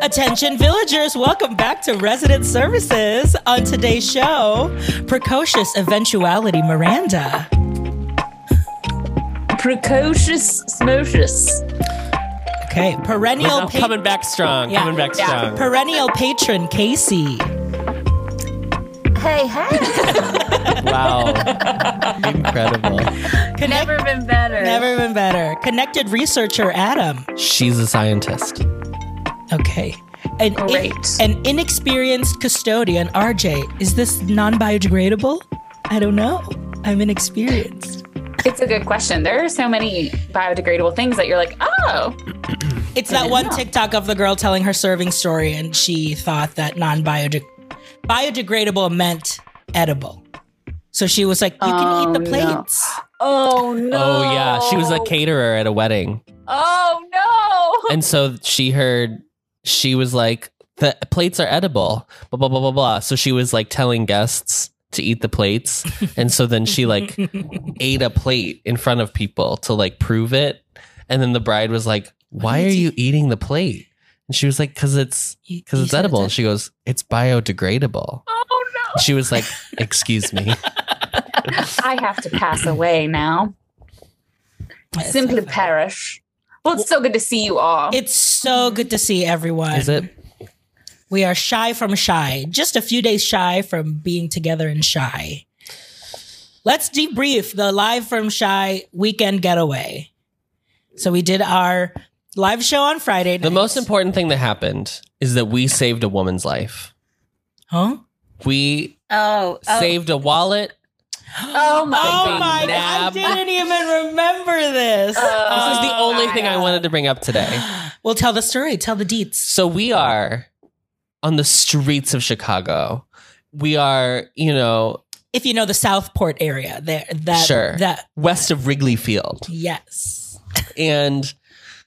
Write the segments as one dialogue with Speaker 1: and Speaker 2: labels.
Speaker 1: Attention villagers, welcome back to Resident Services. On today's show, precocious eventuality Miranda.
Speaker 2: Precocious Smocious.
Speaker 1: Okay, perennial
Speaker 3: Well,
Speaker 1: pa-
Speaker 3: coming back strong.
Speaker 1: Yeah.
Speaker 3: Coming back
Speaker 1: Yeah.
Speaker 3: strong.
Speaker 1: perennial patron Casey.
Speaker 2: Hey, hey.
Speaker 3: Wow. Incredible.
Speaker 1: Connect-
Speaker 2: Never been better.
Speaker 1: never been better. Connected researcher Adam.
Speaker 3: She's a scientist.
Speaker 1: Okay. An, in-
Speaker 2: Great.
Speaker 1: an inexperienced custodian, RJ. Is this non biodegradable? I don't know. I'm inexperienced.
Speaker 2: It's a good question. There are so many biodegradable things that you're like, oh,
Speaker 1: It's that one TikTok of the girl telling her serving story, and she thought that non biodegradable meant edible. So she was like, You can eat the
Speaker 2: Oh, no.
Speaker 1: plates.
Speaker 2: oh no.
Speaker 3: Oh yeah, she was a caterer at a wedding,
Speaker 2: Oh no.
Speaker 3: and so she heard she was like the plates are edible. Blah blah blah blah blah. So she was like telling guests to eat the plates, and so then she like ate a plate in front of people to like prove it, and then the bride was like, "Why are you eating the plate?" And she was like, "Cause it's
Speaker 1: You-
Speaker 3: cause
Speaker 1: you
Speaker 3: it's
Speaker 1: said
Speaker 3: edible." And she goes, "It's biodegradable."
Speaker 2: Oh no.
Speaker 3: She was like, "Excuse me."
Speaker 2: I have to pass away now.
Speaker 1: It's so
Speaker 2: Simply
Speaker 1: funny.
Speaker 2: perish. Well, it's so good to see you all.
Speaker 1: It's so good to see everyone.
Speaker 3: Is it
Speaker 1: We are shy from shy, just a few days shy from being together and shy. Let's debrief the live from shy weekend getaway. So we did our live show on Friday.
Speaker 3: The
Speaker 1: night.
Speaker 3: most important thing that happened is that we saved a woman's life.
Speaker 1: huh?
Speaker 3: We
Speaker 4: Oh, oh.
Speaker 3: saved a wallet.
Speaker 2: oh my
Speaker 1: Oh
Speaker 3: Oh
Speaker 1: my!
Speaker 3: my-
Speaker 1: I
Speaker 3: Nab.
Speaker 1: didn't even remember this.
Speaker 2: Uh,
Speaker 3: This is the
Speaker 2: Oh
Speaker 3: only
Speaker 2: my
Speaker 3: thing I
Speaker 2: God.
Speaker 3: wanted to bring up today.
Speaker 1: well, tell the story. Tell the deets.
Speaker 3: So we are on the streets of Chicago. We are, you know,
Speaker 1: If you know the Southport area, there that
Speaker 3: Sure.
Speaker 1: that
Speaker 3: west of Wrigley Field.
Speaker 1: yes.
Speaker 3: And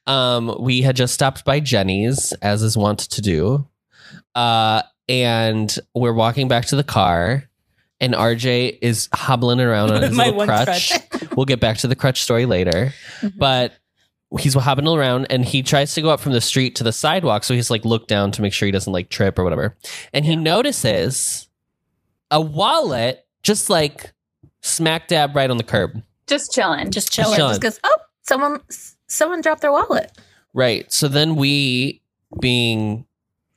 Speaker 3: um, we had just stopped by Jenny's, as is wont to do. Uh, and we're walking back to the car, and RJ is hobbling around on his
Speaker 1: My
Speaker 3: little
Speaker 1: one Mm-hmm.
Speaker 3: crutch. we'll get back to the crutch story later. But he's hopping around and he tries to go up from the street to the sidewalk. So he's like, look down to make sure he doesn't like trip or whatever. And he notices a wallet just like smack dab right on the curb.
Speaker 2: Just chilling.
Speaker 1: Just
Speaker 3: Just
Speaker 1: chilling.
Speaker 3: chilling.
Speaker 4: just goes, oh, someone someone dropped their wallet.
Speaker 3: Right. So then we, being,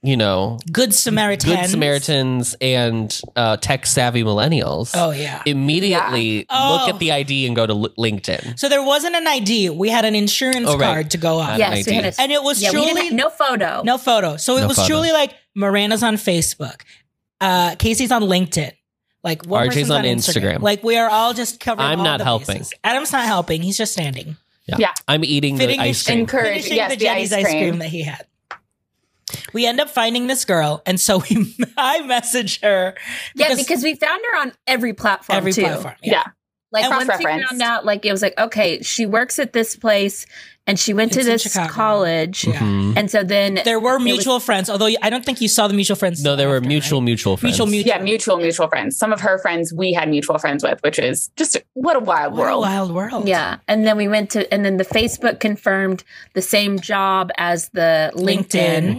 Speaker 3: you know,
Speaker 1: Good Samaritan.
Speaker 3: good Samaritans and uh, tech savvy millennials,
Speaker 1: Oh yeah.
Speaker 3: immediately
Speaker 1: Yeah.
Speaker 3: look
Speaker 1: Oh.
Speaker 3: at the ID and go to L- LinkedIn.
Speaker 1: So there wasn't an ID. We had an insurance
Speaker 3: Oh, right.
Speaker 1: card to go
Speaker 3: Not
Speaker 1: on.
Speaker 3: an
Speaker 4: Yes,
Speaker 3: ID.
Speaker 4: we had a-
Speaker 1: And it was
Speaker 4: yeah, we didn't
Speaker 1: truly
Speaker 4: have- no photo.
Speaker 1: no photo. So it
Speaker 3: No
Speaker 1: was
Speaker 3: photo.
Speaker 1: truly like Miranda's on Facebook. Uh, Casey's on LinkedIn. Like one
Speaker 3: RJ's
Speaker 1: person's
Speaker 3: on
Speaker 1: on Instagram.
Speaker 3: Instagram.
Speaker 1: Like we are all just covering.
Speaker 3: I'm
Speaker 1: all
Speaker 3: not
Speaker 1: the
Speaker 3: helping.
Speaker 1: bases. Adam's not helping. He's just standing.
Speaker 3: I'm eating the
Speaker 1: Fitting
Speaker 3: ice
Speaker 1: the-
Speaker 3: cream.
Speaker 2: Encourage.
Speaker 1: finishing
Speaker 2: Yes,
Speaker 1: the
Speaker 2: the,
Speaker 1: Jenny's ice cream. that he had. We end up finding this girl, and so we I message her.
Speaker 4: yeah, because we found her on every platform
Speaker 1: every
Speaker 4: too.
Speaker 1: platform.
Speaker 2: Yeah.
Speaker 4: Like
Speaker 2: And
Speaker 4: once we
Speaker 2: cross-referenced.
Speaker 4: found out, like it was like, okay, she works at this place and she went
Speaker 1: It's
Speaker 4: to
Speaker 1: in
Speaker 4: this
Speaker 1: Chicago.
Speaker 4: college.
Speaker 2: Mm-hmm.
Speaker 1: Yeah.
Speaker 3: Mhm.
Speaker 4: And so then
Speaker 1: There were
Speaker 4: was-
Speaker 1: mutual friends, although I don't think you saw the mutual friends.
Speaker 3: No, there were
Speaker 1: after, right?
Speaker 3: mutual, mutual friends.
Speaker 1: Mutual, mutual.
Speaker 2: Yeah, mutual, mutual friends. Some of her friends we had mutual friends with, which is just what a wild
Speaker 1: What a
Speaker 2: world.
Speaker 1: wild world.
Speaker 4: yeah. And then we went to and then the Facebook confirmed the same job as the LinkedIn.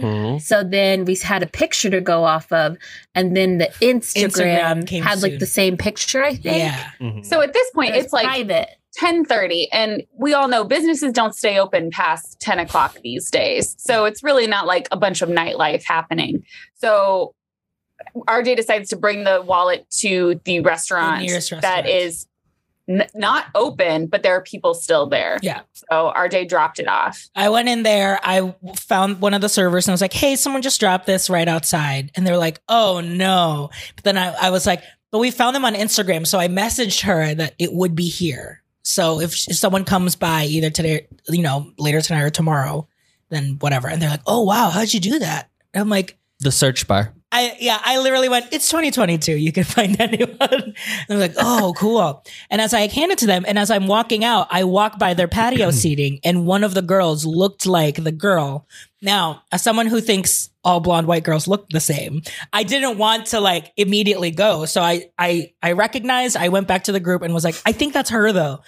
Speaker 1: LinkedIn.
Speaker 3: Mhm.
Speaker 4: So then we had a picture to go off of, and then the Instagram,
Speaker 1: Instagram came
Speaker 4: had like
Speaker 1: soon.
Speaker 4: the same picture, I think.
Speaker 1: Yeah.
Speaker 3: Mhm.
Speaker 2: So at this point,
Speaker 4: But it was
Speaker 2: it's like
Speaker 4: private.
Speaker 2: ten thirty, and we all know businesses don't stay open past ten o'clock these days. So it's really not like a bunch of nightlife happening. So RJ decides to bring the wallet to the restaurant,
Speaker 1: nearest restaurant.
Speaker 2: that is n- not open, but there are people still there.
Speaker 1: Yeah.
Speaker 2: So RJ dropped it off.
Speaker 1: I went in there. I w- found one of the servers and I was like, hey, someone just dropped this right outside. And they're like, oh no. But then I, I was like, but we found them on Instagram. So I messaged her that it would be here. So if, sh- if someone comes by either today, you know, later tonight or tomorrow, then whatever. And they're like, oh wow, how'd you do that? And I'm like,
Speaker 3: The search bar.
Speaker 1: I yeah, I literally went, it's 2022. You can find anyone. And I'm like, oh, cool. And as I hand it to them, and as I'm walking out, I walk by their patio seating, and one of the girls looked like the girl. Now, as someone who thinks all blonde white girls look the same, I didn't want to like immediately go. So I I I recognized, I went back to the group and was like, I think that's her though.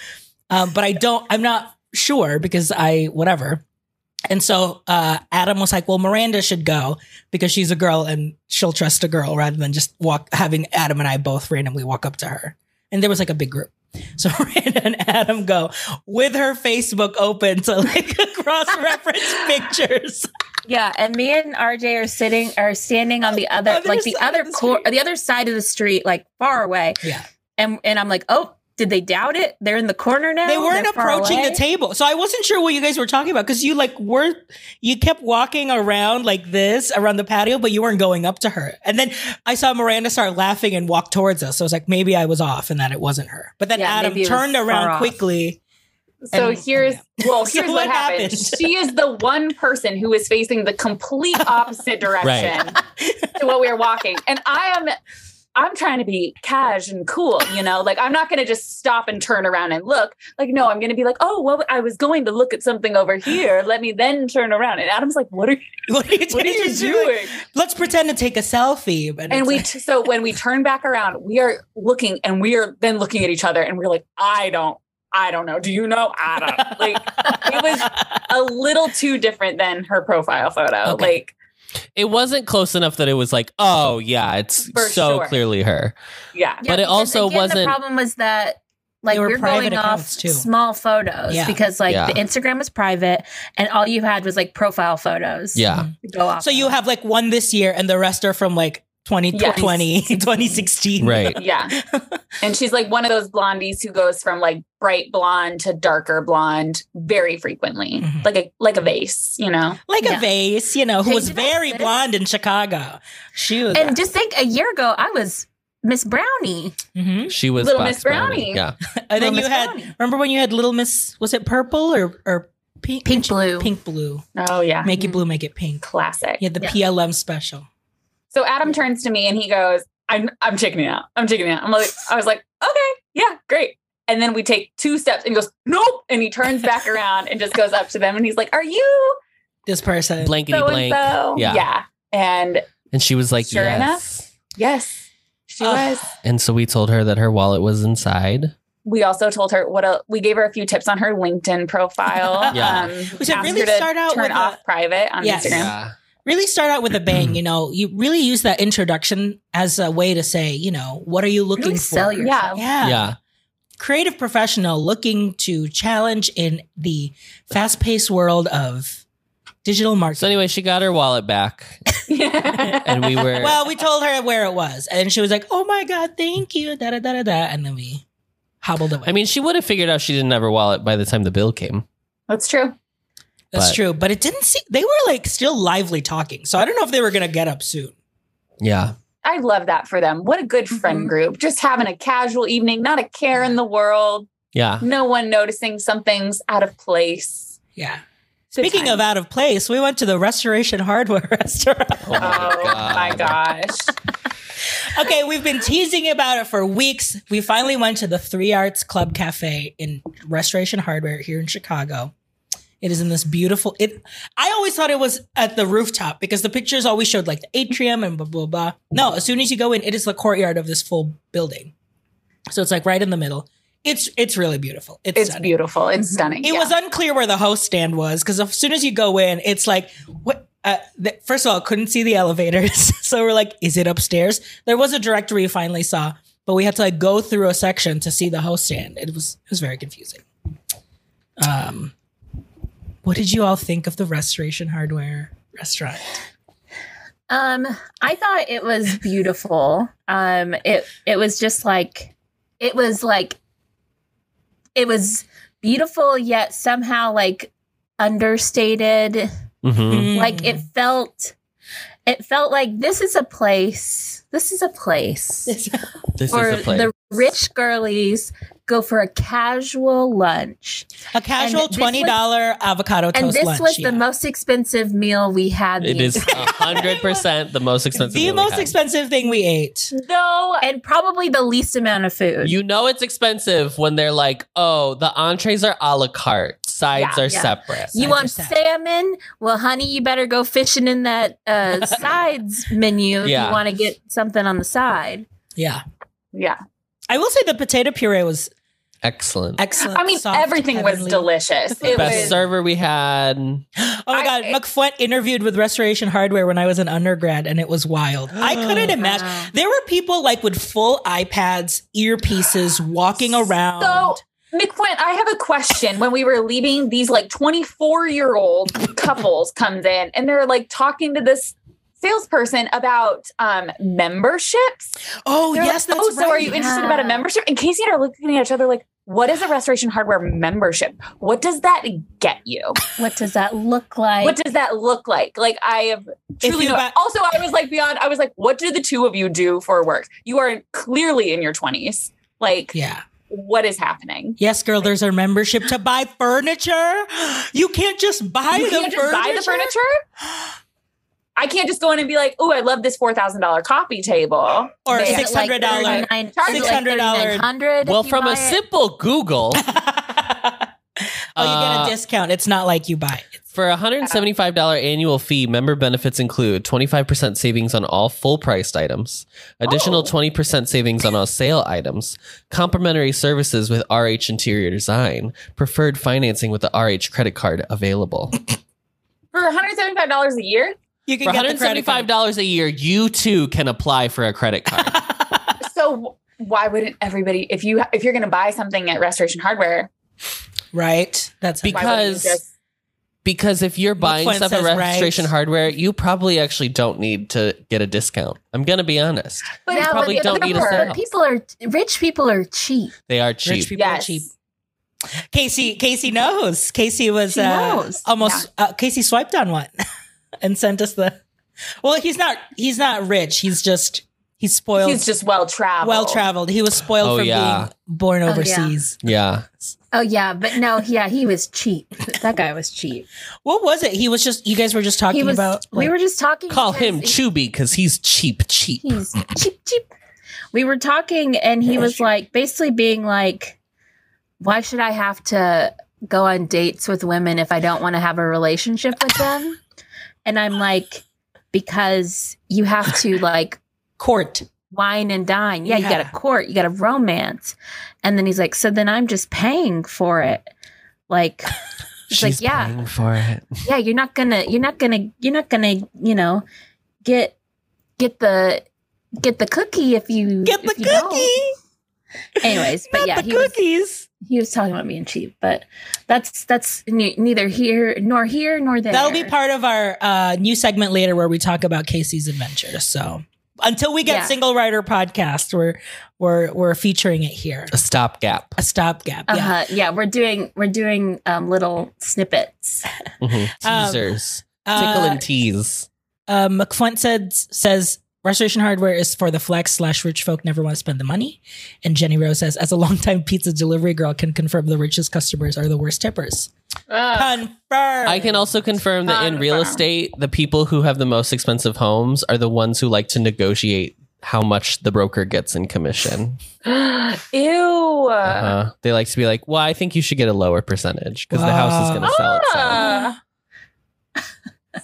Speaker 1: Um, but I don't, I'm not sure because I whatever. And so uh, Adam was like, "Well, Miranda should go because she's a girl and she'll trust a girl rather than just walk having Adam and I both randomly walk up to her." And there was like a big group, so Miranda and Adam go with her Facebook open to like cross reference pictures.
Speaker 4: Yeah, and me and RJ are sitting are standing on the other
Speaker 1: Other
Speaker 4: like the
Speaker 1: side
Speaker 4: other
Speaker 1: of the
Speaker 4: cor-
Speaker 1: street.
Speaker 4: the other side of the street, like far away.
Speaker 1: Yeah.
Speaker 4: And and I'm like, oh, did they doubt it? They're in the corner now.
Speaker 1: They weren't
Speaker 4: Oh, They're far
Speaker 1: approaching the
Speaker 4: away?"
Speaker 1: table, so I wasn't sure what you guys were talking about because you like were you kept walking around like this around the patio, but you weren't going up to her. And then I saw Miranda start laughing and walk towards us. So I was like, maybe I was off and that it wasn't her. But then
Speaker 4: Yeah,
Speaker 1: Adam
Speaker 4: maybe it was
Speaker 1: turned
Speaker 4: far
Speaker 1: around
Speaker 4: off.
Speaker 1: quickly.
Speaker 2: So
Speaker 1: And-
Speaker 2: here's well,
Speaker 1: So
Speaker 2: here's what,
Speaker 1: what
Speaker 2: happened.
Speaker 1: happened?
Speaker 2: She is the one person who is facing the complete opposite direction to what we are walking. And I am I'm trying to be cash and cool, you know, like I'm not gonna just stop and turn around and look. Like, no, I'm gonna be like, oh well, I was going to look at something over here. Let me then turn around. And Adam's like, What are you
Speaker 1: What are you,
Speaker 2: what are you
Speaker 1: doing?
Speaker 2: doing?
Speaker 1: Let's pretend to take a selfie. But
Speaker 2: And
Speaker 1: it's
Speaker 2: we
Speaker 1: like-
Speaker 2: t- so when we turn back around, we are looking and we are then looking at each other and we're like, I don't, I don't know. Do you know? I don't. Like it was a little too different than her profile photo.
Speaker 1: Okay.
Speaker 2: Like,
Speaker 3: It wasn't close enough that it was like, oh yeah, it's
Speaker 2: For
Speaker 3: so
Speaker 2: sure.
Speaker 3: clearly her.
Speaker 2: yeah.
Speaker 4: Yeah,
Speaker 3: But it
Speaker 4: because,
Speaker 3: also
Speaker 4: again, The
Speaker 3: wasn't-
Speaker 4: problem was that like
Speaker 1: They were
Speaker 4: we're
Speaker 1: private
Speaker 4: going off
Speaker 1: accounts, too.
Speaker 4: small photos
Speaker 1: Yeah.
Speaker 4: because like
Speaker 3: Yeah.
Speaker 4: the Instagram was private and all you had was like profile photos.
Speaker 3: Yeah.
Speaker 4: to go off.
Speaker 1: so you have like one this year and the rest are from like 2020, 2016.
Speaker 3: Right.
Speaker 2: Yeah. And she's like one of those blondies who goes from like bright blonde to darker blonde very frequently,
Speaker 1: Mhm.
Speaker 2: like a like a vase, you know.
Speaker 1: Like a
Speaker 4: Yeah.
Speaker 1: vase, you know, who
Speaker 4: Hey,
Speaker 1: was
Speaker 4: did I
Speaker 1: very
Speaker 4: say-
Speaker 1: blonde in Chicago. She was.
Speaker 4: and just think a year ago I was Miss Brownie.
Speaker 1: Mhm.
Speaker 3: She was
Speaker 2: Little
Speaker 3: Fox
Speaker 2: Miss Brownie.
Speaker 3: Yeah.
Speaker 1: And then
Speaker 4: Little
Speaker 1: you
Speaker 4: Miss
Speaker 1: had,
Speaker 4: Brownie.
Speaker 1: remember when you had Little Miss, was it purple or, or pink?
Speaker 4: Pink blue. Mm-hmm.
Speaker 1: Pink blue.
Speaker 2: Oh yeah.
Speaker 1: Make it blue, make it pink.
Speaker 2: Classic.
Speaker 1: You had the
Speaker 4: Yeah.
Speaker 1: PLM special.
Speaker 2: So Adam turns to me and he goes, I'm I'm chickening out. I'm chickening out. I'm like, I was like, okay, yeah, great. And then we take two steps and he goes, nope. And he turns back around and just goes up to them and he's like, Are you
Speaker 1: This person.
Speaker 3: Blankety
Speaker 2: so and
Speaker 3: blank.
Speaker 2: so?
Speaker 3: Yeah.
Speaker 2: And
Speaker 3: And she was like,
Speaker 2: Sure
Speaker 3: yes.
Speaker 2: yes, she
Speaker 1: Ugh.
Speaker 2: was.
Speaker 3: And so we told her that her wallet was inside.
Speaker 2: We also told her what a, we gave her a few tips on her LinkedIn profile.
Speaker 3: Yeah.
Speaker 2: Um,
Speaker 1: We should
Speaker 2: asked
Speaker 1: really
Speaker 2: her to
Speaker 1: start out
Speaker 2: turn
Speaker 1: with a-
Speaker 2: off private on
Speaker 1: Yes.
Speaker 2: Instagram.
Speaker 1: really start out with a bang. You know, you really use that introduction as a way to say, you know, what are you looking
Speaker 4: Really
Speaker 1: for?
Speaker 4: sell your
Speaker 2: Yeah.
Speaker 1: yeah.
Speaker 3: Yeah. Yeah.
Speaker 1: Creative professional looking to challenge in the fast paced world of digital marketing.
Speaker 3: So anyway, she got her wallet back and we were
Speaker 1: well, we told her where it was, and she was like, "Oh my god, thank you." Da da da da da, and then we hobbled away.
Speaker 3: I mean, she would have figured out she didn't have her wallet by the time the bill came.
Speaker 2: That's true.
Speaker 1: that's
Speaker 3: but-
Speaker 1: true, but it didn't seem they were like still lively talking, so I don't know if they were gonna get up soon.
Speaker 3: Yeah.
Speaker 2: I love that for them. What a good friend
Speaker 4: Mhm.
Speaker 2: group. Just having a casual evening, not a care in the world,
Speaker 3: Yeah.
Speaker 2: no one noticing something's out of place.
Speaker 1: Yeah.
Speaker 2: Good
Speaker 1: Speaking of
Speaker 2: times.
Speaker 1: out of place, we went to the Restoration Hardware restaurant.
Speaker 3: Oh my
Speaker 2: oh my gosh.
Speaker 1: Okay, we've been teasing about it for weeks. We finally went to the Three Arts Club Cafe in Restoration Hardware here in Chicago. It is in this beautiful. It. I always thought it was at the rooftop because the pictures always showed like the atrium and blah blah blah. No, as soon as you go in, it is the courtyard of this full building. So it's like right in the middle. It's it's really beautiful. It's,
Speaker 2: It's
Speaker 1: stunning.
Speaker 2: beautiful. It's
Speaker 4: Mhm.
Speaker 2: stunning.
Speaker 1: It
Speaker 2: Yeah.
Speaker 1: was unclear where the host stand was because as soon as you go in, it's like what. Uh, th- first of all, couldn't see the elevators, so we're like, "Is it upstairs?" There was a directory we finally saw, but we had to like go through a section to see the host stand. It was it was very confusing. Um, what did you all think of the Restoration Hardware restaurant?
Speaker 4: Um, I thought it was beautiful. Um, it it was just like it was like it was beautiful yet somehow like understated.
Speaker 3: hmm
Speaker 4: Like it felt it felt like this is a place. This is a place
Speaker 3: This
Speaker 4: where
Speaker 3: is the place.
Speaker 4: the rich girlies go for a casual lunch.
Speaker 1: a casual
Speaker 4: And this was-
Speaker 1: twenty dollar avocado toast
Speaker 4: and this
Speaker 1: lunch.
Speaker 4: was
Speaker 1: yeah.
Speaker 4: the most expensive meal we had.
Speaker 3: it
Speaker 4: the
Speaker 3: is hundred percent the most expensive.
Speaker 1: the
Speaker 3: meal we
Speaker 1: most
Speaker 3: had.
Speaker 1: expensive thing we ate.
Speaker 2: no
Speaker 4: and probably the least amount of food.
Speaker 3: You know it's expensive when they're like, "Oh, the entrees are a la carte, sides
Speaker 2: Yeah,
Speaker 3: are
Speaker 4: yeah.
Speaker 3: separate."
Speaker 4: You
Speaker 1: I
Speaker 4: want
Speaker 1: just said.
Speaker 4: salmon? Well, honey, you better go fishing in that uh, sides menu if
Speaker 3: Yeah.
Speaker 4: you want to get something on the side.
Speaker 1: Yeah.
Speaker 2: yeah.
Speaker 1: I will say the potato puree was
Speaker 3: Excellent.
Speaker 1: Excellent.
Speaker 2: I mean,
Speaker 1: soft,
Speaker 2: everything was
Speaker 1: heavenly-
Speaker 2: delicious. It
Speaker 3: Best
Speaker 2: was
Speaker 3: server we had.
Speaker 1: Oh my
Speaker 2: I-
Speaker 1: god, McFwet interviewed with Restoration Hardware when I was an undergrad, and it was wild. I
Speaker 2: Oh,
Speaker 1: couldn't imagine.
Speaker 4: Wow.
Speaker 1: There were people like with full iPads, earpieces, walking around.
Speaker 2: So, McQuint, I have a question. When we were leaving, these like 24 year old couples comes in and they're like talking to this salesperson about um memberships.
Speaker 1: oh
Speaker 2: They're
Speaker 1: yes,
Speaker 2: like,
Speaker 1: that's
Speaker 2: oh, so are you
Speaker 1: right.
Speaker 2: interested about a
Speaker 4: Yeah.
Speaker 2: membership? And Casey and I are looking at each other like, what is a restoration hardware membership? What does that get you?
Speaker 4: What does that look like?
Speaker 2: What does that look like? Like I have truly
Speaker 1: you
Speaker 2: no-
Speaker 1: buy-
Speaker 2: also I was like beyond I was like, what do the two of you do for work? You are clearly in your 20s. Like
Speaker 1: Yeah.
Speaker 2: what is happening?
Speaker 1: Yes, girl, there's a membership to buy furniture. You can't just buy,
Speaker 2: you
Speaker 1: the,
Speaker 2: can't
Speaker 1: furniture.
Speaker 2: just buy the furniture. I can't just go in and be like, "Oh, I love this four thousand dollar coffee table."
Speaker 1: Or
Speaker 2: They-
Speaker 4: Is it like
Speaker 1: $600
Speaker 4: $39 is it like
Speaker 1: $600
Speaker 4: $3,900 if
Speaker 3: Well,
Speaker 4: you
Speaker 3: from
Speaker 4: buy
Speaker 3: a
Speaker 4: it?
Speaker 3: simple Google
Speaker 1: oh, you get
Speaker 3: Uh,
Speaker 1: a discount. It's not like you buy it.
Speaker 3: for a hundred and seventy-five dollar annual fee, member benefits include twenty-five percent savings on all full-priced items, additional
Speaker 2: Oh.
Speaker 3: twenty percent savings on all sale items, complimentary services with RH Interior Design, preferred financing with the RH credit card available.
Speaker 2: for one hundred seventy five dollars a year.
Speaker 1: You can
Speaker 3: For one
Speaker 1: get
Speaker 3: hundred
Speaker 1: the
Speaker 3: and
Speaker 1: credit
Speaker 3: seventy-five
Speaker 1: card.
Speaker 3: dollars a year, you too can apply for a credit card.
Speaker 2: So why wouldn't everybody? If you if you're going to buy something at Restoration Hardware,
Speaker 1: Right? That's
Speaker 3: Be-
Speaker 2: why wouldn't you
Speaker 3: Because-
Speaker 2: just-
Speaker 3: Because if you're buying
Speaker 1: Flint
Speaker 3: stuff at
Speaker 1: says, right?
Speaker 3: registration hardware, you probably actually don't need to get a discount. I'm gonna be honest.
Speaker 2: but
Speaker 4: Yeah,
Speaker 2: it's
Speaker 3: probably
Speaker 2: the
Speaker 3: don't
Speaker 2: other
Speaker 3: need a
Speaker 2: part.
Speaker 3: sale.
Speaker 4: People are rich. People are cheap.
Speaker 3: They are
Speaker 1: rich
Speaker 3: cheap.
Speaker 1: people are
Speaker 2: Yes.
Speaker 1: cheap. Casey Casey knows. Casey was
Speaker 4: She
Speaker 1: uh,
Speaker 4: knows.
Speaker 1: almost uh, Casey swiped on one and sent us the Well, he's not he's not rich. He's just he's spoiled.
Speaker 2: He's just well traveled.
Speaker 1: well traveled. He was spoiled
Speaker 3: Oh,
Speaker 1: from
Speaker 3: yeah.
Speaker 1: being born
Speaker 4: Oh, yeah.
Speaker 1: overseas.
Speaker 3: yeah.
Speaker 4: Oh yeah, but no, yeah, he was cheap. That guy was cheap.
Speaker 1: What was it? He was just you guys were just talking
Speaker 4: He was.
Speaker 1: about
Speaker 4: we
Speaker 1: like-
Speaker 4: were just talking.
Speaker 3: Call
Speaker 4: because
Speaker 3: him
Speaker 4: he-
Speaker 3: Chubby because he's cheap, cheap.
Speaker 4: He's cheap, cheap. We were talking, and he was like, basically being like, "Why should I have to go on dates with women if I don't want to have a relationship with them?" And I'm like, "Because you have to like
Speaker 1: court.
Speaker 4: wine and dine. Yeah, you got
Speaker 1: Yeah.
Speaker 4: a court, you got a romance. And then he's like, so then I'm just paying for it. Like,
Speaker 3: She's
Speaker 4: like, yeah.
Speaker 3: paying for it.
Speaker 4: yeah, you're not gonna, you're not gonna, you're not gonna, you know, get get the get the cookie if you
Speaker 1: Get the
Speaker 4: if you don't.
Speaker 1: cookie.
Speaker 4: Anyways, but
Speaker 1: Not
Speaker 4: yeah,
Speaker 1: the
Speaker 4: he was,
Speaker 1: cookies.
Speaker 4: he was talking about being cheap, but that's that's ne- neither here nor here nor there.
Speaker 1: That'll be part of our uh, new segment later where we talk about Casey's adventure. So until we get
Speaker 4: Yeah.
Speaker 1: single writer podcast, we're we're we're featuring it here.
Speaker 3: A stopgap.
Speaker 1: A stopgap.
Speaker 4: Uh-huh.
Speaker 1: Yeah.
Speaker 4: Yeah. we're doing we're doing um, little snippets.
Speaker 3: Mhm.
Speaker 1: Um,
Speaker 3: Teasers. Tickle
Speaker 1: Uh,
Speaker 3: and tease.
Speaker 1: uh, McFunt said says Restoration Hardware is for the flex slash rich folk never want to spend the money. And Jenny Rose says, as a longtime pizza delivery girl, can confirm the richest customers are the worst tippers.
Speaker 2: Ugh.
Speaker 1: Confirm.
Speaker 3: I can also confirm that in real
Speaker 2: Confirm.
Speaker 3: estate, the people who have the most expensive homes are the ones who like to negotiate how much the broker gets in commission.
Speaker 2: Ew.
Speaker 3: Uh, they like to be like, well, I think you should get a lower percentage because the house is going to sell itself.
Speaker 2: Ah.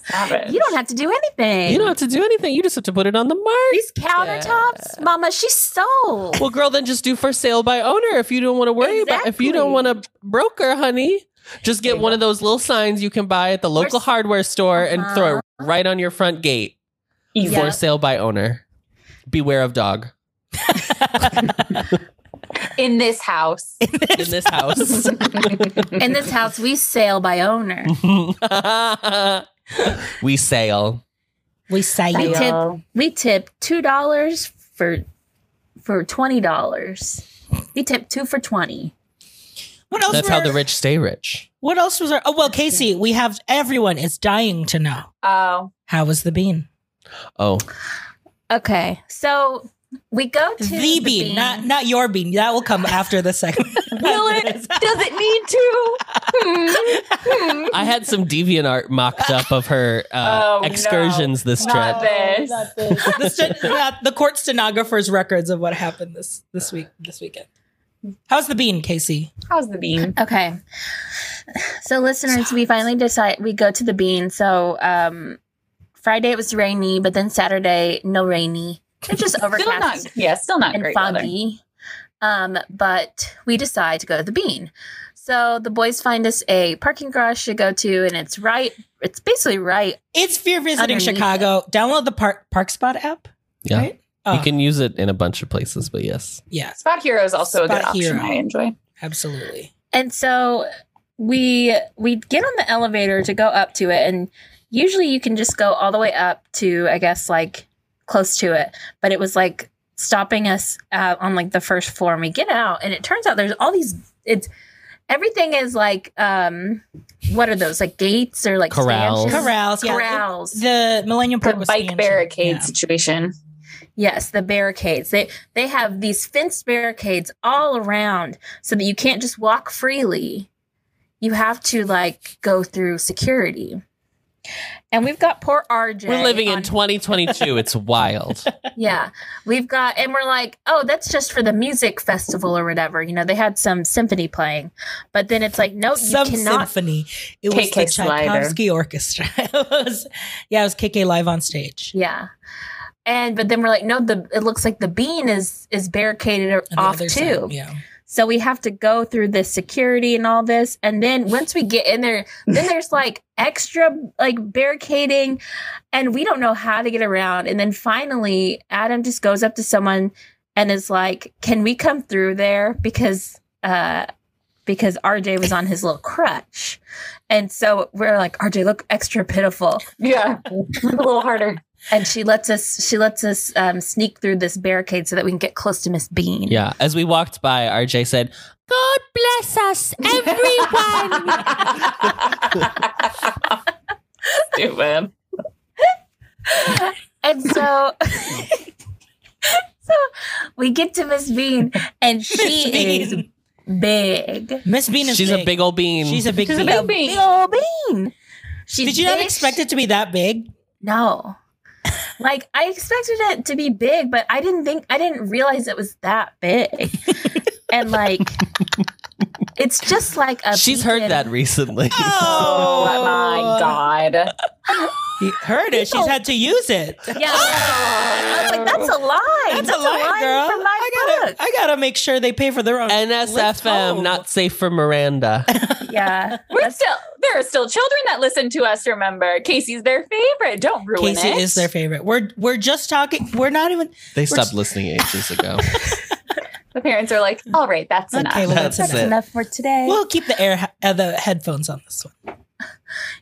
Speaker 2: Stop it.
Speaker 4: You don't have to do anything.
Speaker 3: You don't have to do anything. You just have to put it on the market.
Speaker 4: These countertops, Mama, she's sold.
Speaker 3: Well, girl, then just do for sale by owner if you don't want to worry about if you don't want
Speaker 4: Exactly.
Speaker 3: to broker, honey. Just get one of those little signs you can buy at the local
Speaker 4: s-
Speaker 3: hardware store and throw it
Speaker 4: Uh-huh.
Speaker 3: right on your front gate.
Speaker 2: Easy.
Speaker 4: Yeah.
Speaker 3: For sale by owner. Beware of dog
Speaker 2: in this house.
Speaker 3: in this house.
Speaker 4: In this house, we sail by owner.
Speaker 3: we sale.
Speaker 1: we say
Speaker 4: I
Speaker 1: you.
Speaker 4: tip- We tip two dollars for for twenty dollars. We tip two for twenty.
Speaker 1: What else?
Speaker 3: That's how
Speaker 1: were-
Speaker 3: the rich stay rich.
Speaker 1: What else was there? Oh well, Casey, we have everyone is dying to know
Speaker 2: Oh,
Speaker 1: how was the bean?
Speaker 3: Oh,
Speaker 4: Okay, so we go to
Speaker 1: The, bean, not not your bean. That will come after the segment.
Speaker 2: will it? Does it need to? Hmm. Hmm.
Speaker 3: I had some deviant art mocked up of her uh,
Speaker 2: Oh, no.
Speaker 3: excursions this trip.
Speaker 2: Not this.
Speaker 1: Not this. the, sten- not the court stenographer's records of what happened this this week this weekend. How's the bean, Casey?
Speaker 2: How's the bean?
Speaker 4: Okay, so listeners, we finally decide we go to the bean. So um, Friday it was rainy, but then Saturday no rainy. It's just
Speaker 2: Still
Speaker 4: overcast
Speaker 2: not. Yeah, still not
Speaker 4: and
Speaker 2: great. weather.
Speaker 4: foggy. Um, but we decide to go to the Bean. So the boys find us a parking garage to go to, and it's right. It's basically right.
Speaker 1: It's if you're visiting
Speaker 4: Underneath
Speaker 1: Chicago, download the Park Park Spot app.
Speaker 3: Yeah.
Speaker 1: Right? Oh,
Speaker 3: You can use it in a bunch of places, but yes.
Speaker 1: yeah,
Speaker 2: Spot Hero is also a good
Speaker 1: Spot
Speaker 2: option
Speaker 1: Hero.
Speaker 2: I enjoy.
Speaker 1: absolutely.
Speaker 4: And so we we get on the elevator to go up to it, and usually you can just go all the way up to I guess like close to it, but it was like stopping us uh, on like the first floor. And we get out, and it turns out there's all these. It's everything is like um what are those like gates or like
Speaker 3: Corrals.
Speaker 4: stanchions?
Speaker 1: Corrals, yeah.
Speaker 4: corrals.
Speaker 1: The Millennium Park
Speaker 2: The
Speaker 1: was
Speaker 2: bike
Speaker 1: stanchion.
Speaker 2: barricade
Speaker 1: Yeah.
Speaker 2: situation.
Speaker 4: Yes, the barricades. They they have these fenced barricades all around so that you can't just walk freely. You have to like go through security. And we've got poor RJ.
Speaker 3: We're living in
Speaker 4: on-
Speaker 3: 2022. It's wild.
Speaker 4: yeah. We've got and we're like, "Oh, that's just for the music festival or whatever." You know, they had some symphony playing. But then it's like, "No, you
Speaker 1: Some
Speaker 4: cannot
Speaker 1: symphony. It was
Speaker 2: KK
Speaker 1: the
Speaker 2: Slider.
Speaker 1: Tchaikovsky Orchestra. it was, yeah, it was KK live on stage.
Speaker 4: Yeah. And but then we're like, "No, the it looks like the bean is is barricaded
Speaker 1: on the
Speaker 4: off
Speaker 1: other
Speaker 4: too."
Speaker 1: side, Yeah.
Speaker 4: So we have to go through this security and all this. And then once we get in there, then there's like extra like barricading and we don't know how to get around. And then finally, Adam just goes up to someone and is like, "Can we come through there because uh because RJ was on his little crutch." And so we're like, "RJ, look extra pitiful."
Speaker 2: Yeah. a little harder.
Speaker 4: And she lets us she lets us um, sneak through this barricade so that we can get close to Miss Bean.
Speaker 3: Yeah. As we walked by, RJ said, God bless us,
Speaker 2: Stupid.
Speaker 3: everyone.
Speaker 4: And so, so we get to Miss Bean, and she
Speaker 1: Miss
Speaker 4: is
Speaker 1: Bean.
Speaker 4: big.
Speaker 1: Miss Bean is
Speaker 3: She's a big old bean.
Speaker 1: She's a big
Speaker 2: She's a
Speaker 1: bean.
Speaker 2: big bean.
Speaker 4: Big old Bean. She's
Speaker 1: Did you not
Speaker 4: big.
Speaker 1: expect it to be that big?
Speaker 4: No. Like I expected it to be big, but I didn't think I didn't realize it was that big. and like, it's just like a.
Speaker 3: She's
Speaker 4: beacon.
Speaker 3: heard that recently.
Speaker 2: Oh my god.
Speaker 1: You heard it. She's had to use it.
Speaker 4: Yeah. Oh, I was like, that's a line.
Speaker 1: That's, a line, girl.
Speaker 4: from my
Speaker 1: I gotta,
Speaker 4: book.
Speaker 1: I gotta make sure they pay for their own. Let's
Speaker 3: NSFM,
Speaker 1: hope.
Speaker 3: not safe for Miranda.
Speaker 4: yeah.
Speaker 2: We're still there are still children that listen to us, remember. Casey's their favorite. Don't ruin
Speaker 1: Casey
Speaker 2: it.
Speaker 1: is their favorite. We're we're just talking. We're not even.
Speaker 3: They stopped listening ages ago.
Speaker 2: the parents are like, all right, that's enough.
Speaker 1: Okay, well
Speaker 3: That's
Speaker 1: that's,
Speaker 4: That's
Speaker 1: enough.
Speaker 3: it.
Speaker 4: enough for today.
Speaker 1: We'll keep the air uh, the headphones on this one.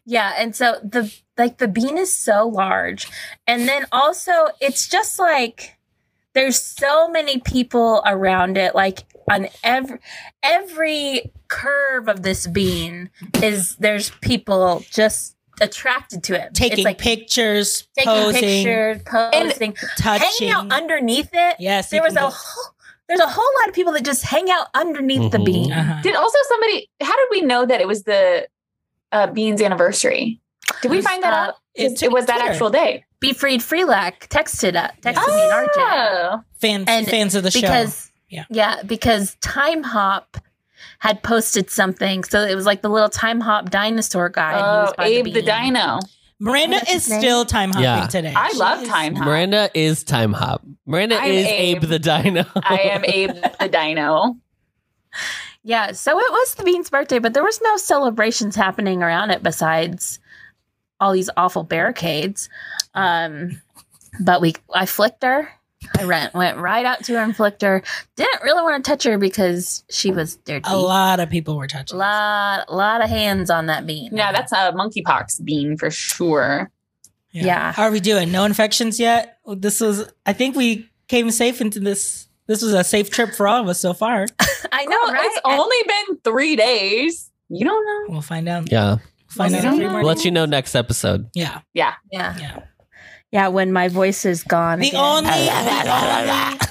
Speaker 4: Yeah, and so the like the bean is so large. And then also it's just like there's so many people around it like on every every curve of this bean is there's people just attracted to it.
Speaker 1: Taking
Speaker 4: it's like
Speaker 1: pictures,
Speaker 4: taking
Speaker 1: posing,
Speaker 4: pictures, posing,
Speaker 1: touching.
Speaker 4: hanging out underneath it.
Speaker 1: yes,
Speaker 4: there
Speaker 1: you
Speaker 4: was
Speaker 1: can
Speaker 4: a
Speaker 1: go-
Speaker 4: whole, there's a whole lot of people that just hang out underneath the
Speaker 3: Mhm.
Speaker 4: bean.
Speaker 1: Uh-huh.
Speaker 2: Did also somebody? How did we know that it was the uh, Beans anniversary? Did we find that
Speaker 4: Uh,
Speaker 2: out? 'Cause
Speaker 1: it
Speaker 2: It, was that
Speaker 1: Twitter.
Speaker 2: actual day.
Speaker 4: Be freed Freelack texted us, texted me and
Speaker 1: Ah.
Speaker 4: RJ.
Speaker 2: Oh,
Speaker 1: fans
Speaker 4: and
Speaker 1: fans of the show.
Speaker 4: because
Speaker 1: Yeah.
Speaker 4: yeah. because time hop had posted something so it was like the little time hop dinosaur guy and he was
Speaker 2: oh
Speaker 4: by
Speaker 2: Abe the,
Speaker 4: bean.
Speaker 2: Dino.
Speaker 1: Miranda
Speaker 4: What's
Speaker 1: is
Speaker 4: his name?
Speaker 1: still time hopping
Speaker 3: Yeah.
Speaker 1: today.
Speaker 2: I
Speaker 1: She
Speaker 2: love
Speaker 1: is-
Speaker 2: time hop.
Speaker 3: Miranda is Time Hop. Miranda
Speaker 2: I'm
Speaker 3: is
Speaker 2: Abe.
Speaker 3: Abe. the Dino.
Speaker 2: I am Abe the Dino.
Speaker 4: yeah so it was the bean's birthday but there was no celebrations happening around it besides all these awful barricades um but we i flicked her I ran, went right out to her and flicked her. Didn't really want to touch her because she was dirty.
Speaker 1: A lot of people were touching.
Speaker 4: lot, lot of hands on that bean.
Speaker 2: Yeah, that's a monkeypox bean for sure.
Speaker 4: Yeah.
Speaker 1: How are we doing? No infections yet? This was I think we came safe into this this was a safe trip for all of us so far.
Speaker 4: I know,
Speaker 2: Girl,
Speaker 4: right?
Speaker 2: It's only been three days. You don't know.
Speaker 1: We'll find out.
Speaker 3: Yeah.
Speaker 1: Find
Speaker 2: Well,
Speaker 1: out in three
Speaker 2: yeah.
Speaker 1: more
Speaker 3: We'll let you know next episode.
Speaker 1: Yeah.
Speaker 4: yeah,
Speaker 1: Yeah.
Speaker 4: yeah. When my voice is gone,
Speaker 1: The
Speaker 4: again.
Speaker 1: only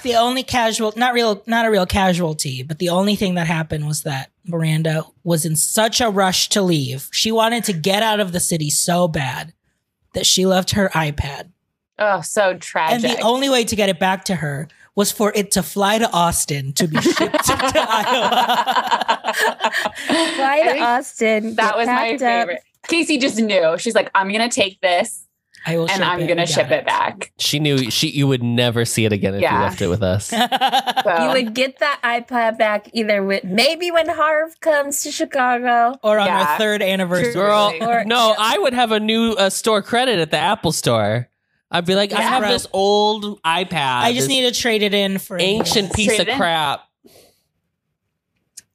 Speaker 1: the only casual not real not a real casualty, but the only thing that happened was that Miranda was in such a rush to leave. She wanted to get out of the city so bad that she left her iPad.
Speaker 2: Oh, so
Speaker 1: And
Speaker 2: tragic.
Speaker 1: the only way to get it back to her was for it to fly to Austin to be shipped to Iowa.
Speaker 4: Fly
Speaker 2: I
Speaker 4: to
Speaker 2: think
Speaker 4: Austin.
Speaker 2: That
Speaker 4: get
Speaker 2: was my
Speaker 4: packed up.
Speaker 2: favorite. Casey just knew. She's like, I'm gonna take this.
Speaker 1: I will.
Speaker 2: and I'm going to ship it back.
Speaker 3: She knew she you would never see it again if
Speaker 2: Yeah.
Speaker 3: you left it with us.
Speaker 1: back.
Speaker 2: So,
Speaker 4: You would get that iPod back either with maybe when Harv comes to Chicago.
Speaker 1: or on our
Speaker 2: Yeah.
Speaker 1: third anniversary.
Speaker 2: True.
Speaker 3: Girl,
Speaker 4: Or-
Speaker 3: no, I would have a new uh, store credit at the Apple store. I'd be like, I
Speaker 1: Yeah,
Speaker 3: have
Speaker 1: bro.
Speaker 3: this old iPad.
Speaker 1: I just
Speaker 3: this
Speaker 1: need to trade it in for
Speaker 3: ancient piece
Speaker 2: Trade
Speaker 3: of
Speaker 2: it in.
Speaker 3: crap.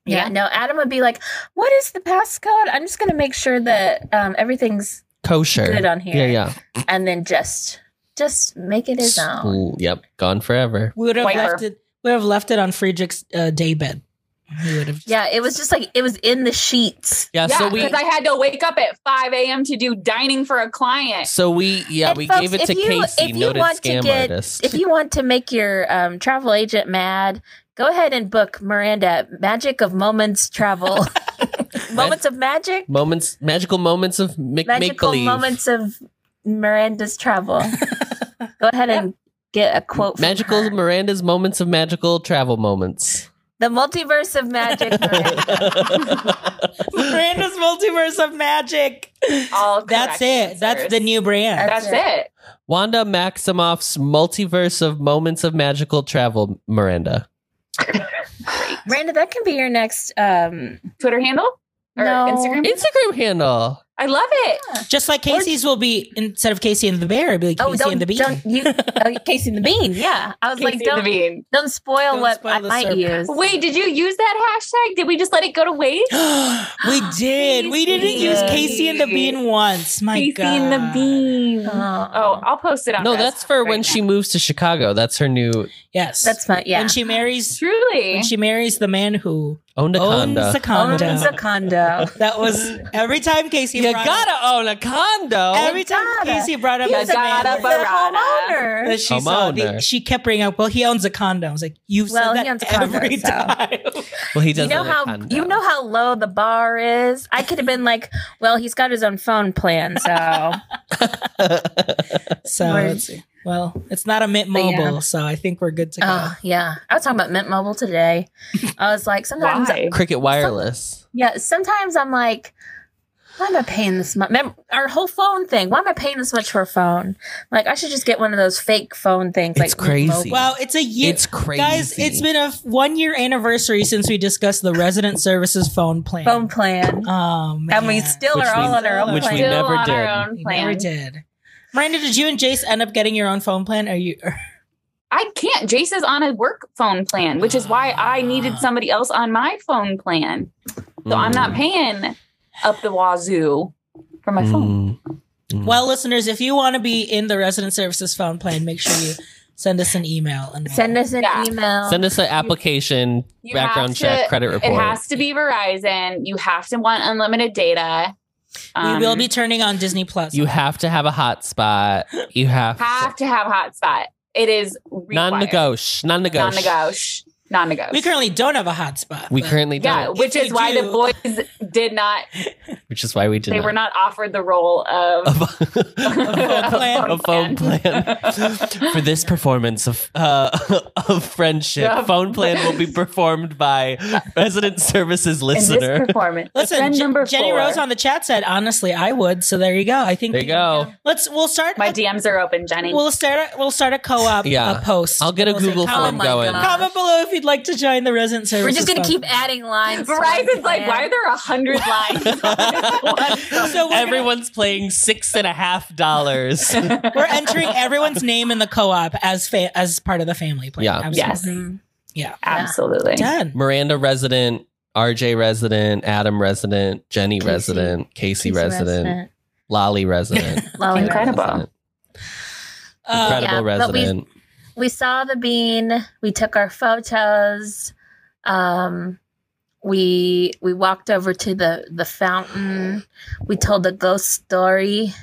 Speaker 4: Yeah. No, Adam would be like, "What is the passcode? I'm just gonna make sure that um, everything's
Speaker 3: Kosher.
Speaker 4: Good on here.
Speaker 3: Yeah, yeah.
Speaker 4: and then just just make it his own."
Speaker 3: Ooh, yep, gone forever.
Speaker 1: We would have
Speaker 2: White
Speaker 1: left it. We would have left it on Friedrich's uh, daybed. We would have.
Speaker 4: Yeah, it was just like it was in the sheets.
Speaker 3: Yeah,
Speaker 2: yeah,
Speaker 3: so
Speaker 2: because
Speaker 3: we
Speaker 2: I had to wake up at 5 a.m. to do dining for a client.
Speaker 3: so we yeah,
Speaker 4: And
Speaker 3: we
Speaker 4: folks,
Speaker 3: gave it
Speaker 4: if
Speaker 3: to
Speaker 4: you-
Speaker 3: Casey,
Speaker 4: if you
Speaker 3: noted
Speaker 4: want to
Speaker 3: scam
Speaker 4: get-
Speaker 3: artist.
Speaker 4: If you want to make your um, travel agent mad, go ahead and book Miranda Magic of Moments Travel. moments of magic,
Speaker 3: moments magical moments of make make
Speaker 4: magical
Speaker 3: believe.
Speaker 4: moments of Miranda's travel. go ahead and get a quote. from
Speaker 3: Magical
Speaker 4: her.
Speaker 3: Miranda's moments of magical travel moments.
Speaker 4: the multiverse of magic. Miranda.
Speaker 1: Miranda's multiverse of magic.
Speaker 2: All
Speaker 1: That's
Speaker 2: correct
Speaker 1: it. That's
Speaker 2: answers.
Speaker 1: the new brand.
Speaker 2: That's it.
Speaker 3: Wanda Maximoff's multiverse of moments of magical travel, Miranda.
Speaker 4: Miranda, that can be your next. Um,
Speaker 2: Twitter handle or
Speaker 4: No.
Speaker 2: Instagram?
Speaker 3: Instagram handle.
Speaker 2: I love it.
Speaker 1: Just like Casey's will be instead of Casey and the Bear, it'd be like
Speaker 4: oh,
Speaker 1: Casey
Speaker 4: don't,
Speaker 1: and the Bee.
Speaker 4: don't you, oh, Casey and the Bean? Yeah, I was
Speaker 2: Casey
Speaker 4: like,
Speaker 2: and the
Speaker 4: don't,
Speaker 2: Bean.
Speaker 4: don't spoil
Speaker 1: Don't
Speaker 4: what
Speaker 1: spoil
Speaker 4: I
Speaker 1: the
Speaker 4: might
Speaker 1: surprise.
Speaker 4: use.
Speaker 2: Wait, did you use that hashtag? Did we just let it go to waste?
Speaker 1: we did. We didn't
Speaker 4: Casey.
Speaker 1: use Casey and the Bean once. Oh My
Speaker 2: Casey
Speaker 1: God.
Speaker 2: and the Bean.
Speaker 1: Uh,
Speaker 4: Oh,
Speaker 2: Oh, I'll post it on.
Speaker 3: No,
Speaker 2: this
Speaker 3: that's for
Speaker 2: right
Speaker 3: when
Speaker 2: now.
Speaker 3: she moves to Chicago. That's her new
Speaker 1: Yes.
Speaker 4: that's fun. Yeah,
Speaker 1: When she marries.
Speaker 2: Truly,
Speaker 1: When she marries the man who owns
Speaker 3: Onaconda.
Speaker 1: the condo.
Speaker 4: owns a
Speaker 1: Oh,
Speaker 4: condo.
Speaker 1: that was every time Casey.
Speaker 3: you
Speaker 1: brought
Speaker 3: gotta own a condo.
Speaker 1: Every time
Speaker 4: gotta.
Speaker 1: Casey brought up
Speaker 2: You
Speaker 1: this man
Speaker 2: gotta
Speaker 1: who-
Speaker 2: borrow.
Speaker 1: that she
Speaker 3: Come
Speaker 1: saw,
Speaker 3: on
Speaker 1: the-
Speaker 3: there.
Speaker 1: she kept bringing up, "Well, he owns a condo." I was like, "You said
Speaker 4: Well, he
Speaker 1: that
Speaker 4: owns a condo,
Speaker 1: every
Speaker 4: so.
Speaker 1: time."
Speaker 3: well, he
Speaker 4: You
Speaker 3: does.
Speaker 4: know
Speaker 3: own a
Speaker 4: how
Speaker 3: condo.
Speaker 4: you know how low the bar is. I could have been like, well, he's got his own phone plan, so
Speaker 1: so,
Speaker 4: Word.
Speaker 1: it's, well, it's not a Mint
Speaker 4: But yeah.
Speaker 1: Mobile, so I think we're good to go.
Speaker 4: oh yeah. I was talking about Mint Mobile today. I was like, sometimes,
Speaker 2: why?
Speaker 3: Cricket Wireless.
Speaker 4: yeah, sometimes I'm like, why am I paying this much? Mem- our whole phone thing. Why am I paying this much for a phone? Like, I should just get one of those fake phone things.
Speaker 3: It's
Speaker 4: like Mint Mobile.
Speaker 3: crazy.
Speaker 1: Well, it's a year,
Speaker 3: it's crazy,
Speaker 1: guys. It's been a f- one year anniversary since we discussed the resident services phone plan.
Speaker 4: phone plan,
Speaker 1: Oh man,
Speaker 4: and we still
Speaker 3: Which
Speaker 4: are all
Speaker 3: we-
Speaker 4: on our own
Speaker 3: which we
Speaker 4: plan.
Speaker 2: Still
Speaker 3: never
Speaker 2: on
Speaker 3: did.
Speaker 2: Our own
Speaker 1: We
Speaker 2: plan.
Speaker 1: never did. Miranda, did you and Jace end up getting your own phone plan? Are you?
Speaker 2: I can't. Jace is on a work phone plan, which is why I needed somebody else on my phone plan. So I'm
Speaker 3: Mm.
Speaker 2: not paying up the wazoo for my
Speaker 3: Mm,
Speaker 2: phone.
Speaker 1: Mm. Well, listeners, if you want to be in the resident services phone plan, make sure you send us an email and
Speaker 4: Send us an
Speaker 2: Yeah.
Speaker 4: email.
Speaker 3: Send us an application,
Speaker 2: um, You
Speaker 3: background
Speaker 2: have
Speaker 3: check,
Speaker 2: to-
Speaker 3: credit
Speaker 2: It
Speaker 3: report.
Speaker 2: has to be Verizon. You have to want unlimited data.
Speaker 1: we
Speaker 2: Um,
Speaker 1: will be turning on Disney Plus.
Speaker 3: you have to have a hotspot. You have,
Speaker 2: Um, have to have hotspot. It is required.
Speaker 3: non-negotiable. Non-negotiable.
Speaker 2: non-negosh, non-negosh.
Speaker 1: we currently don't have a hotspot.
Speaker 3: We
Speaker 1: but-
Speaker 3: currently
Speaker 2: yeah,
Speaker 3: don't,
Speaker 2: which
Speaker 1: If
Speaker 2: is
Speaker 1: we
Speaker 2: why
Speaker 1: do-
Speaker 2: the boys did not.
Speaker 3: which is why we did.
Speaker 2: they
Speaker 3: not.
Speaker 2: were not offered the role of
Speaker 1: phone plan.
Speaker 3: a phone plan for this performance of uh, of friendship.
Speaker 2: Yeah.
Speaker 3: Phone plan will be performed by resident services
Speaker 2: in this
Speaker 3: listener.
Speaker 2: performance.
Speaker 1: Listen,
Speaker 2: Friend
Speaker 1: Je-
Speaker 2: number
Speaker 1: Jenny
Speaker 2: four.
Speaker 1: Rose on the chat said, "Honestly, I would." So there you go. I think
Speaker 3: There you go.
Speaker 1: Let's we'll start.
Speaker 2: My
Speaker 1: a-
Speaker 2: DMs are open, Jenny.
Speaker 1: we'll start. A, we'll start a co-op.
Speaker 3: Yeah.
Speaker 1: a post.
Speaker 3: I'll get a
Speaker 1: We'll say,
Speaker 3: Google
Speaker 1: comment,
Speaker 2: Oh
Speaker 3: form
Speaker 4: my
Speaker 3: going.
Speaker 4: God.
Speaker 1: Comment below if you'd like to join the resident services.
Speaker 4: We're just gonna
Speaker 1: phone
Speaker 4: keep
Speaker 1: plan.
Speaker 4: adding lines. to
Speaker 2: Verizon's
Speaker 4: our
Speaker 2: like,
Speaker 4: plan.
Speaker 2: why are there a hundred lines? on this one?
Speaker 1: So we're gonna-
Speaker 3: Everyone's playing six and a half dollars.
Speaker 1: We're entering everyone's name in the co-op as fa- as part of the family plan.
Speaker 3: Yeah.
Speaker 2: Yes.
Speaker 1: Absolutely. Yeah.
Speaker 2: Absolutely.
Speaker 1: Done.
Speaker 3: Miranda resident, RJ resident, Adam resident, Jenny
Speaker 4: Casey.
Speaker 3: resident, Casey,
Speaker 4: She's a
Speaker 3: resident, Lolly resident.
Speaker 4: Lolly
Speaker 2: Incredible.
Speaker 3: Resident.
Speaker 1: Uh,
Speaker 3: Incredible
Speaker 4: Yeah, but we-
Speaker 3: resident.
Speaker 4: resident. We saw the bean. We took our photos. Um, we we walked over to the the fountain. We told the ghost story.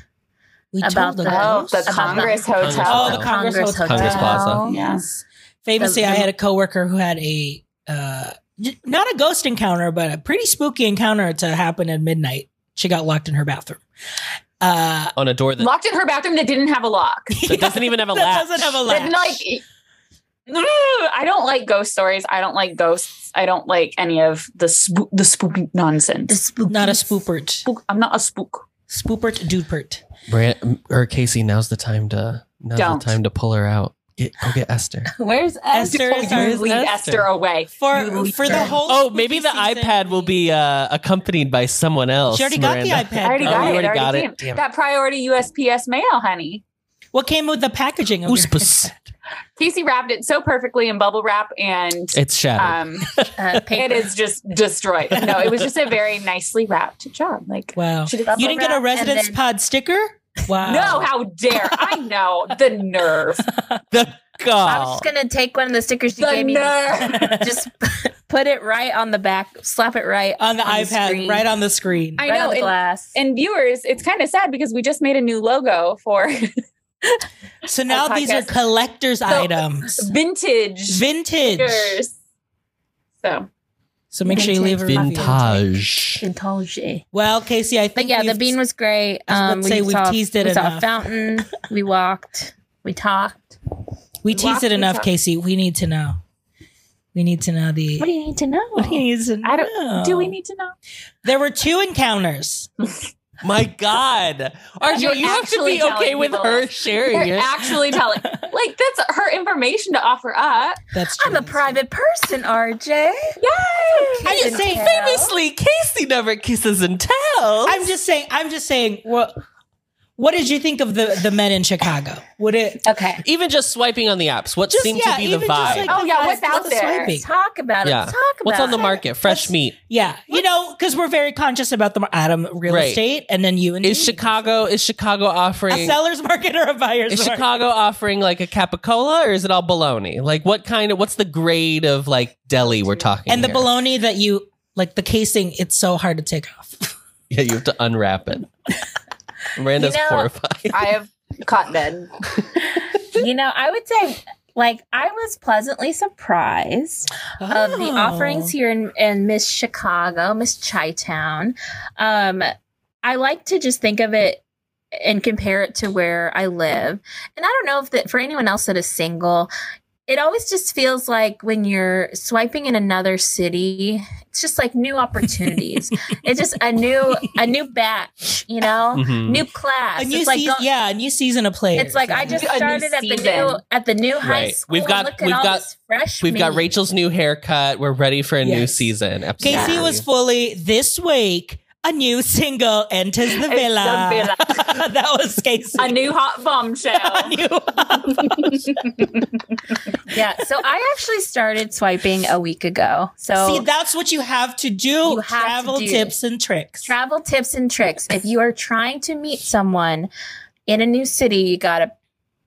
Speaker 1: we told
Speaker 4: About the-
Speaker 2: Oh, the
Speaker 4: About
Speaker 2: Congress Hotel.
Speaker 1: Oh, the
Speaker 3: Plaza.
Speaker 1: Congress,
Speaker 4: Congress
Speaker 1: Hotel.
Speaker 3: Congress Plaza.
Speaker 2: Yes.
Speaker 1: Famously,
Speaker 4: The-
Speaker 1: I had a coworker who had a uh, j- not a ghost encounter, but a pretty spooky encounter to happen at midnight. She got locked in her bathroom. Uh,
Speaker 3: On a door that,
Speaker 2: Locked in her bathroom that didn't have a lock.
Speaker 3: that doesn't even have a
Speaker 1: that
Speaker 3: latch.
Speaker 1: doesn't have a latch.
Speaker 2: That, like, I don't like ghost stories. I don't like ghosts. I don't like any of the spook, the spooky
Speaker 4: The
Speaker 2: nonsense.
Speaker 4: spooky.
Speaker 1: not a spoopert.
Speaker 2: Spook. I'm not a spook.
Speaker 1: Spoopert Dupert.
Speaker 3: Brand or Casey, now's the time to now's
Speaker 2: Don't.
Speaker 3: the time to pull her out. Get, go get Esther.
Speaker 4: Where's
Speaker 1: Esther?
Speaker 2: Don't
Speaker 1: is
Speaker 2: you
Speaker 1: our-
Speaker 2: leave
Speaker 3: Esther.
Speaker 2: Esther, away.
Speaker 1: For
Speaker 2: You
Speaker 1: for the
Speaker 2: loser.
Speaker 1: whole
Speaker 3: Oh, maybe the
Speaker 1: spooky season-
Speaker 3: iPad will be uh, accompanied by someone else.
Speaker 1: She already got the
Speaker 3: Miranda.
Speaker 1: iPad.
Speaker 2: I already
Speaker 3: Oh,
Speaker 2: got
Speaker 3: you
Speaker 2: it.
Speaker 3: already
Speaker 2: I
Speaker 3: got it.
Speaker 2: came.
Speaker 3: Damn it.
Speaker 2: That priority USPS mail, honey.
Speaker 1: What came with the packaging? Of your-
Speaker 3: Oospas.
Speaker 2: Casey wrapped it so perfectly in bubble wrap and
Speaker 3: It's shattered.
Speaker 2: um,
Speaker 4: uh,
Speaker 2: it
Speaker 4: paper?
Speaker 2: is just destroyed. No, it was just a very nicely wrapped job. Like
Speaker 1: Wow.
Speaker 2: she did
Speaker 4: Bubble
Speaker 1: You didn't get a
Speaker 4: wrap
Speaker 1: residence
Speaker 4: and then-
Speaker 1: pod sticker? Wow.
Speaker 2: No, how dare I know the nerve.
Speaker 3: the
Speaker 4: I was
Speaker 3: god.
Speaker 4: just gonna take one of the stickers you
Speaker 2: The
Speaker 4: gave me,
Speaker 2: nerve.
Speaker 4: just put it right on the back, slap it right
Speaker 1: on the iPad,
Speaker 4: screen,
Speaker 1: right on the screen.
Speaker 2: I
Speaker 4: right on
Speaker 2: know.
Speaker 4: the
Speaker 2: and-
Speaker 4: glass.
Speaker 2: And viewers, it's kind of sad because we just made a new logo for
Speaker 1: so now
Speaker 2: Our
Speaker 1: these are
Speaker 2: podcast.
Speaker 1: collector's items,
Speaker 2: vintage
Speaker 1: vintage.
Speaker 2: stickers. So
Speaker 1: So make sure you leave a review.
Speaker 3: Vintage.
Speaker 4: Vintage.
Speaker 1: Well, Casey, I think
Speaker 4: But yeah, the
Speaker 1: we've-
Speaker 4: bean was great. Um,
Speaker 1: let's
Speaker 4: we
Speaker 1: say we've
Speaker 4: saw,
Speaker 1: teased it
Speaker 4: we saw
Speaker 1: enough.
Speaker 4: a fountain. We walked. We talked.
Speaker 1: we teased
Speaker 2: walked
Speaker 1: it
Speaker 2: the
Speaker 1: enough,
Speaker 2: talk.
Speaker 1: Casey. We need to know. We need to know the.
Speaker 4: What do you need to know?
Speaker 1: What do you need to know?
Speaker 2: I don't. Do we need to know?
Speaker 1: There were two encounters.
Speaker 3: My God, RJ,
Speaker 2: You're
Speaker 3: you have to
Speaker 2: actually
Speaker 3: be
Speaker 2: telling
Speaker 3: okay with
Speaker 2: people
Speaker 3: her
Speaker 2: that.
Speaker 3: sharing
Speaker 2: They're
Speaker 3: it.
Speaker 2: actually telling. Like that's her information to offer up.
Speaker 1: That's true.
Speaker 4: I'm a private person, RJ.
Speaker 2: Yay!
Speaker 1: I'm just saying.
Speaker 4: Fair.
Speaker 3: Famously, Casey never kisses and tells.
Speaker 1: I'm just saying. I'm just saying. What What did you think of the the men in Chicago? Would it?
Speaker 4: Okay.
Speaker 3: even just swiping on the apps, what
Speaker 1: Just-
Speaker 3: seemed
Speaker 1: yeah,
Speaker 3: to be the
Speaker 1: even
Speaker 3: vibe?
Speaker 1: just, like,
Speaker 2: Oh, yeah, what's
Speaker 1: the
Speaker 2: out there?
Speaker 1: swiping.
Speaker 4: Talk about it.
Speaker 3: Yeah.
Speaker 4: Talk about
Speaker 3: What's on the
Speaker 4: it.
Speaker 3: market? Fresh meat.
Speaker 1: Yeah, you know, because we're very conscious about the Adam real
Speaker 3: Right.
Speaker 1: estate, and then you and
Speaker 3: Is
Speaker 1: me.
Speaker 3: Chicago is Chicago
Speaker 1: a
Speaker 3: offering
Speaker 1: seller's market or a buyer's
Speaker 3: is
Speaker 1: market?
Speaker 3: Chicago offering like a capicola or is it all bologna? Like what kind of what's the grade of like deli we're talking?
Speaker 1: and the
Speaker 3: here?
Speaker 1: bologna that you like the casing, it's so hard to take off.
Speaker 3: Yeah, you have to unwrap it. Miranda's
Speaker 4: You know-
Speaker 3: horrified.
Speaker 2: I have caught bed.
Speaker 4: You know, I would say, like, I was pleasantly surprised. of the
Speaker 1: Oh.
Speaker 4: offerings here in, in Miss Chicago, Miss Chi-town. Um, I like to just think of it and compare it to where I live. And I don't know if that for anyone else that is single, it always just feels like when you're swiping in another city, it's just like new opportunities. it's just a new a new batch, you know,
Speaker 3: Mhm.
Speaker 4: new class.
Speaker 1: a new
Speaker 4: it's like
Speaker 1: season,
Speaker 4: go-
Speaker 1: yeah, a new season of play.
Speaker 4: It's like I just
Speaker 2: A new
Speaker 4: started at the new
Speaker 2: season.
Speaker 4: at the new high
Speaker 3: Right.
Speaker 4: school.
Speaker 3: We've got-
Speaker 4: Look at
Speaker 3: we've
Speaker 4: all
Speaker 3: got-
Speaker 4: this fresh
Speaker 3: We've got
Speaker 4: meat.
Speaker 3: Rachel's new haircut. We're ready for a new
Speaker 1: Yes.
Speaker 3: season. Absolutely.
Speaker 1: Casey was fully this week. A new single enters the
Speaker 2: the
Speaker 1: villa.
Speaker 2: villa.
Speaker 1: that was Casey.
Speaker 2: A new hot
Speaker 1: A
Speaker 2: bombshell.
Speaker 1: new-
Speaker 4: yeah. So I actually started swiping a week ago. So
Speaker 1: See, that's what you have to do.
Speaker 4: have to
Speaker 1: Travel
Speaker 4: do.
Speaker 1: tips and tricks.
Speaker 4: travel tips and tricks. If you are trying to meet someone in a new city, you got to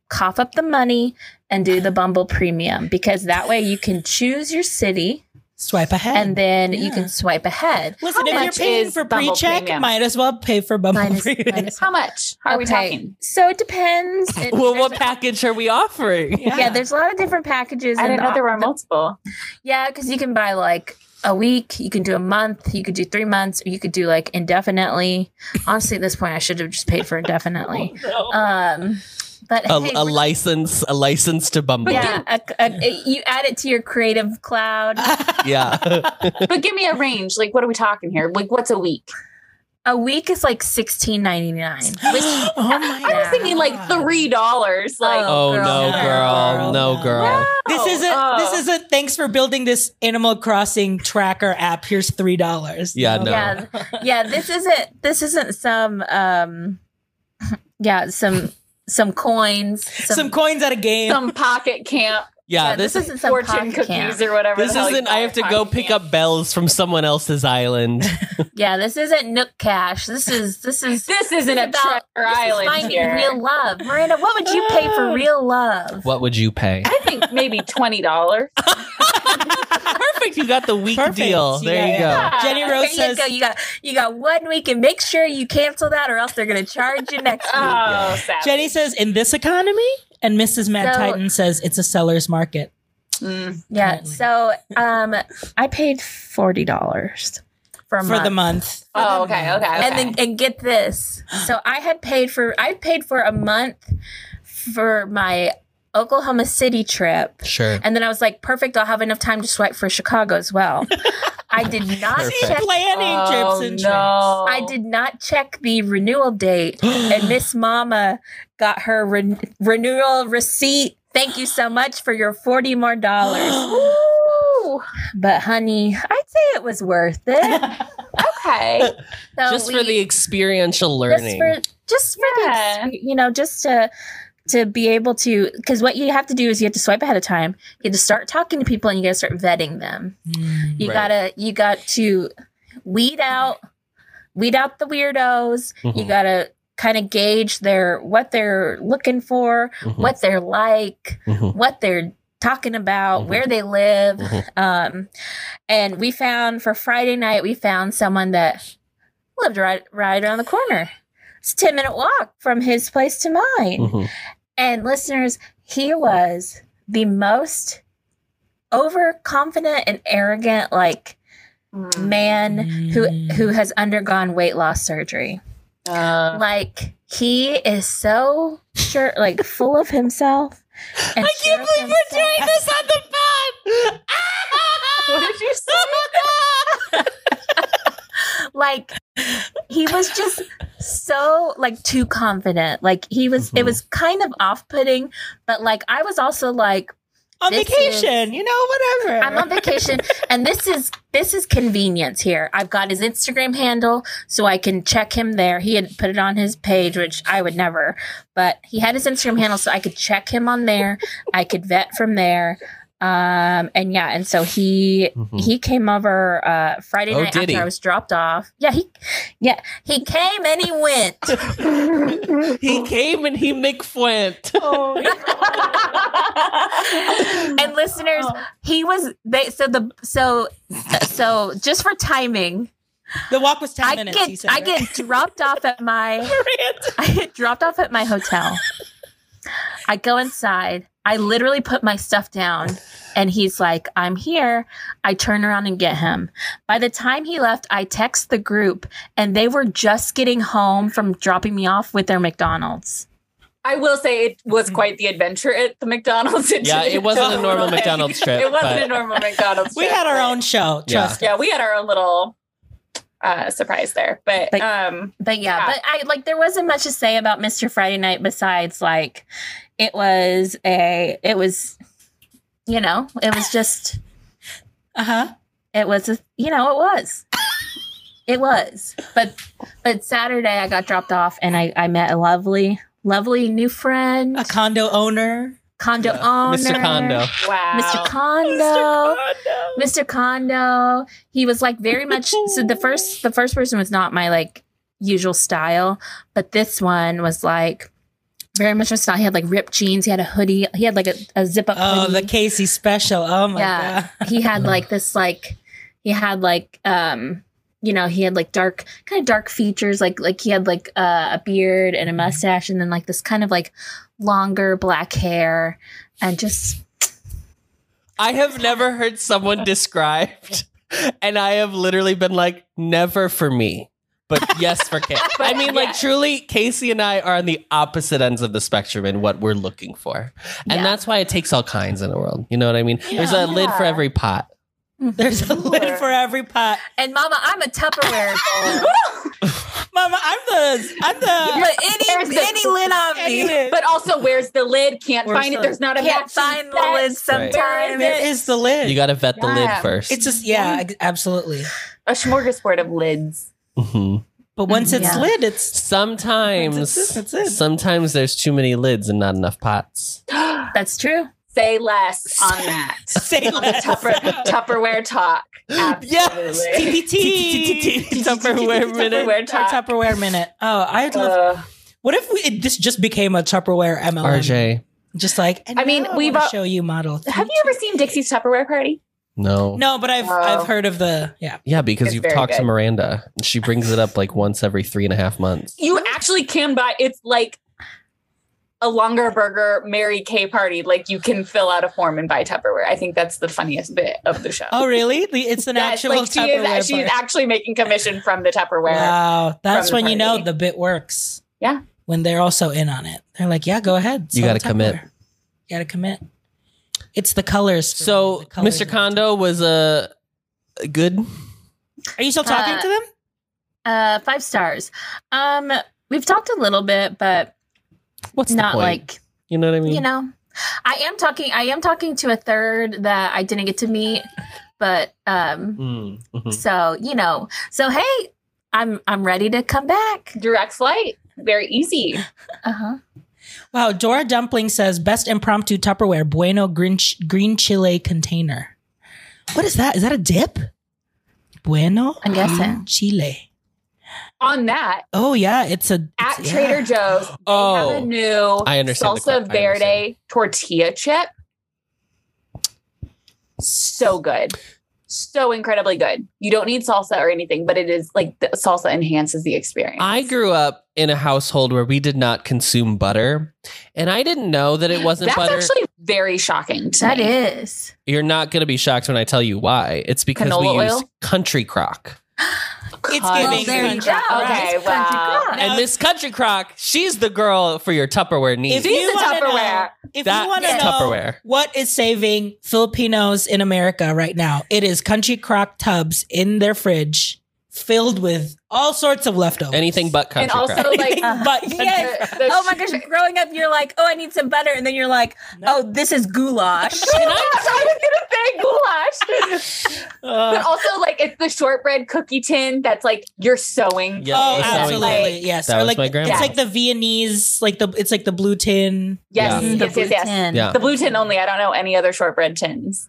Speaker 4: cough up the money and do the Bumble premium because that way you can choose your city
Speaker 1: Swipe ahead.
Speaker 4: and then you
Speaker 1: Yeah.
Speaker 4: can swipe ahead.
Speaker 1: Listen,
Speaker 2: How
Speaker 1: if you're
Speaker 2: much
Speaker 1: paying
Speaker 2: is
Speaker 1: for
Speaker 2: Bumble
Speaker 1: pre-check,
Speaker 2: Premium?
Speaker 1: might as well pay for Bumble
Speaker 4: Minus-
Speaker 1: Premium.
Speaker 4: minus-
Speaker 2: How much are we
Speaker 4: Okay,
Speaker 2: talking?
Speaker 4: So it depends. It-
Speaker 3: Well, what
Speaker 4: there's-
Speaker 3: package are we offering?
Speaker 4: yeah, there's a lot of different packages.
Speaker 2: I
Speaker 4: and
Speaker 2: didn't know there were multiple.
Speaker 4: Yeah, because you can buy like a week, you can do a month, you could do three months, or you could do like indefinitely. Honestly, at this point, I should have just paid for indefinitely. Um, but
Speaker 3: A,
Speaker 4: hey,
Speaker 3: a
Speaker 4: we're-
Speaker 3: license, a license to Bumble.
Speaker 4: yeah, a, a- you add uh, it to your creative cloud.
Speaker 3: yeah.
Speaker 2: But give me a range. Like, what are we talking here? Like, what's a week?
Speaker 4: A week is like sixteen ninety nine.
Speaker 1: oh my
Speaker 2: I was
Speaker 1: god.
Speaker 2: thinking like three dollars. Like,
Speaker 3: Oh,
Speaker 4: girl,
Speaker 3: no,
Speaker 4: no,
Speaker 3: girl,
Speaker 1: girl,
Speaker 3: no,
Speaker 1: no.
Speaker 3: girl.
Speaker 1: This isn't.
Speaker 2: oh.
Speaker 1: This isn't. Thanks for building this Animal Crossing tracker app. Here's three dollars.
Speaker 3: Yeah, no.
Speaker 4: Yeah, yeah. This isn't. This isn't some. Um, yeah, some some coins.
Speaker 1: Some, coins at a game.
Speaker 2: some pocket camp
Speaker 3: Yeah,
Speaker 4: yeah,
Speaker 3: this,
Speaker 4: this,
Speaker 3: is
Speaker 4: isn't some
Speaker 2: fortune
Speaker 4: pocket
Speaker 2: cookies
Speaker 4: camp.
Speaker 2: or whatever.
Speaker 3: this
Speaker 2: the hell you
Speaker 3: isn't.
Speaker 2: call
Speaker 3: I
Speaker 2: it,
Speaker 3: have to
Speaker 2: pocket
Speaker 3: go pick
Speaker 2: camp.
Speaker 3: up bells from someone else's island.
Speaker 4: Yeah, this isn't Nook Cash. This is this is
Speaker 2: This isn't a
Speaker 4: about-
Speaker 2: Treasure Island
Speaker 4: finding
Speaker 2: here.
Speaker 4: real love. Miranda, what would you pay for real love?
Speaker 3: what would you pay?
Speaker 2: I think maybe twenty dollars.
Speaker 3: Perfect. You got the weak
Speaker 1: Perfect.
Speaker 3: deal.
Speaker 1: You
Speaker 3: There
Speaker 1: got
Speaker 3: you
Speaker 1: it.
Speaker 3: go.
Speaker 1: Jenny
Speaker 4: There
Speaker 1: Rose
Speaker 4: you
Speaker 1: says.
Speaker 4: go. You got you got one week, and make sure you cancel that, or else they're going to charge you next week.
Speaker 2: Oh, sad.
Speaker 1: Jenny says in this economy, and Mrs. Matt
Speaker 4: So-
Speaker 1: Titan says it's a seller's market.
Speaker 2: Mm.
Speaker 4: Yeah.
Speaker 1: Totally.
Speaker 4: So, um, I paid forty dollars for a
Speaker 1: for
Speaker 4: month.
Speaker 1: the month.
Speaker 2: Oh, okay, okay.
Speaker 4: and then and get this. So I had paid for I paid for a month for my Oklahoma City trip.
Speaker 3: Sure.
Speaker 4: And then I was like, perfect, I'll have enough time to swipe for Chicago as well. I did not
Speaker 3: Perfect.
Speaker 4: check.
Speaker 1: Planning
Speaker 2: Oh,
Speaker 1: trips and
Speaker 2: no.
Speaker 3: Oh.
Speaker 4: I did not check the renewal date, and Miss Mama got her ren- renewal receipt. Thank you so much for your forty more dollars.
Speaker 2: Ooh,
Speaker 4: but honey, I'd say it was worth it.
Speaker 1: trips.
Speaker 2: okay.
Speaker 4: So
Speaker 3: just
Speaker 4: we-
Speaker 3: for the experiential
Speaker 4: just
Speaker 3: learning.
Speaker 4: for just for the
Speaker 2: Yeah.
Speaker 4: expe- you know just to to be able to because what you have to do is you have to swipe ahead of time. You have to start talking to people and you got to start vetting them.
Speaker 1: Hmm.
Speaker 4: You
Speaker 3: Right.
Speaker 4: gotta you got to weed out weed out the weirdos. You
Speaker 3: Mhm,
Speaker 4: gotta kind of gauge their what they're looking for,
Speaker 3: mhm,
Speaker 4: what they're like,
Speaker 3: mhm,
Speaker 4: what they're talking about,
Speaker 3: Mhm.
Speaker 4: where they live.
Speaker 3: mhm.
Speaker 4: Um, and we found for Friday night, we found someone that lived right right around the corner. It's a ten minute walk from his place to mine.
Speaker 3: Mhm.
Speaker 4: And listeners, he was the most overconfident and arrogant like
Speaker 2: Mm.
Speaker 4: man who
Speaker 1: Mm.
Speaker 4: who has undergone weight loss surgery.
Speaker 2: Uh,
Speaker 4: Like he is so sure, like full of himself. And
Speaker 1: I can't believe we're doing this on the pod.
Speaker 2: what did you say?
Speaker 4: like he was just so like too confident like he was it
Speaker 3: Mhm.
Speaker 4: was kind of off-putting but like i was also like
Speaker 1: on
Speaker 4: This
Speaker 1: vacation, you know, whatever.
Speaker 4: i'm on vacation and this is this is convenience here i've got his instagram handle so i can check him there he had put it on his page which i would never but he had his instagram handle so i could check him on there i could vet from there um and yeah and so he
Speaker 3: Mhm.
Speaker 4: he came over uh Friday
Speaker 3: Oh,
Speaker 4: night
Speaker 3: did
Speaker 4: after
Speaker 3: he?
Speaker 4: I was dropped off. Yeah, he yeah, he came and he went.
Speaker 3: He came and he McFwent.
Speaker 4: and listeners, he was they so the so so just for timing,
Speaker 1: the walk was ten
Speaker 4: I
Speaker 1: minutes. he
Speaker 4: get
Speaker 1: said,
Speaker 4: I
Speaker 1: right?
Speaker 4: get dropped off at my
Speaker 1: Brand.
Speaker 4: I get dropped off at my hotel. I go inside. I literally put my stuff down and he's like, I'm here. I turn around and get him. By the time he left, I text the group and they were just getting home from dropping me off with their McDonald's.
Speaker 2: I will say it was quite the adventure at the McDonald's. in
Speaker 3: Yeah, it wasn't a
Speaker 2: Toledo.
Speaker 3: normal
Speaker 2: Like,
Speaker 3: McDonald's trip,
Speaker 2: It wasn't
Speaker 3: but-
Speaker 2: a normal McDonald's
Speaker 1: We
Speaker 2: trip,
Speaker 1: had our
Speaker 2: but-
Speaker 1: own show.
Speaker 3: Yeah.
Speaker 1: Trust.
Speaker 2: Yeah, we had our own little uh, surprise there. But,
Speaker 4: But-
Speaker 2: um,
Speaker 4: But
Speaker 2: Yeah.
Speaker 4: yeah, but I like there wasn't much to say about Mr. Friday Night besides like it was a it was you know, it was just
Speaker 1: Uh huh.
Speaker 4: it was a, you know it was it was but but saturday i got dropped off and i i met a lovely lovely new friend
Speaker 1: A condo owner.
Speaker 4: condo owner
Speaker 3: Mr. Condo.
Speaker 2: wow.
Speaker 4: mr condo mr condo he was like very much so the first the first person was not my like usual style but this one was like very much my style he had like ripped jeans he had a hoodie he had like a, a zip up
Speaker 1: Oh,
Speaker 4: hoodie.
Speaker 1: the Casey special. Oh my
Speaker 4: Yeah.
Speaker 1: god.
Speaker 4: he had like this like he had like um you know he had like dark kind of dark features like like he had like uh, a beard
Speaker 3: Mm-hmm.
Speaker 4: and a mustache and then like this kind of like longer black hair and just
Speaker 3: I have never heard someone described, and I have literally been like, never for me, but yes for Casey. I mean, like,
Speaker 2: Yeah.
Speaker 3: truly, Casey and I are on the opposite ends of the spectrum in what we're looking for. And
Speaker 4: Yeah.
Speaker 3: that's why it takes all kinds in the world. You know what I mean? There's a lid for
Speaker 2: Yeah.
Speaker 3: every pot.
Speaker 1: There's a lid for every pot.
Speaker 4: and mama i'm a tupperware girl.
Speaker 1: Mama, I'm the I'm the
Speaker 4: but any
Speaker 2: There's the-
Speaker 4: any lid on
Speaker 1: any
Speaker 4: me
Speaker 1: lid.
Speaker 2: But also, where's the lid? Can't
Speaker 1: Where's
Speaker 2: find
Speaker 1: the-
Speaker 2: it. There's not a
Speaker 4: can't
Speaker 2: matching
Speaker 4: find the
Speaker 2: set.
Speaker 4: lid sometimes
Speaker 1: there is the lid.
Speaker 3: You got to vet the lid
Speaker 2: Yeah.
Speaker 3: first.
Speaker 1: it's just yeah, ex- absolutely.
Speaker 2: A smorgasbord of lids.
Speaker 3: Mhm.
Speaker 1: But once it's
Speaker 4: Yeah.
Speaker 1: lid, it's
Speaker 3: Sometimes,
Speaker 1: That's it, that's it.
Speaker 3: sometimes there's too many lids and not enough pots.
Speaker 4: that's true
Speaker 2: Say less on that.
Speaker 1: say
Speaker 2: On the
Speaker 1: less.
Speaker 2: Tupper, Tupperware talk. Absolutely.
Speaker 1: TPT
Speaker 3: Tupperware minute.
Speaker 2: Tupperware
Speaker 1: Our
Speaker 2: talk.
Speaker 1: Tupperware minute. Oh, I'd love.
Speaker 2: Uh,
Speaker 1: What if we it, this just became a Tupperware MLM?
Speaker 3: RJ,
Speaker 1: Just like and
Speaker 2: I mean,
Speaker 1: now
Speaker 2: we've
Speaker 1: wanna
Speaker 2: al-
Speaker 1: show you model.
Speaker 2: have you ever seen Dixie's Tupperware party?
Speaker 3: no.
Speaker 1: No, but I've
Speaker 2: Oh.
Speaker 1: I've heard of the yeah.
Speaker 3: Yeah, because
Speaker 2: It's
Speaker 3: you've
Speaker 2: very
Speaker 3: talked to
Speaker 2: good.
Speaker 3: Miranda and she brings it up like once every three and a half months.
Speaker 2: You actually can buy. It's like a longer burger Mary Kay party. Like you can fill out a form and buy Tupperware. I think that's the funniest bit of the show.
Speaker 1: Oh, really? The- It's an
Speaker 2: Yes,
Speaker 1: actual
Speaker 2: like she
Speaker 1: Tupperware.
Speaker 2: is, she's
Speaker 1: bar.
Speaker 2: actually making commission from the Tupperware.
Speaker 1: wow, that's
Speaker 2: from the
Speaker 1: when you know
Speaker 2: party.
Speaker 1: the bit works.
Speaker 2: Yeah.
Speaker 1: When they're also in on it, they're like, "Yeah, go ahead.
Speaker 3: You
Speaker 1: sell
Speaker 3: gotta
Speaker 1: the
Speaker 3: commit.
Speaker 1: Tupperware. You got to commit. It's the colors. for me,
Speaker 3: So
Speaker 1: the colors
Speaker 3: Mr.
Speaker 1: of the
Speaker 3: Condo was a uh, good
Speaker 1: Are you still talking
Speaker 4: Uh,
Speaker 1: to them?
Speaker 4: Uh, five stars. Um, we've talked a little bit, but
Speaker 3: What's
Speaker 4: not
Speaker 3: the point?
Speaker 4: like
Speaker 3: you know what I mean?
Speaker 4: you know. I am talking. I am talking to a third that I didn't get to meet, but um,
Speaker 3: Mm, mhm.
Speaker 4: so you know. So hey, I'm I'm ready to come back.
Speaker 2: Direct flight, very easy.
Speaker 4: Uh huh.
Speaker 1: Wow, Dora Dumpling says best impromptu Tupperware Bueno green, ch- green chile container. What is that? Is that a dip? Bueno
Speaker 4: I'm guessing.
Speaker 1: green chile.
Speaker 2: On that,
Speaker 1: Oh yeah, it's a
Speaker 2: at
Speaker 1: it's- yeah.
Speaker 2: Trader Joe's, they
Speaker 3: Oh,
Speaker 2: have a new
Speaker 3: I understand the
Speaker 2: salsa
Speaker 3: que- I understand.
Speaker 2: verde tortilla chip. So good. So incredibly good. You don't need salsa or anything, but it is like the salsa enhances the experience.
Speaker 3: I grew up in a household where we did not consume butter, and I didn't know that it wasn't
Speaker 2: That's
Speaker 3: butter.
Speaker 2: actually very shocking to
Speaker 4: That
Speaker 2: me.
Speaker 4: is.
Speaker 3: You're not going to be shocked when I tell you why. It's because
Speaker 2: Canola
Speaker 3: we use
Speaker 2: oil?
Speaker 3: country crock.
Speaker 1: It's
Speaker 2: Cut.
Speaker 1: giving
Speaker 4: there you
Speaker 1: country
Speaker 4: go.
Speaker 1: crock.
Speaker 2: Okay,
Speaker 4: It's country
Speaker 2: wow.
Speaker 4: crock.
Speaker 1: Now-
Speaker 3: and Miss Country Crock, she's the girl for your Tupperware needs.
Speaker 1: If
Speaker 2: She's
Speaker 1: you
Speaker 2: a
Speaker 1: wanna
Speaker 2: Tupperware.
Speaker 1: know- if
Speaker 3: That's
Speaker 1: you want to
Speaker 4: Yes.
Speaker 1: know
Speaker 3: Tupperware.
Speaker 1: what is saving Filipinos in America right now, it is country crock tubs in their fridge filled with all sorts of leftovers.
Speaker 3: Anything but country
Speaker 2: and also
Speaker 3: crock.
Speaker 2: like
Speaker 4: Uh,
Speaker 1: but
Speaker 4: yes.
Speaker 2: the- the
Speaker 4: Oh my gosh! Growing up, you're like, oh, I need some butter, and then you're like, oh, this is goulash.
Speaker 2: I was gonna say goulash, but
Speaker 1: Uh,
Speaker 2: also like it's the shortbread cookie tin that's like you're sewing.
Speaker 3: Yeah,
Speaker 1: oh,
Speaker 3: it's
Speaker 2: so
Speaker 1: absolutely.
Speaker 2: like-
Speaker 1: yes.
Speaker 3: That
Speaker 1: or
Speaker 3: was
Speaker 1: like
Speaker 3: my grandma.
Speaker 1: it's like the Viennese, like the it's like the blue tin.
Speaker 2: Yes,
Speaker 3: Yeah.
Speaker 2: yes,
Speaker 4: Mm, the
Speaker 2: yes,
Speaker 4: blue
Speaker 2: yes.
Speaker 4: tin.
Speaker 3: Yeah.
Speaker 2: The blue tin only. I don't know any other shortbread tins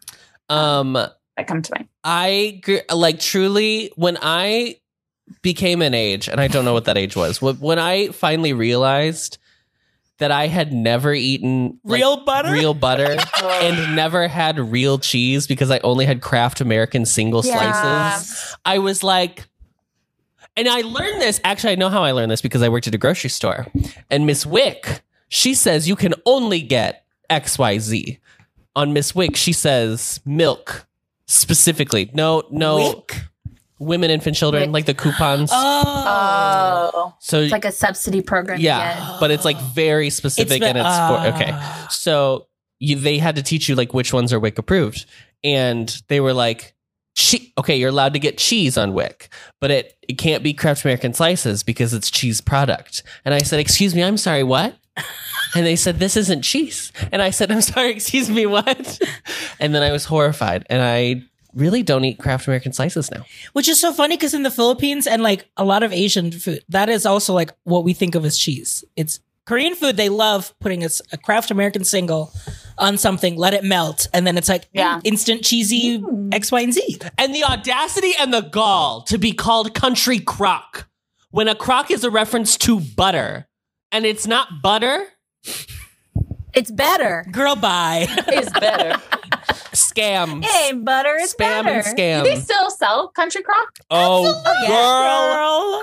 Speaker 3: um,
Speaker 2: that come to mind.
Speaker 3: I gr- like truly when I became an age, and I don't know what that age was. wh- When I finally realized that I had never eaten like,
Speaker 1: real butter?
Speaker 3: real butter and never had real cheese because I only had Kraft American single
Speaker 2: Yeah.
Speaker 3: slices, I was like. And I learned this. Actually, I know how I learned this because I worked at a grocery store. And Miss Wick, she says you can only get XYZ. On Miss Wick, she says milk specifically. No, no
Speaker 1: Wick?
Speaker 3: women, infant, children,
Speaker 4: Wick.
Speaker 3: like the coupons.
Speaker 1: Oh.
Speaker 2: Oh,
Speaker 3: so,
Speaker 4: It's like a subsidy program.
Speaker 3: yeah,
Speaker 4: again.
Speaker 3: but it's like very
Speaker 1: It's
Speaker 3: specific
Speaker 1: been-
Speaker 3: and it's for,
Speaker 1: ah.
Speaker 3: okay. So you, they had to teach you like which ones are Wick approved, and they were like, che- "Okay, you're allowed to get cheese on Wick, but it it can't be Kraft American slices because it's cheese product." And I said, "Excuse me, I'm sorry, what?" And they said, "This isn't cheese." And I said, "I'm sorry, excuse me, what?" And then I was horrified, and I really don't eat Kraft American slices now.
Speaker 1: Which is so funny because in the Philippines and like a lot of Asian food, that is also like what we think of as cheese. It's Korean food. They love putting a, s- a Kraft American single on something, let it melt, and then it's like
Speaker 2: Yeah.
Speaker 1: mm, instant cheesy
Speaker 4: Mm.
Speaker 1: X, Y, and Z.
Speaker 3: And the audacity and the gall to be called country crock when a crock is a reference to butter and it's not butter.
Speaker 4: it's better.
Speaker 1: Girl, bye.
Speaker 2: is better.
Speaker 3: Scams.
Speaker 4: It ain't butter. It's
Speaker 3: Spam
Speaker 4: better.
Speaker 3: and scam.
Speaker 2: Do they still sell country crock?
Speaker 3: oh,
Speaker 4: Absolutely.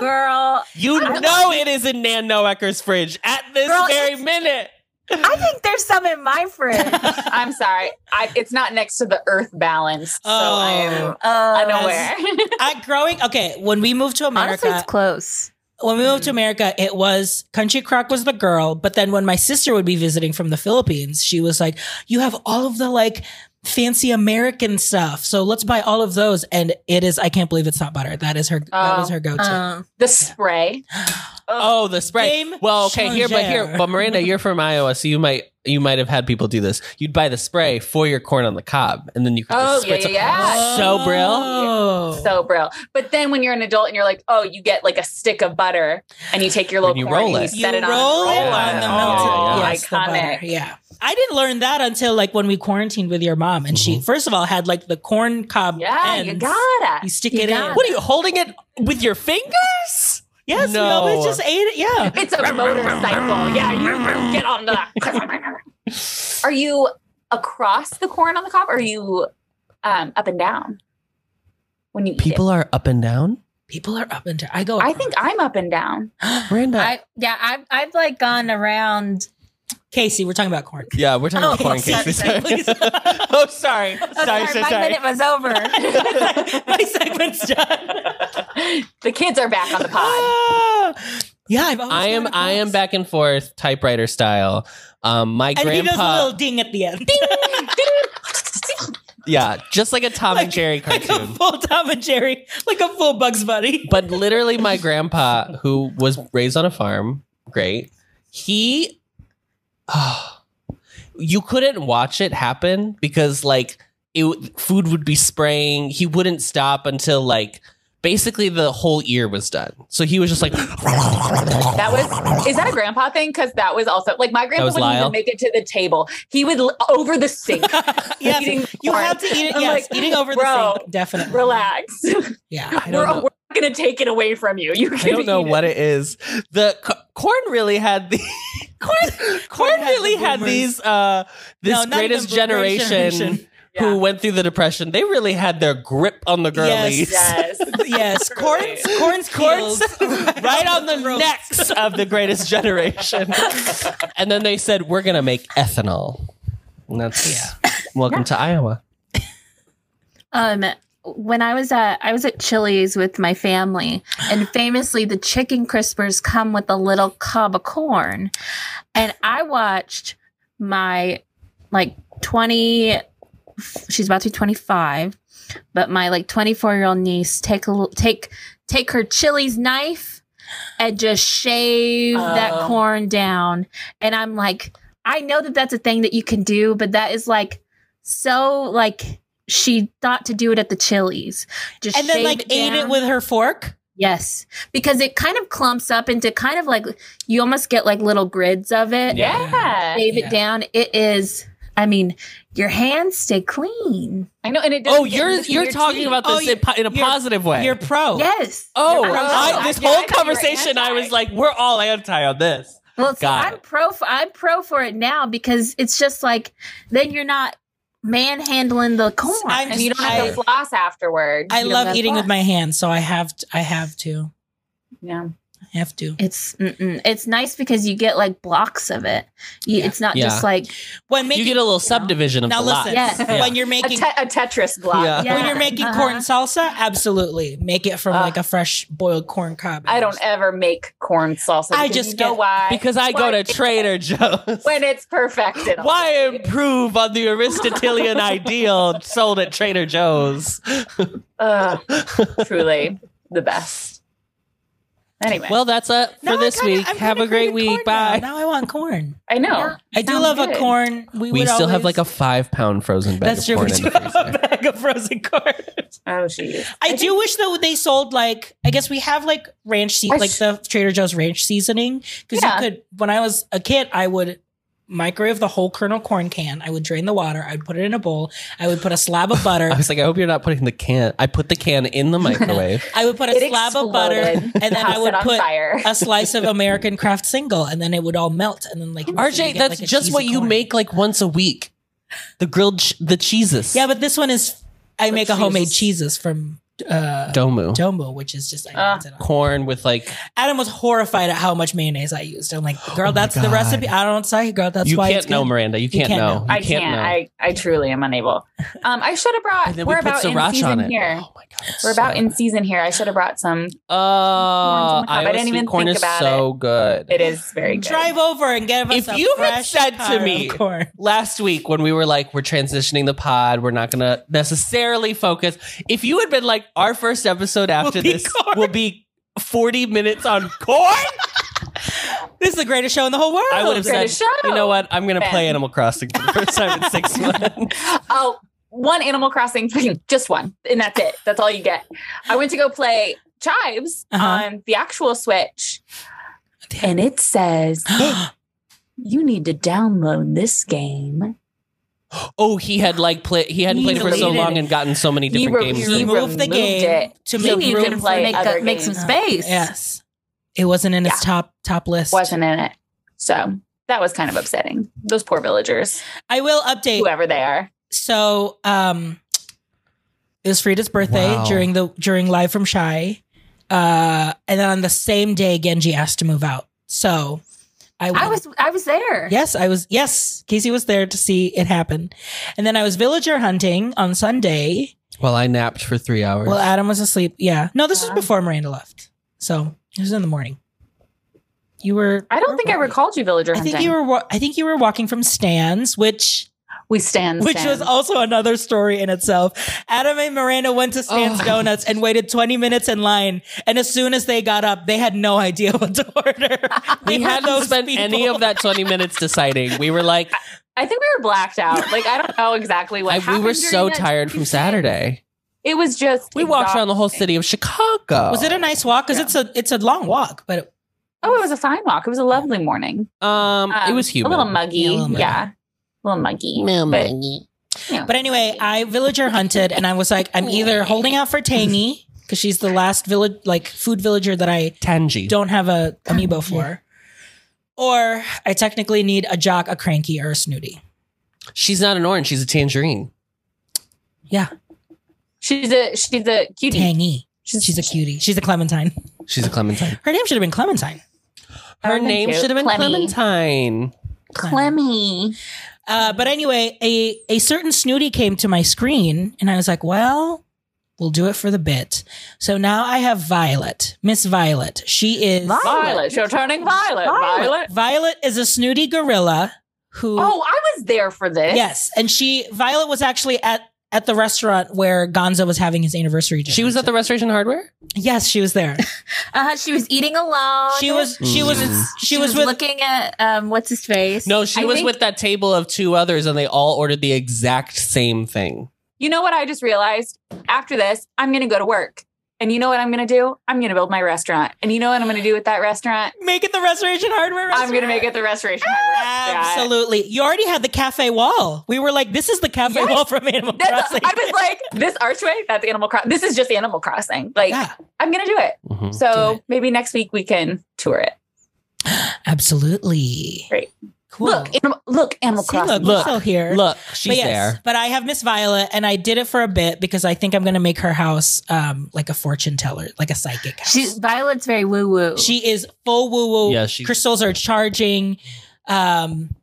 Speaker 3: girl.
Speaker 1: Girl.
Speaker 4: Girl,
Speaker 3: You know it is in Nan Noecker's fridge at this
Speaker 4: Girl,
Speaker 3: very minute.
Speaker 4: I think there's some in my fridge.
Speaker 2: I'm sorry, I, it's not next to the Earth Balance, so I am
Speaker 1: Oh,
Speaker 4: Uh,
Speaker 2: unaware.
Speaker 1: I growing okay. When we moved to America,
Speaker 4: Honestly, it's close.
Speaker 1: when we moved to America, it was Country Crock was the girl. But then when my sister would be visiting from the Philippines, she was like, You have all of the like fancy American stuff. So let's buy all of those. And it is, I can't believe it's not butter. That is her that
Speaker 2: Oh.
Speaker 1: was her go-to.
Speaker 4: Uh,
Speaker 2: the spray.
Speaker 3: Oh, the spray.
Speaker 1: Game
Speaker 3: Well, okay, here, but here,
Speaker 1: changer.
Speaker 3: but Miranda, you're from Iowa, so you might you might have had people do this. You'd buy the spray for your corn on the cob, and then you could
Speaker 2: Oh
Speaker 3: just
Speaker 2: yeah,
Speaker 3: spritz
Speaker 2: yeah,
Speaker 3: it.
Speaker 2: yeah.
Speaker 3: So brill.
Speaker 1: Oh.
Speaker 2: So brill. But then when you're an adult and you're like, oh, you get like a stick of butter and you take your little
Speaker 3: And you
Speaker 2: corn
Speaker 3: roll
Speaker 2: and
Speaker 3: it.
Speaker 2: you set
Speaker 1: you
Speaker 2: it on,
Speaker 1: roll
Speaker 2: a
Speaker 1: it
Speaker 2: roll
Speaker 1: on
Speaker 2: it.
Speaker 1: the
Speaker 3: Yeah,
Speaker 1: melted
Speaker 2: oh,
Speaker 3: yeah,
Speaker 1: yes, the butter.
Speaker 2: iconic.
Speaker 1: Yeah. I didn't learn that until like when we quarantined with your mom. And
Speaker 3: Mm-hmm.
Speaker 1: she first of all had like the corn cob.
Speaker 2: Yeah, you
Speaker 1: ends.
Speaker 2: gotta.
Speaker 1: You stick
Speaker 4: You
Speaker 1: it in.
Speaker 4: gotta.
Speaker 3: What are you holding it with your fingers?
Speaker 1: Yes,
Speaker 3: No.
Speaker 1: we always just ate it. Yeah.
Speaker 2: It's a motorcycle. Yeah, you get on the. are you across the corn on the cob? Or are you um, up and down when you eat
Speaker 3: People are up and down.
Speaker 1: People are up into I go
Speaker 2: It? I think I'm up and down.
Speaker 3: Miranda.
Speaker 4: I yeah, I've I've like gone around.
Speaker 1: Casey, we're taling about corn.
Speaker 3: yeah, we're talking
Speaker 4: Oh,
Speaker 3: about corn
Speaker 4: sorry,
Speaker 3: cakes.
Speaker 4: sorry,
Speaker 3: Sorry. oh, sorry.
Speaker 4: Oh,
Speaker 3: sorry,
Speaker 4: sorry,
Speaker 3: sorry,
Speaker 4: my
Speaker 3: sorry.
Speaker 4: minute was over.
Speaker 1: My segment's done.
Speaker 2: The kids are back on the pod.
Speaker 1: Ah. yeah, I've always
Speaker 3: I am
Speaker 1: wanted
Speaker 3: I am
Speaker 1: dogs.
Speaker 3: back and forth typewriter style. Um, my
Speaker 1: And he does a
Speaker 3: grandpa
Speaker 1: little ding at the end.
Speaker 3: yeah, just like a Tom
Speaker 1: Like-
Speaker 3: and Jerry
Speaker 1: like a
Speaker 3: cartoon.
Speaker 1: full Tom and Jerry, like a full Bugs Bunny.
Speaker 3: but literally, my grandpa, who was raised on a farm, great, he, oh, you couldn't watch it happen because like it w- food would be spraying. He wouldn't stop until like basically the whole ear was done. So he was just like,
Speaker 2: That was is that a grandpa thing? Because that was also like my grandpa
Speaker 3: was
Speaker 2: wouldn't
Speaker 3: Lyle.
Speaker 2: even make it to the table. He would l- over the sink. Eating
Speaker 1: yes, you
Speaker 2: corn.
Speaker 1: have to eat it.
Speaker 2: I'm
Speaker 1: Yes,
Speaker 2: like,
Speaker 1: eating over
Speaker 2: bro,
Speaker 1: the sink, definitely.
Speaker 2: Relax.
Speaker 1: Yeah,
Speaker 3: I
Speaker 2: We're,
Speaker 3: don't
Speaker 2: we're
Speaker 3: know.
Speaker 2: not gonna take it away from you. You
Speaker 3: I
Speaker 2: can
Speaker 3: don't know
Speaker 2: eat
Speaker 3: what it is. The c- corn really had the corn.
Speaker 1: Corn
Speaker 3: Corn
Speaker 1: had the
Speaker 3: really had
Speaker 1: boomers.
Speaker 3: these. Uh, this
Speaker 1: No, not
Speaker 3: greatest
Speaker 1: even boomer
Speaker 3: generation,
Speaker 1: generation.
Speaker 2: Yeah.
Speaker 3: who went through the depression. They really had their grip on the girlies.
Speaker 2: Yes.
Speaker 1: yes, corns, corns,
Speaker 3: Corns
Speaker 1: corns,
Speaker 3: right on the necks of the greatest generation. and then they said, "We're gonna make ethanol." And that's yeah. Welcome to Iowa.
Speaker 4: Um, when I was at I was at Chili's with my family, and famously the chicken crispers come with a little cob of corn, and I watched my like twenty, she's about to be twenty five, but my like twenty four year old niece take a l- take take her Chili's knife and just shave that
Speaker 2: Oh.
Speaker 4: corn down, and I'm like, I know that that's a thing that you can do, but that is like so like she thought to do it at the Chili's. Just
Speaker 1: and then
Speaker 4: shave
Speaker 1: like ate it
Speaker 4: down.
Speaker 1: with her fork.
Speaker 4: yes, because it kind of clumps up into kind of like you almost get like little grids of it.
Speaker 3: Yeah.
Speaker 2: Yeah.
Speaker 4: Shave
Speaker 1: Yeah.
Speaker 4: it down. It is. I mean, your hands stay clean.
Speaker 2: I know. And it doesn't
Speaker 3: Oh,
Speaker 2: get
Speaker 3: you're
Speaker 2: into
Speaker 3: you're
Speaker 2: your
Speaker 3: talking
Speaker 2: teeth.
Speaker 3: about
Speaker 1: Oh,
Speaker 3: this in, po- in a
Speaker 1: you're-
Speaker 3: positive way.
Speaker 1: You're pro.
Speaker 4: Yes.
Speaker 3: Oh,
Speaker 4: You're pro.
Speaker 3: I, this
Speaker 2: Yeah, I thought you
Speaker 3: whole
Speaker 2: were
Speaker 3: conversation, I was
Speaker 2: anti.
Speaker 3: like, we're all anti on this.
Speaker 4: Well, see,
Speaker 3: Got
Speaker 4: I'm
Speaker 3: it.
Speaker 4: pro. For, I'm pro for it now because it's just like then you're not manhandling the corn.
Speaker 1: I'm
Speaker 2: And you don't have
Speaker 1: I-
Speaker 2: to floss afterward.
Speaker 1: I
Speaker 4: You know,
Speaker 1: love
Speaker 4: that's
Speaker 1: eating
Speaker 4: why.
Speaker 1: with my hands, so I have to, I have to
Speaker 2: yeah.
Speaker 1: I have to.
Speaker 4: it's mm-mm. it's nice because you get like blocks of it. You,
Speaker 1: Yeah.
Speaker 4: It's not
Speaker 3: Yeah.
Speaker 4: just like
Speaker 1: When making
Speaker 3: you get a little subdivision of
Speaker 1: now
Speaker 3: the
Speaker 1: listen
Speaker 3: lot.
Speaker 4: Yes.
Speaker 3: Yeah.
Speaker 1: when you're
Speaker 2: A,
Speaker 1: making
Speaker 2: te- a Tetris block.
Speaker 3: Yeah.
Speaker 1: when you're making corn
Speaker 4: uh-huh.
Speaker 1: salsa, absolutely make it from
Speaker 2: Ugh.
Speaker 1: like a fresh boiled corn cob.
Speaker 2: I don't ever make corn salsa.
Speaker 1: I
Speaker 2: because
Speaker 1: just
Speaker 2: you know
Speaker 1: get-
Speaker 2: why
Speaker 3: Because I go to
Speaker 2: Why-
Speaker 3: Trader Joe's.
Speaker 2: when it's perfected.
Speaker 3: Why improve on the Aristotelian ideal sold at Trader Joe's?
Speaker 2: Ugh, truly the best. Anyway, well,
Speaker 3: Well, that's it for
Speaker 1: Now I
Speaker 3: this
Speaker 1: kinda-
Speaker 3: week.
Speaker 1: I'm
Speaker 3: Have
Speaker 1: kinda
Speaker 3: a great
Speaker 1: craving corn
Speaker 3: week. Bye.
Speaker 1: Now. Now I want corn.
Speaker 2: I know.
Speaker 4: Yeah.
Speaker 1: I do
Speaker 4: Sounds
Speaker 1: love a
Speaker 2: good.
Speaker 1: corn. We,
Speaker 3: We
Speaker 1: would
Speaker 3: still have
Speaker 1: always-
Speaker 3: like a five pound frozen bag
Speaker 1: That's
Speaker 3: of
Speaker 1: true.
Speaker 3: corn
Speaker 1: We
Speaker 3: in
Speaker 1: do
Speaker 3: the
Speaker 1: have a
Speaker 3: freezer.
Speaker 1: bag of frozen corn.
Speaker 2: Oh, jeez.
Speaker 1: I do wish though they sold like I guess we have like ranch se-
Speaker 2: I
Speaker 1: like
Speaker 2: s-
Speaker 1: the Trader Joe's ranch seasoning because
Speaker 2: Yeah.
Speaker 1: you could when I was a kid I would microwave the whole kernel corn can I would drain the water I would put it in a bowl I would put a slab of butter
Speaker 3: I was like, I hope you're not putting the can. I put the can in the microwave.
Speaker 1: I would put a
Speaker 2: It
Speaker 1: slab of butter and
Speaker 2: exploded.
Speaker 1: then
Speaker 2: House
Speaker 1: I would
Speaker 2: set on
Speaker 1: put
Speaker 2: fire.
Speaker 1: a slice of American craft single and then it would all melt and then like you
Speaker 3: RJ,
Speaker 1: get,
Speaker 3: that's
Speaker 1: like, a
Speaker 3: just what
Speaker 1: cheesy
Speaker 3: you
Speaker 1: corn.
Speaker 3: make like once a week. The grilled, ch- the cheeses.
Speaker 1: Yeah, but this one is I
Speaker 2: The
Speaker 1: make a homemade
Speaker 2: cheeses.
Speaker 1: cheeses from uh
Speaker 3: Domu.
Speaker 1: Domo, which is just I
Speaker 2: Ah.
Speaker 1: melted on.
Speaker 3: corn with like
Speaker 1: Adam was horrified at how much mayonnaise I used. I'm like, girl,
Speaker 3: Oh my
Speaker 1: that's the
Speaker 3: God.
Speaker 1: recipe. I don't say, girl, that's
Speaker 3: you
Speaker 1: why
Speaker 3: can't
Speaker 1: it's
Speaker 3: know,
Speaker 1: good.
Speaker 3: Miranda. You can't,
Speaker 1: can't
Speaker 3: know.
Speaker 1: know.
Speaker 3: You
Speaker 2: I can't.
Speaker 3: know.
Speaker 2: I, I truly am unable. Um, I should have
Speaker 3: and
Speaker 2: brought.
Speaker 3: then
Speaker 2: We're
Speaker 3: we put
Speaker 2: about in
Speaker 3: sriracha on
Speaker 2: season
Speaker 3: it.
Speaker 2: here.
Speaker 3: Oh my god, it's
Speaker 2: We're
Speaker 3: so
Speaker 2: about in
Speaker 3: good.
Speaker 2: season here. I should have brought some.
Speaker 3: Oh,
Speaker 2: on top. I
Speaker 3: Iowa
Speaker 2: didn't
Speaker 3: sweet
Speaker 2: even
Speaker 3: corn
Speaker 2: think
Speaker 3: is
Speaker 2: about
Speaker 3: so good.
Speaker 2: It is very good.
Speaker 1: Drive over and give us
Speaker 3: If
Speaker 1: a
Speaker 3: you had
Speaker 1: fresh
Speaker 3: said to
Speaker 1: pie of
Speaker 3: me-
Speaker 1: corn.
Speaker 3: Last week, when we were like, we're transitioning the pod, we're not gonna necessarily focus. If you had been like, our first episode after
Speaker 1: be
Speaker 3: this
Speaker 1: corn.
Speaker 3: will be 40 minutes on corn,
Speaker 1: this is the greatest show in the whole world.
Speaker 3: I would have said,
Speaker 2: Greatest show.
Speaker 3: you know what? I'm gonna play
Speaker 2: Ben.
Speaker 3: Animal Crossing for the first time in six months.
Speaker 2: Oh, one Animal Crossing thing, just one, and that's it. That's all you get. I went to go play Chives
Speaker 1: Uh-huh.
Speaker 2: on the actual Switch, and it says you need to download this game.
Speaker 3: Oh, he had like play, he hadn't
Speaker 1: He
Speaker 3: played it for so
Speaker 1: deleted
Speaker 3: long
Speaker 1: it.
Speaker 3: and gotten so many
Speaker 2: He
Speaker 3: different
Speaker 2: re-
Speaker 3: games.
Speaker 2: he
Speaker 3: in.
Speaker 2: re-
Speaker 1: remove the
Speaker 2: removed
Speaker 1: game
Speaker 2: it
Speaker 1: to
Speaker 2: so
Speaker 1: make
Speaker 2: you
Speaker 1: room
Speaker 2: can
Speaker 1: for
Speaker 2: play
Speaker 4: make,
Speaker 2: other
Speaker 4: up, make some
Speaker 2: games.
Speaker 4: space.
Speaker 1: Yes. It wasn't in his
Speaker 2: Yeah.
Speaker 1: top top list.
Speaker 2: Wasn't in it, so that was kind of upsetting. Those poor villagers,
Speaker 1: I will update.
Speaker 2: whoever they are.
Speaker 1: So um it was Frida's birthday
Speaker 3: Wow.
Speaker 1: during the during live from Shy. Uh and then on the same day Genji asked to move out. So I,
Speaker 4: I
Speaker 1: went-
Speaker 4: was I was there.
Speaker 1: Yes, I was. Yes, Casey was there to see it happen. And then I was villager hunting on Sunday.
Speaker 3: Well, I napped for three hours.
Speaker 1: Well, Adam was asleep. Yeah. No, this was
Speaker 2: Uh-huh.
Speaker 1: before Miranda left. So it was in the morning. You were.
Speaker 2: I don't think I recalled you villager
Speaker 1: I
Speaker 2: hunting.
Speaker 1: think you were. wa- I think you were walking from stands, which
Speaker 2: We stand.
Speaker 1: which was
Speaker 2: Sam's.
Speaker 1: also another story in itself. Adam and Miranda went to Stan's
Speaker 3: Oh.
Speaker 1: Donuts and waited 20 minutes in line. And as soon as they got up, they had no idea what to order. They
Speaker 3: We
Speaker 1: were
Speaker 3: hadn't
Speaker 1: those
Speaker 3: spent any
Speaker 1: people.
Speaker 3: of that 20 minutes deciding. We were like,
Speaker 2: I think we were blacked out. Like I don't know exactly what
Speaker 3: I, we
Speaker 2: happened
Speaker 3: were
Speaker 2: during
Speaker 3: so
Speaker 2: that
Speaker 3: tired from
Speaker 2: time.
Speaker 3: Saturday.
Speaker 2: It was just
Speaker 3: We walked around the whole
Speaker 2: exhausting.
Speaker 3: city of Chicago.
Speaker 1: Was it a nice walk? Because
Speaker 2: Yeah.
Speaker 1: it's a it's a long walk, but it-
Speaker 2: Oh, it was a fine walk. It was a lovely morning.
Speaker 3: Um, it was humid.
Speaker 2: A little muggy.
Speaker 1: Yeah,
Speaker 2: Yeah.
Speaker 1: a little muggy.
Speaker 2: A little muggy. But, you know.
Speaker 1: but anyway, I villager hunted and I was like, I'm either holding out for Tangy because she's the last village like food villager that I
Speaker 3: Tangy.
Speaker 1: don't have a amiibo for, or I technically need a jock, a cranky, or a snooty.
Speaker 3: She's not an orange. She's a tangerine.
Speaker 2: she's a she's a cutie.
Speaker 1: Tangy.
Speaker 2: She's,
Speaker 1: She's a cutie. She's a clementine.
Speaker 3: She's a clementine.
Speaker 1: Her name should have been Clementine.
Speaker 3: Her
Speaker 2: Clementine.
Speaker 3: name should have been
Speaker 2: Clemmy.
Speaker 3: Clementine.
Speaker 2: Clemmy.
Speaker 1: Uh, but anyway, a, a certain snooty came to my screen and I was like, well, we'll do it for the bit. So now I have Violet, Miss Violet. She is
Speaker 4: Violet?
Speaker 2: Violet. You're turning violet. Violet.
Speaker 4: Violet.
Speaker 1: Violet is a snooty gorilla who
Speaker 2: Oh, I was there for this.
Speaker 1: Yes, and she Violet was actually at at the restaurant where Gonzo was having his anniversary dinner.
Speaker 3: She was at the Restoration Hardware.
Speaker 1: Yes, she was there.
Speaker 4: Uh, she was eating alone.
Speaker 1: She was she was she was with
Speaker 4: looking at um, what's his face?
Speaker 3: No, she
Speaker 2: I
Speaker 3: was
Speaker 2: think-
Speaker 3: with that table of two others, and they all ordered the exact same thing.
Speaker 2: You know what I just realized? After this, I'm gonna go to work. And you know what I'm gonna do? I'm gonna build my restaurant. And you know what I'm gonna do with that restaurant?
Speaker 1: Make it the Restoration Hardware
Speaker 2: I'm
Speaker 1: restaurant.
Speaker 2: gonna make it the restoration. Hardware restaurant.
Speaker 1: Absolutely. You already had the cafe wall. We were like, this is the cafe
Speaker 2: Yes.
Speaker 1: wall from Animal
Speaker 2: That's,
Speaker 1: Crossing.
Speaker 2: I was like, this archway, that's Animal Crossing. This is just Animal Crossing. Like,
Speaker 1: yeah,
Speaker 2: I'm gonna do it.
Speaker 3: Mhm.
Speaker 2: So
Speaker 1: Do
Speaker 2: maybe next week we can tour it.
Speaker 1: absolutely.
Speaker 2: Great.
Speaker 1: Cool.
Speaker 2: Look, anim- look, Animal
Speaker 1: See,
Speaker 2: Crossing.
Speaker 1: look, we're still here.
Speaker 3: Look, she's
Speaker 1: but yes,
Speaker 3: there.
Speaker 1: but I have Miss Violet, and I did it for a bit because I think I'm going to make her house um, like a fortune teller, like a psychic house.
Speaker 4: She, Violet's very woo woo.
Speaker 1: She is full woo woo.
Speaker 3: Yeah, she's-
Speaker 1: Crystals are charging. Um,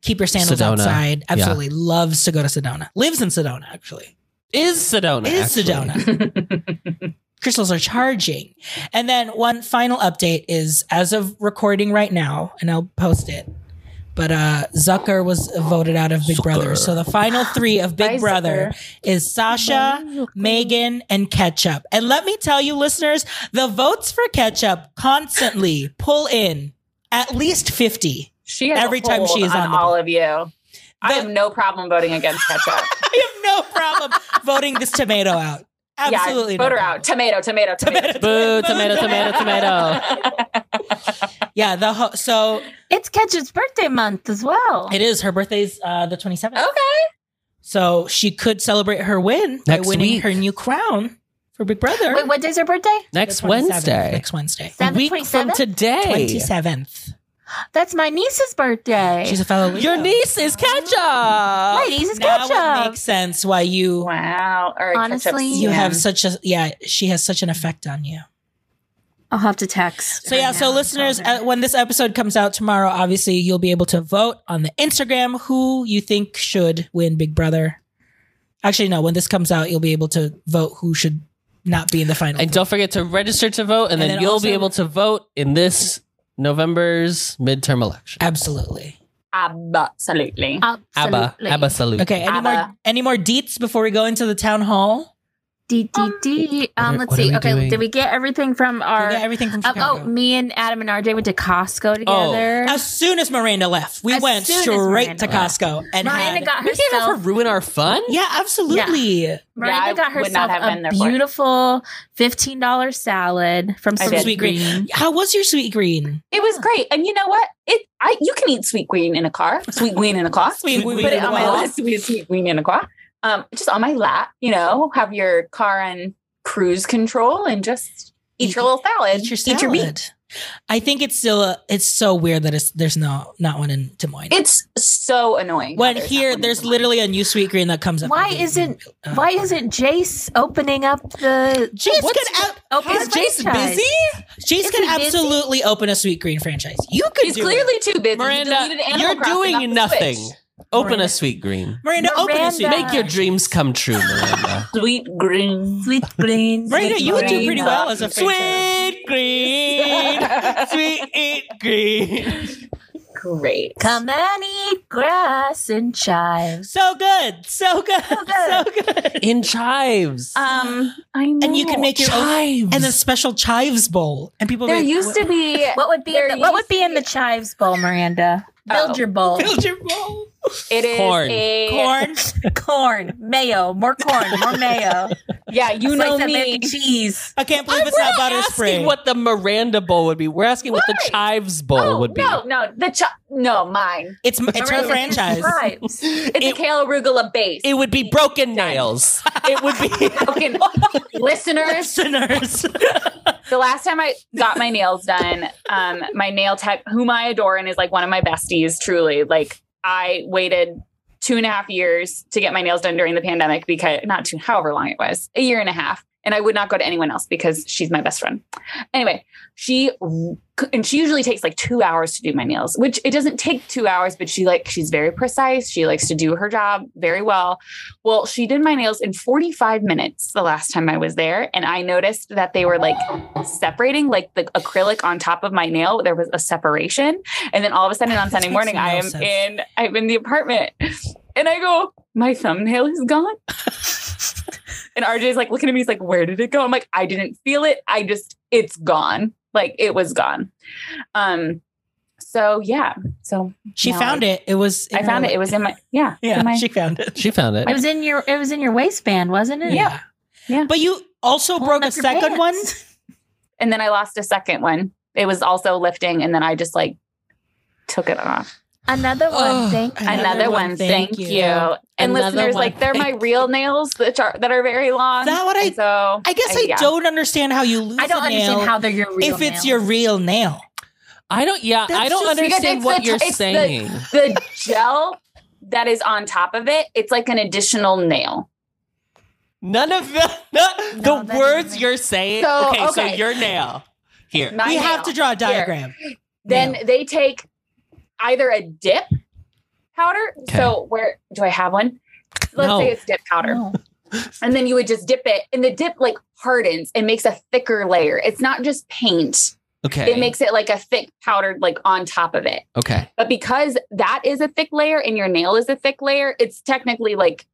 Speaker 1: keep your sandals
Speaker 3: Sedona.
Speaker 1: outside. Absolutely loves to go to Sedona. Lives in Sedona, actually.
Speaker 3: Is Sedona?
Speaker 1: is
Speaker 3: actually.
Speaker 1: Sedona. Crystals are charging. And then one final update is as of recording right now, and I'll post it. But uh, Zucker was voted out of Big Brother. So the final three of Big
Speaker 2: Bye,
Speaker 1: Brother is Sasha, Megan, and Ketchup. And let me tell you, listeners, the votes for Ketchup constantly pull in at least 50.
Speaker 2: She has
Speaker 1: Every time she is on
Speaker 2: on,
Speaker 1: the
Speaker 2: all of you. I
Speaker 1: The-
Speaker 2: have no problem voting against ketchup.
Speaker 1: I have no problem voting this tomato out. Absolutely.
Speaker 2: yeah,
Speaker 1: no
Speaker 2: vote
Speaker 1: problem.
Speaker 2: her out. Tomato, tomato, tomato.
Speaker 3: Boo! Tomato, tomato, tomato.
Speaker 1: Yeah, the ho- so
Speaker 4: it's Ketchup's birthday month as well.
Speaker 1: It is her birthday's uh, the 27th.
Speaker 4: Oh.
Speaker 2: okay.
Speaker 1: So she could celebrate her win
Speaker 3: Next
Speaker 1: by winning
Speaker 3: week.
Speaker 1: her new crown for Big Brother.
Speaker 4: Wait, what day's her birthday?
Speaker 3: Next
Speaker 1: The 27th,
Speaker 3: Wednesday,
Speaker 1: Next Wednesday.
Speaker 3: a
Speaker 4: Seven-
Speaker 3: week from
Speaker 4: 27th?
Speaker 3: today.
Speaker 1: 27th.
Speaker 4: That's my niece's birthday.
Speaker 1: She's a fellow. Leo.
Speaker 3: Your niece is ketchup.
Speaker 4: my niece is
Speaker 1: Now it
Speaker 4: Ketchup.
Speaker 1: makes sense why you
Speaker 2: Wow. All right,
Speaker 4: Honestly,
Speaker 2: ketchup's-
Speaker 1: you
Speaker 4: Yeah.
Speaker 1: have such a yeah. She has such an effect on you.
Speaker 4: I'll have to text.
Speaker 1: So yeah, so listeners, uh, when this episode comes out tomorrow, obviously you'll be able to vote on the Instagram who you think should win Big Brother. Actually, no. When this comes out, you'll be able to vote who should not be in the final.
Speaker 3: And
Speaker 1: three.
Speaker 3: don't forget to register to vote, and,
Speaker 1: And
Speaker 3: then,
Speaker 1: then
Speaker 3: you'll
Speaker 1: also-
Speaker 3: be able to vote in this November's midterm election.
Speaker 1: Absolutely.
Speaker 2: Absolutely.
Speaker 3: Abba,
Speaker 4: Absolutely.
Speaker 3: Abba, salute.
Speaker 1: Okay, any
Speaker 2: Abba.
Speaker 1: more any more deets before we go into the town hall?
Speaker 4: D D D. Um,
Speaker 3: What-
Speaker 4: let's
Speaker 3: what are
Speaker 4: see.
Speaker 3: we
Speaker 4: Okay,
Speaker 3: doing?
Speaker 4: did we get everything from
Speaker 1: We
Speaker 4: our?
Speaker 1: got everything from
Speaker 4: Um,
Speaker 1: Chicago.
Speaker 4: oh, me and Adam and RJ went to Costco
Speaker 2: Oh,
Speaker 4: together.
Speaker 1: as soon as Miranda left, we
Speaker 4: As
Speaker 1: went
Speaker 4: soon as
Speaker 1: straight to
Speaker 4: Miranda
Speaker 1: Costco and
Speaker 4: Miranda
Speaker 1: had-
Speaker 4: got
Speaker 3: We can't
Speaker 4: herself.
Speaker 3: have her ruin our fun.
Speaker 1: yeah, absolutely.
Speaker 4: Miranda
Speaker 2: Yeah, I
Speaker 4: got
Speaker 2: would not
Speaker 4: herself
Speaker 2: have been
Speaker 4: a
Speaker 2: there for it.
Speaker 4: beautiful fifteen dollar salad from
Speaker 2: I
Speaker 4: Sweet
Speaker 2: did.
Speaker 1: Sweet Green.
Speaker 4: Green.
Speaker 1: How was your sweet green?
Speaker 2: It was great. And you know what? It I you can eat sweet green in a car. Sweet green in a car.
Speaker 1: Sweet green
Speaker 2: Put
Speaker 1: in
Speaker 2: it
Speaker 1: a
Speaker 2: on my
Speaker 1: car.
Speaker 2: list. Sweet, sweet green in a car. Um, just on my lap, you know, have your car on cruise control and just eat your little salad.
Speaker 1: Eat your
Speaker 2: meat.
Speaker 1: salad. I think it's still a, it's so weird that it's there's no not one in Des Moines.
Speaker 2: It's so annoying.
Speaker 1: when
Speaker 2: that there's
Speaker 1: here
Speaker 2: not one
Speaker 1: there's
Speaker 2: in the
Speaker 1: literally a new sweet green that comes up.
Speaker 4: Why
Speaker 1: every-
Speaker 4: isn't-
Speaker 1: uh,
Speaker 4: Why isn't Jace opening up the?
Speaker 1: Jace
Speaker 4: What's-
Speaker 1: can ab-
Speaker 4: open
Speaker 1: is
Speaker 4: the
Speaker 1: Jace
Speaker 4: franchise?
Speaker 1: busy? Jace
Speaker 4: Is
Speaker 1: can
Speaker 4: he busy?
Speaker 1: absolutely open a sweet green franchise. You could
Speaker 2: He's
Speaker 1: do it.
Speaker 2: clearly too busy. He
Speaker 3: Miranda,
Speaker 2: deleted Animal
Speaker 3: you're
Speaker 2: Crossing off the
Speaker 3: doing nothing.
Speaker 2: Switch.
Speaker 3: Open
Speaker 1: Miranda.
Speaker 3: a sweet green.
Speaker 1: Miranda, open a sweet.
Speaker 4: Miranda.
Speaker 3: Make your dreams come true, Miranda.
Speaker 2: Sweet green.
Speaker 4: Sweet green.
Speaker 1: Miranda,
Speaker 4: Sweet
Speaker 1: you would do
Speaker 4: green.
Speaker 1: pretty well as a franchise.
Speaker 3: sweet green, sweet green.
Speaker 2: Great.
Speaker 4: Come and eat grass. Yes, in chives.
Speaker 1: So good. So good. So good.
Speaker 3: in chives.
Speaker 2: Um, I know.
Speaker 1: And you can Uh, make your own.
Speaker 3: chives.
Speaker 1: And a special chives bowl. And people
Speaker 2: There
Speaker 1: make,
Speaker 2: used to be.
Speaker 4: What would be
Speaker 2: There
Speaker 4: in the, what
Speaker 2: you
Speaker 4: would be in the chives bowl, Miranda? Build
Speaker 2: Oh.
Speaker 4: your bowl.
Speaker 1: build your bowl.
Speaker 2: It is
Speaker 3: Corn.
Speaker 2: a
Speaker 1: Corn.
Speaker 4: corn, mayo, more corn, more mayo.
Speaker 2: Yeah, you
Speaker 4: Slice
Speaker 2: know
Speaker 4: of mac
Speaker 2: me.
Speaker 4: and cheese.
Speaker 1: I can't believe it's not butter spring.
Speaker 3: asking what the Miranda bowl would be. We're asking what the
Speaker 2: Right.
Speaker 3: chives bowl
Speaker 2: Oh,
Speaker 3: would be.
Speaker 2: no, no, the ch- no, mine.
Speaker 1: it's it's her
Speaker 4: Miranda,
Speaker 1: franchise.
Speaker 4: chives.
Speaker 2: It's a kale arugula base.
Speaker 3: It would be broken nails. it would be
Speaker 2: Okay, listeners,
Speaker 1: Listeners.
Speaker 2: the last time I got my nails done, um, my nail tech, whom I adore and is like one of my besties, truly. Like I waited two and a half years to get my nails done during the pandemic because not two, however long it was, a year and a half. And I would not go to anyone else because she's my best friend. Anyway, she and she usually takes like two hours to do my nails, which it doesn't take two hours, but she like she's very precise. She likes to do her job very well. Well, she did my nails in 45 minutes the last time I was there. And I noticed that they were like separating, like the acrylic on top of my nail. There was a separation. And then all of a sudden on Sunday
Speaker 1: makes
Speaker 2: morning,
Speaker 1: no
Speaker 2: I am
Speaker 1: sense.
Speaker 2: in, I'm in the apartment and I go, my thumbnail is gone. and RJ's like looking at me. He's like, where did it go? I'm like, I didn't feel it. I just, it's gone. Like it was gone. Um, so yeah. So
Speaker 1: She
Speaker 2: No,
Speaker 1: found it. It was. in
Speaker 2: I found
Speaker 1: her-
Speaker 2: it. It was in my, yeah.
Speaker 1: Yeah,
Speaker 2: in my-
Speaker 1: she found it.
Speaker 3: She found it.
Speaker 4: It was in your it was in your waistband, wasn't it?
Speaker 2: Yeah. Yeah.
Speaker 1: But you also
Speaker 4: Pulling
Speaker 1: broke a
Speaker 4: up your
Speaker 1: second one.
Speaker 4: pants.
Speaker 2: and then I lost a second one. It was also lifting, and then I just like took it off.
Speaker 4: Another one.
Speaker 1: Oh,
Speaker 4: thank you.
Speaker 2: Another, one, thank, you. And
Speaker 1: Another one,
Speaker 2: listeners, like they're my
Speaker 1: thank
Speaker 2: real nails that are that are very long.
Speaker 1: That what I-
Speaker 2: And so
Speaker 1: I guess I,
Speaker 2: yeah.
Speaker 1: don't understand how you lose
Speaker 4: I don't
Speaker 1: a nail
Speaker 4: understand how they're your real
Speaker 1: if it's
Speaker 4: nails.
Speaker 1: your real nail.
Speaker 3: I don't. Yeah,
Speaker 1: That's
Speaker 3: I don't
Speaker 1: just-
Speaker 2: because
Speaker 3: understand
Speaker 2: it's
Speaker 3: what
Speaker 2: the-
Speaker 3: you're
Speaker 2: it's the-
Speaker 3: saying.
Speaker 2: the gel that is on top of it. It's like an additional nail.
Speaker 3: None of the the,
Speaker 4: No, that
Speaker 3: the
Speaker 4: doesn't
Speaker 3: words
Speaker 4: make-
Speaker 3: you're saying.
Speaker 2: So,
Speaker 3: okay, so
Speaker 2: okay.
Speaker 3: your nail here.
Speaker 2: My
Speaker 1: we have
Speaker 2: nail.
Speaker 1: to draw a
Speaker 2: Here.
Speaker 1: diagram.
Speaker 2: Then they take either a dip powder. So where do I have one? Let's
Speaker 3: No.
Speaker 2: say it's dip powder.
Speaker 4: No.
Speaker 2: and then you would just dip it and the dip like hardens and makes a thicker layer it's not just paint
Speaker 3: Okay.
Speaker 2: it makes it like a thick powdered like on top of it
Speaker 3: okay.
Speaker 2: but because that is a thick layer and your nail is a thick layer it's technically like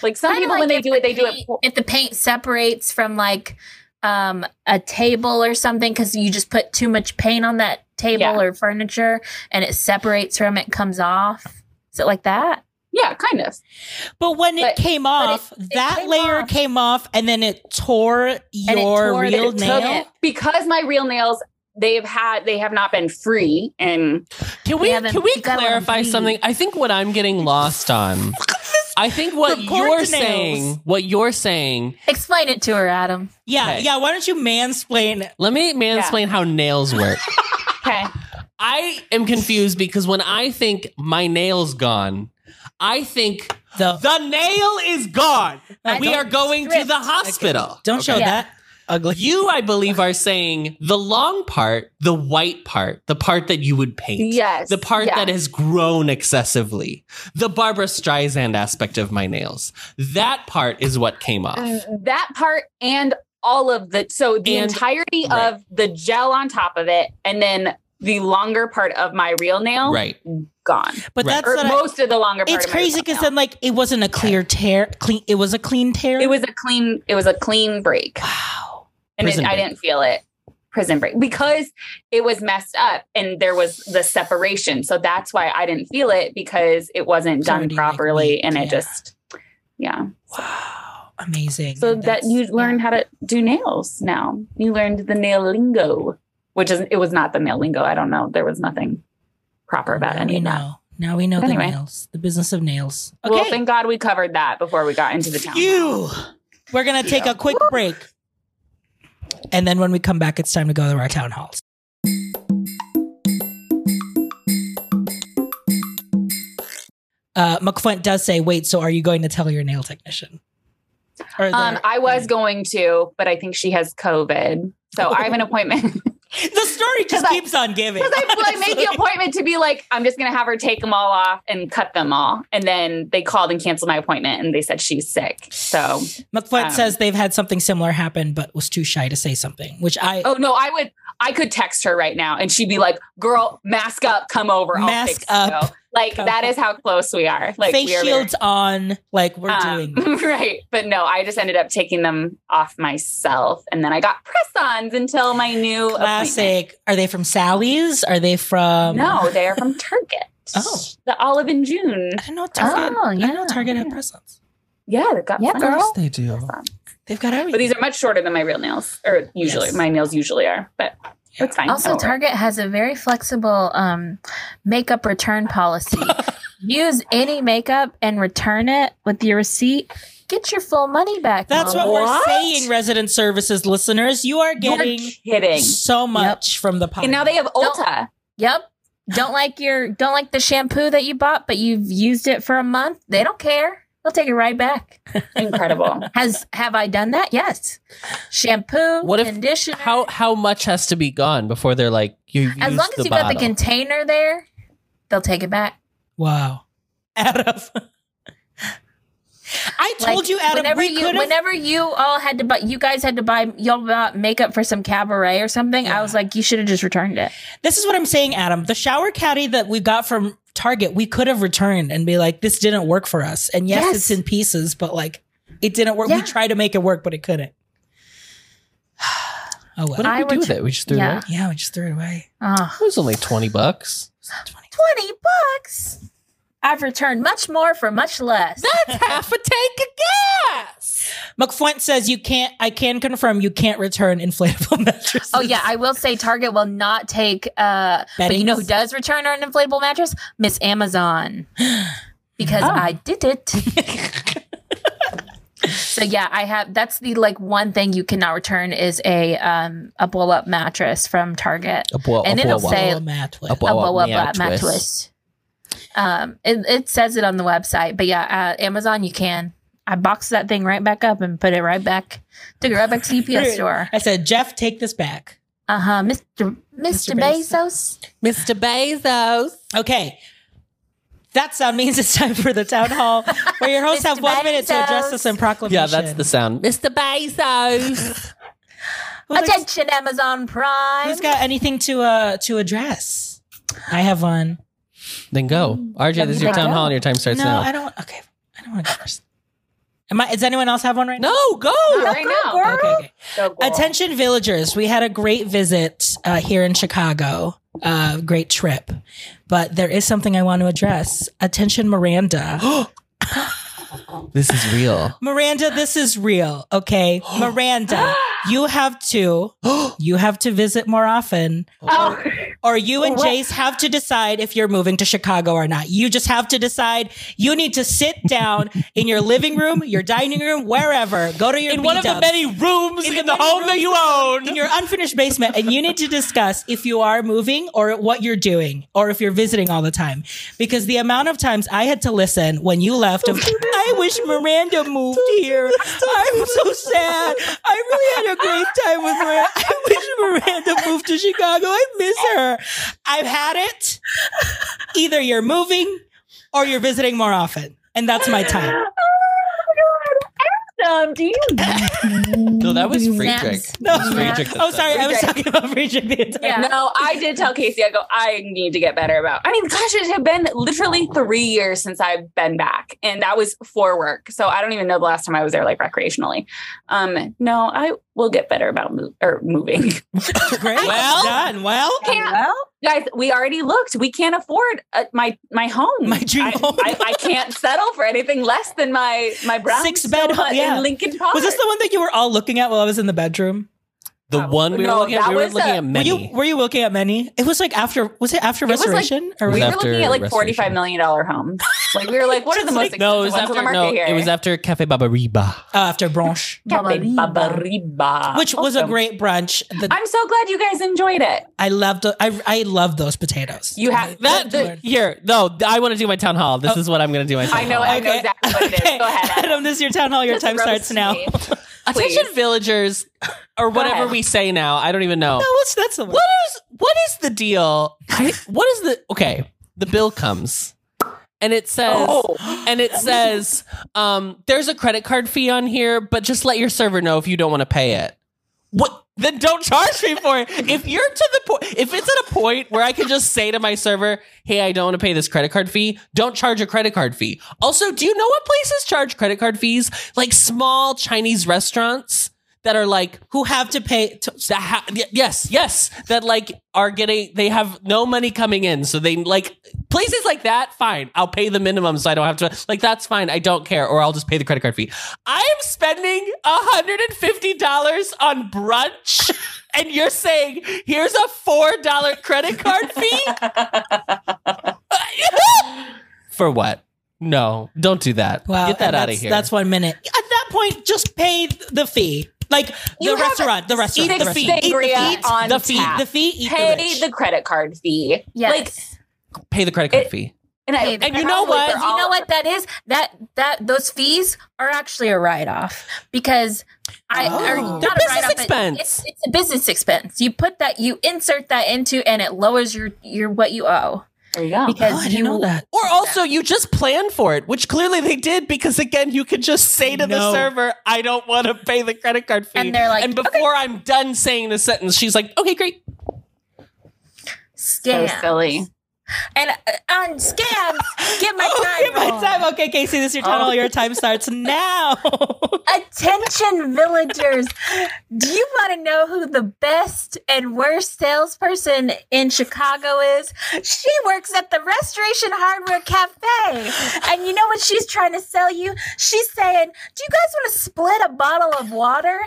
Speaker 2: like some
Speaker 4: Kinda
Speaker 2: people when
Speaker 4: like
Speaker 2: they
Speaker 4: if
Speaker 2: do
Speaker 4: the
Speaker 2: it they do
Speaker 4: paint-
Speaker 2: it
Speaker 4: if the paint separates from like um a table or something because you just put too much paint on that table
Speaker 2: Yeah.
Speaker 4: or furniture and it separates from it comes off. Is it like that?
Speaker 2: yeah kind of
Speaker 1: But when it
Speaker 2: But-
Speaker 1: came off, that
Speaker 4: came
Speaker 1: layer
Speaker 4: off.
Speaker 1: came off and then it tore your
Speaker 4: tore the-
Speaker 1: real
Speaker 4: it took
Speaker 1: nail.
Speaker 2: because my real nails they've had they have not been free and
Speaker 3: Can we
Speaker 4: Yeah, then
Speaker 3: can we
Speaker 4: you gotta let 'em
Speaker 3: clarify
Speaker 4: breathe.
Speaker 3: something? I think what I'm getting lost on. I think what
Speaker 1: The
Speaker 3: you're
Speaker 1: coordinates.
Speaker 3: saying, what you're saying.
Speaker 4: Explain it to her, Adam.
Speaker 1: Yeah,
Speaker 3: Okay.
Speaker 1: yeah. Why don't you mansplain?
Speaker 3: Let me mansplain how nails work.
Speaker 2: okay
Speaker 3: I am confused because when I think my nail's gone, I think
Speaker 1: The,
Speaker 3: the nail is gone.
Speaker 4: I
Speaker 3: we
Speaker 4: don't-
Speaker 3: are going to the hospital.
Speaker 1: don't show
Speaker 4: Okay.
Speaker 1: that ugly.
Speaker 3: You, I believe, are saying the long part, the white part, the part that you would paint.
Speaker 2: yes
Speaker 3: The part
Speaker 2: yeah.
Speaker 3: that has grown excessively. The Barbara Streisand aspect of my nails. That part is what came off.
Speaker 2: Uh, Mm, that part and all of the so the
Speaker 3: And-
Speaker 2: entirety
Speaker 3: right.
Speaker 2: of the gel on top of it and then the longer part of my real nail
Speaker 3: Right.
Speaker 2: gone
Speaker 1: but
Speaker 3: Right.
Speaker 1: that's
Speaker 2: or
Speaker 1: what I-
Speaker 2: most of the longer part
Speaker 1: it's
Speaker 2: of my real
Speaker 1: crazy because
Speaker 2: nail.
Speaker 1: then like it wasn't a clear tear. Clean. It was a clean tear.
Speaker 2: it was a clean it was a clean break
Speaker 1: wow.
Speaker 2: and it,
Speaker 3: Prison
Speaker 2: i
Speaker 3: break.
Speaker 2: didn't feel it prison break because it was messed up and there was the separation so that's why i didn't feel it because it wasn't
Speaker 1: It's
Speaker 2: done
Speaker 1: already, like,
Speaker 2: properly
Speaker 1: leaked,
Speaker 2: and
Speaker 1: yeah.
Speaker 2: it just yeah
Speaker 1: Wow. Amazing.
Speaker 2: so that
Speaker 1: That's-
Speaker 2: you learn how to do nails now. You learned the nail lingo, which is it was not the nail lingo. I don't know. There was nothing proper about
Speaker 1: now
Speaker 2: any
Speaker 1: we
Speaker 2: of that.
Speaker 1: know. Now we know the
Speaker 2: Anyway.
Speaker 1: nails, the business of nails.
Speaker 2: Well, thank God we covered that before we got into the town.
Speaker 1: you. We're gonna take a quick break, and then when we come back, it's time to go to our town halls. Uh, McFlint does say, "Wait, so are you going to tell your nail technician?" Or
Speaker 2: Um,
Speaker 1: their-
Speaker 2: I was going to, but I think she has COVID, so I have an appointment.
Speaker 1: the story just
Speaker 2: 'Cause I-
Speaker 1: keeps on giving.
Speaker 2: Because I, I made the
Speaker 1: Honestly.
Speaker 2: appointment to be like, I'm just going to have her take them all off and cut them all, and then they called and canceled my appointment, and they said she's sick. So,
Speaker 1: McFlint
Speaker 2: Um,
Speaker 1: says they've had something similar happen, but was too shy to say something. Which I
Speaker 2: oh no, I would, I could text her right now, and she'd be like, "Girl, mask up, come over, I'll
Speaker 1: Mask
Speaker 2: fix
Speaker 1: up.
Speaker 2: you." Like that is how close we are. Like
Speaker 1: face
Speaker 2: we are
Speaker 1: shields on. Like we're doing.
Speaker 2: Um,
Speaker 1: this.
Speaker 2: right. But no, I just ended up taking them off myself. And then I got press ons until my new appointment.
Speaker 1: Classic. Are they from Sally's? Are they from?
Speaker 2: No, they are from Target.
Speaker 1: Oh.
Speaker 2: The Olive in June.
Speaker 1: I don't know. Target.
Speaker 4: Oh,
Speaker 1: I know
Speaker 4: yeah.
Speaker 1: Target had presents.
Speaker 2: Yeah, they've got
Speaker 4: Yeah,
Speaker 2: fun.
Speaker 4: girl.
Speaker 3: they do.
Speaker 1: They've got everything.
Speaker 2: But these are much shorter than my real nails, or usually
Speaker 1: Yes.
Speaker 2: my nails usually are. But it's fine.
Speaker 4: Also,
Speaker 2: Don't worry.
Speaker 4: Target has a very flexible um, makeup return policy. Use any makeup and return it with your receipt. Get your full money back.
Speaker 1: That's
Speaker 4: Mom.
Speaker 1: what, we're
Speaker 2: What?
Speaker 1: saying, resident services listeners. You are getting
Speaker 2: You're kidding.
Speaker 1: so much from the podcast.
Speaker 2: And now they have
Speaker 4: Don't-
Speaker 2: Ulta.
Speaker 4: Yep. Don't like your don't like the shampoo that you bought, but you've used it for a month. They don't care. They'll take it right back.
Speaker 2: Incredible.
Speaker 4: Has have I done that? Yes. Shampoo,
Speaker 3: What if-
Speaker 4: conditioner.
Speaker 3: How how much has to be gone before they're like you?
Speaker 4: as long as you got the container there, they'll take it back.
Speaker 1: wow, Adam. I
Speaker 4: Like,
Speaker 1: told you, Adam.
Speaker 4: Whenever
Speaker 1: We
Speaker 4: you,
Speaker 1: could have
Speaker 4: whenever you all had to buy, you guys had to buy y'all bought makeup for some cabaret or something. I was like, you should have just returned it.
Speaker 1: This is what I'm saying, Adam. The shower caddy that we got from Target, we could have returned and be like, this didn't work for us. And yes,
Speaker 4: Yes.
Speaker 1: it's in pieces, but like it didn't work. We
Speaker 4: Yeah.
Speaker 1: tried to make it work, but it couldn't. Oh well.
Speaker 3: What did
Speaker 4: I
Speaker 3: we do
Speaker 4: would-
Speaker 3: with it? We just threw it.
Speaker 4: Yeah.
Speaker 3: Away.
Speaker 1: yeah, we just threw it away.
Speaker 4: Oh,
Speaker 3: It was only twenty bucks.
Speaker 1: 20.
Speaker 4: 20 bucks. I've returned much more for much less.
Speaker 3: Half a tank of gas.
Speaker 1: McFwent says you can't I can confirm you can't return inflatable mattresses.
Speaker 4: Oh yeah, I will say Target will not take. uh But you know who
Speaker 1: Beddings?
Speaker 4: does return an inflatable mattress? Miss Amazon, because
Speaker 2: Oh.
Speaker 4: I did it. so yeah, I have. That's the like one thing you cannot return is a um a blow up mattress from Target.
Speaker 3: A blow,
Speaker 4: And
Speaker 3: a
Speaker 4: it'll
Speaker 3: blow,
Speaker 4: say-
Speaker 1: Blow a mat with.
Speaker 3: a blow,
Speaker 4: a blow up
Speaker 3: mattress.
Speaker 4: mattress. Um, it, it says it on the website, but yeah, uh, Amazon you can. I boxed that thing right back up and put it right back. Took it right back to the UPS store.
Speaker 1: I said, Jeff, take this back.
Speaker 4: Uh huh, Mister Mister Bezos.
Speaker 3: Mr. Bezos.
Speaker 1: Okay. That sound means it's time for the town hall where your hosts have
Speaker 4: Mr.
Speaker 1: one minute to address
Speaker 4: Bezos.
Speaker 1: us in proclamation.
Speaker 3: Yeah, that's the sound. Mr. Bezos.
Speaker 1: Who's got-
Speaker 4: Attention, Amazon Prime.
Speaker 1: who's got anything to uh to address? I have one.
Speaker 3: then go. RJ, this is your
Speaker 4: Then
Speaker 3: town
Speaker 4: go.
Speaker 3: hall and your time starts
Speaker 1: no,
Speaker 3: now.
Speaker 1: I don't. Okay, I don't want to go first. Am I? Does anyone else have one right now?
Speaker 3: no, go.
Speaker 2: right now.
Speaker 4: girl.
Speaker 1: Okay, okay.
Speaker 2: So cool.
Speaker 1: Attention villagers, we had a great visit uh, here in Chicago. Uh, great trip. But there is something I want to address. Attention Miranda.
Speaker 3: This is real.
Speaker 1: Miranda, this is real, okay? Miranda, you have to you have to visit more often
Speaker 2: Oh,
Speaker 1: or you and
Speaker 2: What?
Speaker 1: Jace have to decide if you're moving to Chicago or not. You just have to decide. You need to sit down in your living room, your dining room, wherever. Go to your
Speaker 3: in one of the
Speaker 1: B-dubs
Speaker 3: many rooms in,
Speaker 1: In the
Speaker 3: the
Speaker 1: many
Speaker 3: home that you
Speaker 1: in
Speaker 3: own.
Speaker 1: your unfinished basement and you need to discuss if you are moving or what you're doing or if you're visiting all the time because the amount of times i had to listen when you left of i wish miranda moved here i'm so sad i really had a great time with miranda i wish miranda moved to chicago i miss her i've had it either you're moving or you're visiting more often and that's my time
Speaker 2: Adam, do you
Speaker 3: No, that was Friedrich.
Speaker 4: Snaps.
Speaker 1: no
Speaker 3: It's Friedrich that
Speaker 1: oh
Speaker 3: said
Speaker 1: sorry i was
Speaker 2: Friedrich.
Speaker 1: talking about Friedrich the entire
Speaker 4: Yeah.
Speaker 2: No, I did tell Casey, I go, I need to get better about. I mean, gosh, it had been literally three years since I've been back. And that was for work. So I don't even know the last time I was there like recreationally. Um, no, I will get better about move or moving.
Speaker 1: Great.
Speaker 3: Well-
Speaker 1: done. Well,
Speaker 2: Can't- Guys, we already looked. We can't afford uh, my my home.
Speaker 1: My dream
Speaker 2: I,
Speaker 1: home.
Speaker 2: I, I can't settle for anything less than my my brown
Speaker 1: Six bed home, yeah.
Speaker 2: in Lincoln Park.
Speaker 1: was this the one that you were all looking at while I was in the bedroom?
Speaker 3: The one we were
Speaker 2: No,
Speaker 3: looking at,
Speaker 2: that
Speaker 3: we were
Speaker 2: was
Speaker 3: looking
Speaker 2: a-
Speaker 3: at
Speaker 1: Were
Speaker 3: many.
Speaker 1: you were you looking at many? It was like after was it after
Speaker 2: It was like-
Speaker 1: restoration or
Speaker 2: we
Speaker 1: was
Speaker 2: were
Speaker 1: it-
Speaker 3: after
Speaker 2: looking at like forty
Speaker 3: restoration.
Speaker 2: five million dollar homes. Like we were like, what are the
Speaker 1: Just
Speaker 2: most
Speaker 1: like-
Speaker 2: expensive
Speaker 3: no, it was
Speaker 2: ones on the
Speaker 3: after
Speaker 2: market
Speaker 3: no,
Speaker 2: here?
Speaker 3: it was after Cafe Babariba.
Speaker 1: uh, after brunch,
Speaker 2: Cafe
Speaker 4: Babariba.
Speaker 2: Babariba.
Speaker 1: which was a
Speaker 2: Awesome.
Speaker 1: great brunch. The,
Speaker 2: I'm so glad you guys enjoyed it.
Speaker 1: I loved I I love those potatoes.
Speaker 2: You have
Speaker 3: That, that- here, no, I want to do my town hall. This is what I'm going to do my town
Speaker 2: I know,
Speaker 3: hall.
Speaker 2: I know exactly what it is. Go ahead. Adam.
Speaker 1: Adam. This is your town hall. Your
Speaker 2: Just
Speaker 1: time
Speaker 2: roast
Speaker 1: starts now.
Speaker 2: me.
Speaker 1: No,
Speaker 3: Attention
Speaker 2: Please.
Speaker 3: villagers or whatever
Speaker 2: ahead.
Speaker 3: we say now. I don't even know.
Speaker 1: Oh, what's that's the one.
Speaker 3: What is what is the deal? I, what is the Okay, the bill comes. And it says
Speaker 2: Oh.
Speaker 3: and it says um there's a credit card fee on here, but just let your server know if you don't want to pay it. What then don't charge me for it. If you're to the point, if it's at a point where I can just say to my server, "Hey, I don't want to pay this credit card fee," don't charge a credit card fee. Also, do you know what places charge credit card fees? Like small Chinese restaurants that are like
Speaker 1: Who have to pay? To,
Speaker 3: that ha- y- yes, yes, that like are getting they have no money coming in, so they like places like that. Fine, I'll pay the minimum, so I don't have to like that's fine. I don't care, or I'll just pay the credit card fee. I am spending hundred and fifty dollars on brunch, and you're saying here's a four dollar credit card fee for what? No, don't do that.
Speaker 1: wow,
Speaker 3: Get that
Speaker 1: and
Speaker 3: out of
Speaker 1: that's-
Speaker 3: here.
Speaker 1: That's one minute. At that point, just pay the fee. Like
Speaker 2: You
Speaker 1: the
Speaker 2: have
Speaker 1: restaurant, the restaurant,
Speaker 2: eat
Speaker 1: the
Speaker 2: a
Speaker 1: restaurant.
Speaker 2: sangria
Speaker 1: eat the
Speaker 2: on
Speaker 1: the fee,
Speaker 2: tap.
Speaker 1: the fee, eat the
Speaker 2: Pay
Speaker 1: rich.
Speaker 2: the credit card fee. Like,
Speaker 4: Yes.
Speaker 3: pay the credit card
Speaker 2: It-
Speaker 3: fee.
Speaker 2: and, I,
Speaker 4: Pay the
Speaker 2: and
Speaker 3: you know
Speaker 2: probably
Speaker 3: what?
Speaker 2: they're
Speaker 4: Because you know
Speaker 2: all-
Speaker 4: what that is? That that those fees are actually a write off because I
Speaker 1: Oh.
Speaker 4: or
Speaker 1: They're
Speaker 4: not a
Speaker 3: business
Speaker 4: write-off, but
Speaker 3: expense.
Speaker 4: It's, it's a business expense. You put that you insert that into and it lowers your your what you owe
Speaker 2: There you go.
Speaker 4: because
Speaker 1: oh, I didn't
Speaker 4: you
Speaker 1: know that.
Speaker 3: Or also, you just plan for it, which clearly they did because again, you could just say to the
Speaker 1: No.
Speaker 3: server, "I don't want to pay the credit card fee,"
Speaker 4: And they're like,
Speaker 3: and before I'm done saying the sentence, she's like, "Okay, great."
Speaker 2: So
Speaker 4: scam
Speaker 2: silly.
Speaker 4: and uh, on scams get my
Speaker 1: Oh,
Speaker 4: time,
Speaker 1: get my
Speaker 4: wrong.
Speaker 1: time. Okay, Casey, this is your time.
Speaker 2: Oh.
Speaker 1: All your time starts now.
Speaker 4: Attention villagers, do you want to know who the best and worst salesperson in Chicago is? She works at the Restoration Hardware Cafe. And you know what she's trying to sell you? She's saying, Do you guys want to split a bottle of water?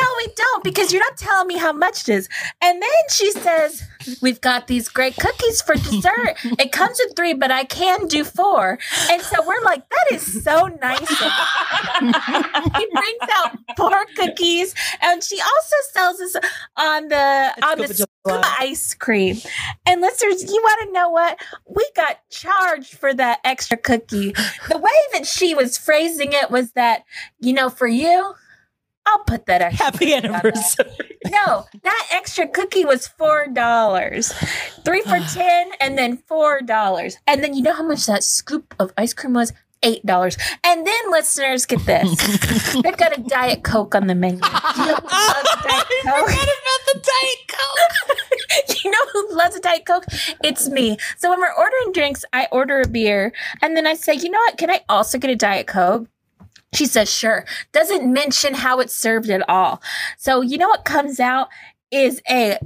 Speaker 4: No, we don't because you're not telling me how much it is. And then she says, We've got these great cookies for dessert. It comes with three, but I can do four. And so we're like, That is so nice of he brings out four cookies, and she also sells us on the on the
Speaker 1: Scoop of
Speaker 4: scoop
Speaker 1: July.
Speaker 4: ice cream. And listeners, you want to know what we got charged for that extra cookie? The way that she was phrasing it was that you know, for you, I'll put that extra.
Speaker 1: Happy anniversary.
Speaker 4: No, that extra cookie was four dollars, three for ten, and then four dollars, and then you know how much that scoop of ice cream was. Eight dollars, and then listeners get this: they've got a diet coke on the menu. You know who loves diet coke?
Speaker 3: about the diet coke.
Speaker 4: you know who loves a diet coke? It's me. So when we're ordering drinks, I order a beer, and then I say, "You know what? Can I also get a diet coke?" She says, sure. Doesn't mention how it's served at all. So you know what comes out is a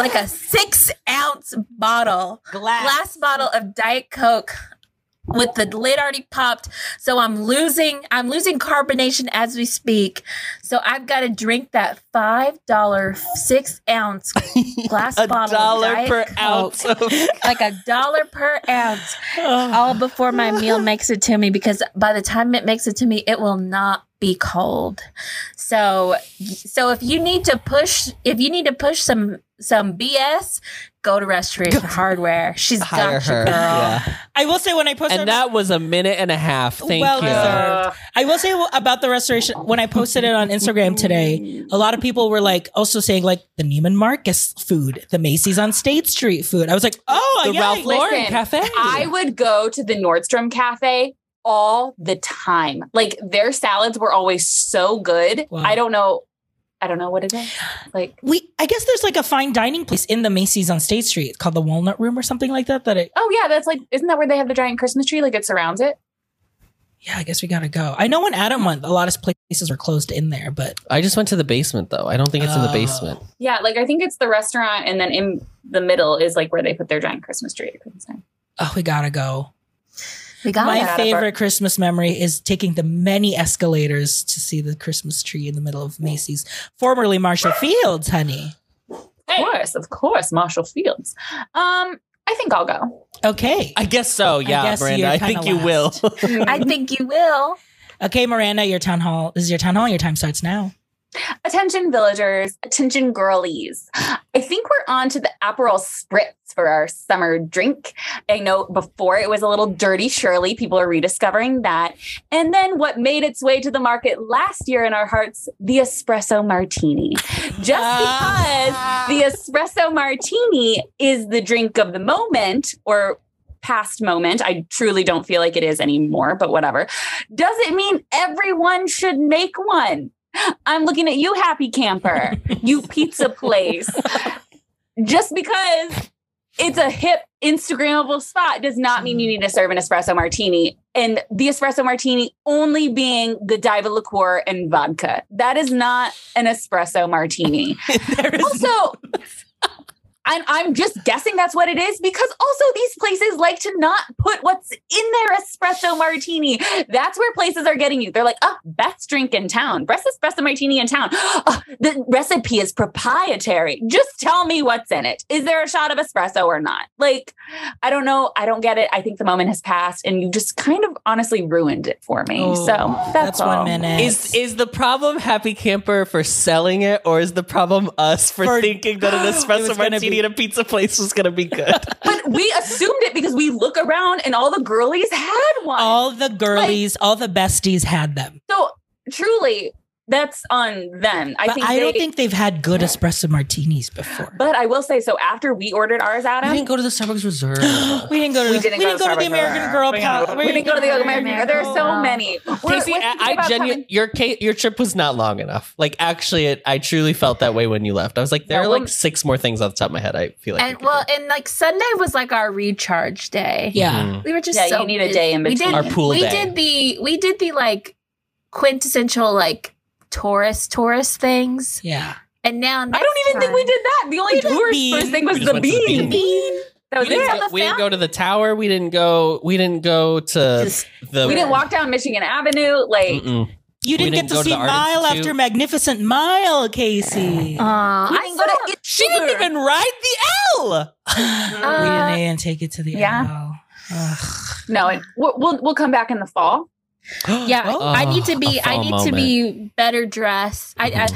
Speaker 4: like a six ounce bottle, glass bottle of Diet Coke with the lid already popped. So I'm losing, I'm losing carbonation as we speak. So I've got to drink that five dollar six ounce glass
Speaker 3: A
Speaker 4: bottle. of
Speaker 3: dollar
Speaker 4: Diet
Speaker 3: per
Speaker 4: Coke,
Speaker 3: ounce. Of-
Speaker 4: Like a dollar per ounce all before my meal makes it to me because by the time it makes it to me it will not be cold so so if you need to push if you need to push some some bs go to restoration hardware she's
Speaker 3: Hire
Speaker 4: got you
Speaker 3: her.
Speaker 4: girl
Speaker 3: Yeah.
Speaker 1: I will say when I posted
Speaker 3: And that was a minute and a half. Thank
Speaker 1: Well
Speaker 3: you.
Speaker 1: deserved.
Speaker 2: Uh,
Speaker 1: I will say about the restoration when I posted it on Instagram today. A lot of people were like also saying like the Neiman Marcus food, the Macy's on State Street food. I was like, oh
Speaker 3: The
Speaker 1: yeah,
Speaker 3: Ralph
Speaker 1: yeah.
Speaker 3: Lauren
Speaker 2: Listen,
Speaker 3: Cafe.
Speaker 2: I would go to the Nordstrom Cafe all the time. Like their salads were always so good.
Speaker 1: Wow.
Speaker 2: I don't know. I don't know what it is. Like,
Speaker 1: we. I guess there's like a fine dining place in the Macy's on State Street It's called the Walnut Room or something like that. That it,
Speaker 2: oh yeah, that's like, isn't that where they have the giant Christmas tree? Like it surrounds it.
Speaker 1: yeah, I guess we gotta go. I know when Adam went, a lot of places were closed in there, but
Speaker 3: I just went to the basement though. I don't think it's in the
Speaker 1: Oh.
Speaker 3: basement.
Speaker 2: Yeah, like I think it's the restaurant, and then in the middle is like where they put their giant Christmas tree at Christmas time.
Speaker 1: oh, we gotta go.
Speaker 4: we got
Speaker 1: My
Speaker 4: it.
Speaker 2: that.
Speaker 1: favorite Christmas memory is taking the many escalators to see the Christmas tree in the middle of Macy's, formerly Marshall Fields, honey.
Speaker 2: Of course, of course, Marshall Fields. Um, I think I'll go.
Speaker 1: Okay.
Speaker 3: I guess so. Yeah,
Speaker 1: guess
Speaker 3: Brenda.
Speaker 1: you're
Speaker 3: I
Speaker 1: kinda
Speaker 3: think you will.
Speaker 1: last.
Speaker 4: i think you will
Speaker 1: Okay, Miranda, your town hall. This is your town hall. Your time starts now.
Speaker 2: Attention villagers, attention girlies. I think we're on to the Aperol Spritz for our summer drink. I know before it was a little dirty, surely people are rediscovering that. And then what made its way to the market last year in our hearts, the espresso martini. Just because the espresso martini is the drink of the moment or past moment. I truly don't feel like it is anymore, but whatever. Does it mean everyone should make one? I'm looking at you, happy camper, you pizza place. Just because it's a hip Instagrammable spot does not mean you need to serve an espresso martini. And the espresso martini only being Godiva liqueur and vodka. That is not an espresso martini.
Speaker 1: There is
Speaker 2: Also, and I'm just guessing that's what it is because also these places like to not put what's in their espresso martini. That's where places are getting you. They're like, oh, best drink in town, best espresso martini in town. Oh, the recipe is proprietary. Just tell me what's in it. Is there a shot of espresso or not? Like, I don't know. I don't get it. I think the moment has passed and you just kind of honestly ruined it for me.
Speaker 1: Oh,
Speaker 2: so that's,
Speaker 1: that's
Speaker 2: all.
Speaker 1: one minute.
Speaker 3: Is is the problem Happy Camper for selling it, or is the problem us for,
Speaker 1: For-
Speaker 3: thinking that an
Speaker 1: It
Speaker 3: espresso
Speaker 1: was gonna
Speaker 3: martini
Speaker 1: be-
Speaker 3: at a pizza place was going to be good?
Speaker 2: But we assumed it because we look around and all the girlies had one.
Speaker 1: all the girlies, all the besties had them.
Speaker 2: So truly, that's on them. I
Speaker 1: But I,
Speaker 2: think.
Speaker 1: don't
Speaker 2: they-
Speaker 1: think they've had good espresso martinis before.
Speaker 2: But I will say, so after we ordered ours,
Speaker 3: I
Speaker 2: Adam,
Speaker 3: didn't go to the Starbucks Reserve.
Speaker 1: we didn't go to
Speaker 2: We
Speaker 1: the,
Speaker 2: didn't
Speaker 1: we
Speaker 2: go
Speaker 1: didn't go to
Speaker 2: to
Speaker 1: the
Speaker 2: Starbucks.
Speaker 1: American Girl
Speaker 3: We didn't
Speaker 1: Pop.
Speaker 3: go to-
Speaker 2: we didn't go to the American. Girl. There are so
Speaker 4: Wow.
Speaker 2: many. We're-
Speaker 3: Casey,
Speaker 2: we're thinking
Speaker 3: I, I
Speaker 2: about
Speaker 3: genuinely
Speaker 2: coming-
Speaker 3: your ca- your trip was not long enough. Like actually, it, I truly felt that way when you left. I was like, there
Speaker 2: Yeah,
Speaker 3: are
Speaker 2: well-
Speaker 3: like six more things off the top of my head. I feel like
Speaker 4: and
Speaker 3: we could
Speaker 4: well,
Speaker 3: do.
Speaker 4: and like Sunday was like our recharge day.
Speaker 1: Yeah.
Speaker 3: Mhm.
Speaker 4: We were just
Speaker 2: Yeah,
Speaker 4: so
Speaker 2: you need a
Speaker 4: busy.
Speaker 2: day in between.
Speaker 3: Our pool
Speaker 4: we
Speaker 3: day.
Speaker 4: did the we did the like quintessential like tourist tourist things,
Speaker 1: Yeah.
Speaker 4: and now
Speaker 2: I don't even think we did that. The only
Speaker 1: We did
Speaker 2: tourist
Speaker 1: bean.
Speaker 2: first thing was
Speaker 3: We just
Speaker 2: the
Speaker 3: went to the
Speaker 2: bean.
Speaker 3: bean.
Speaker 2: That was
Speaker 3: we, didn't
Speaker 2: it.
Speaker 3: go,
Speaker 4: the
Speaker 3: we didn't go to the tower. We didn't go. We didn't go to
Speaker 4: Just-
Speaker 3: the.
Speaker 2: We didn't walk down Michigan Avenue. Like
Speaker 3: Mm-mm.
Speaker 1: You didn't,
Speaker 3: didn't
Speaker 1: get to
Speaker 3: go to
Speaker 1: see
Speaker 3: the Art
Speaker 1: Mile
Speaker 3: Institute.
Speaker 1: after Magnificent Mile, Casey.
Speaker 2: we
Speaker 4: Aw, Uh, I
Speaker 2: didn't
Speaker 4: saw,
Speaker 2: go to it.
Speaker 3: She didn't even ride the L.
Speaker 1: we
Speaker 4: Uh,
Speaker 1: didn't even take it to the
Speaker 2: yeah.
Speaker 1: aisle. Ugh.
Speaker 2: No, it, we'll, we'll we'll come back in the fall.
Speaker 4: yeah,
Speaker 3: Oh,
Speaker 4: I need to
Speaker 3: a
Speaker 4: be I
Speaker 3: fall
Speaker 4: need to be better dressed. I, I
Speaker 3: Mhm.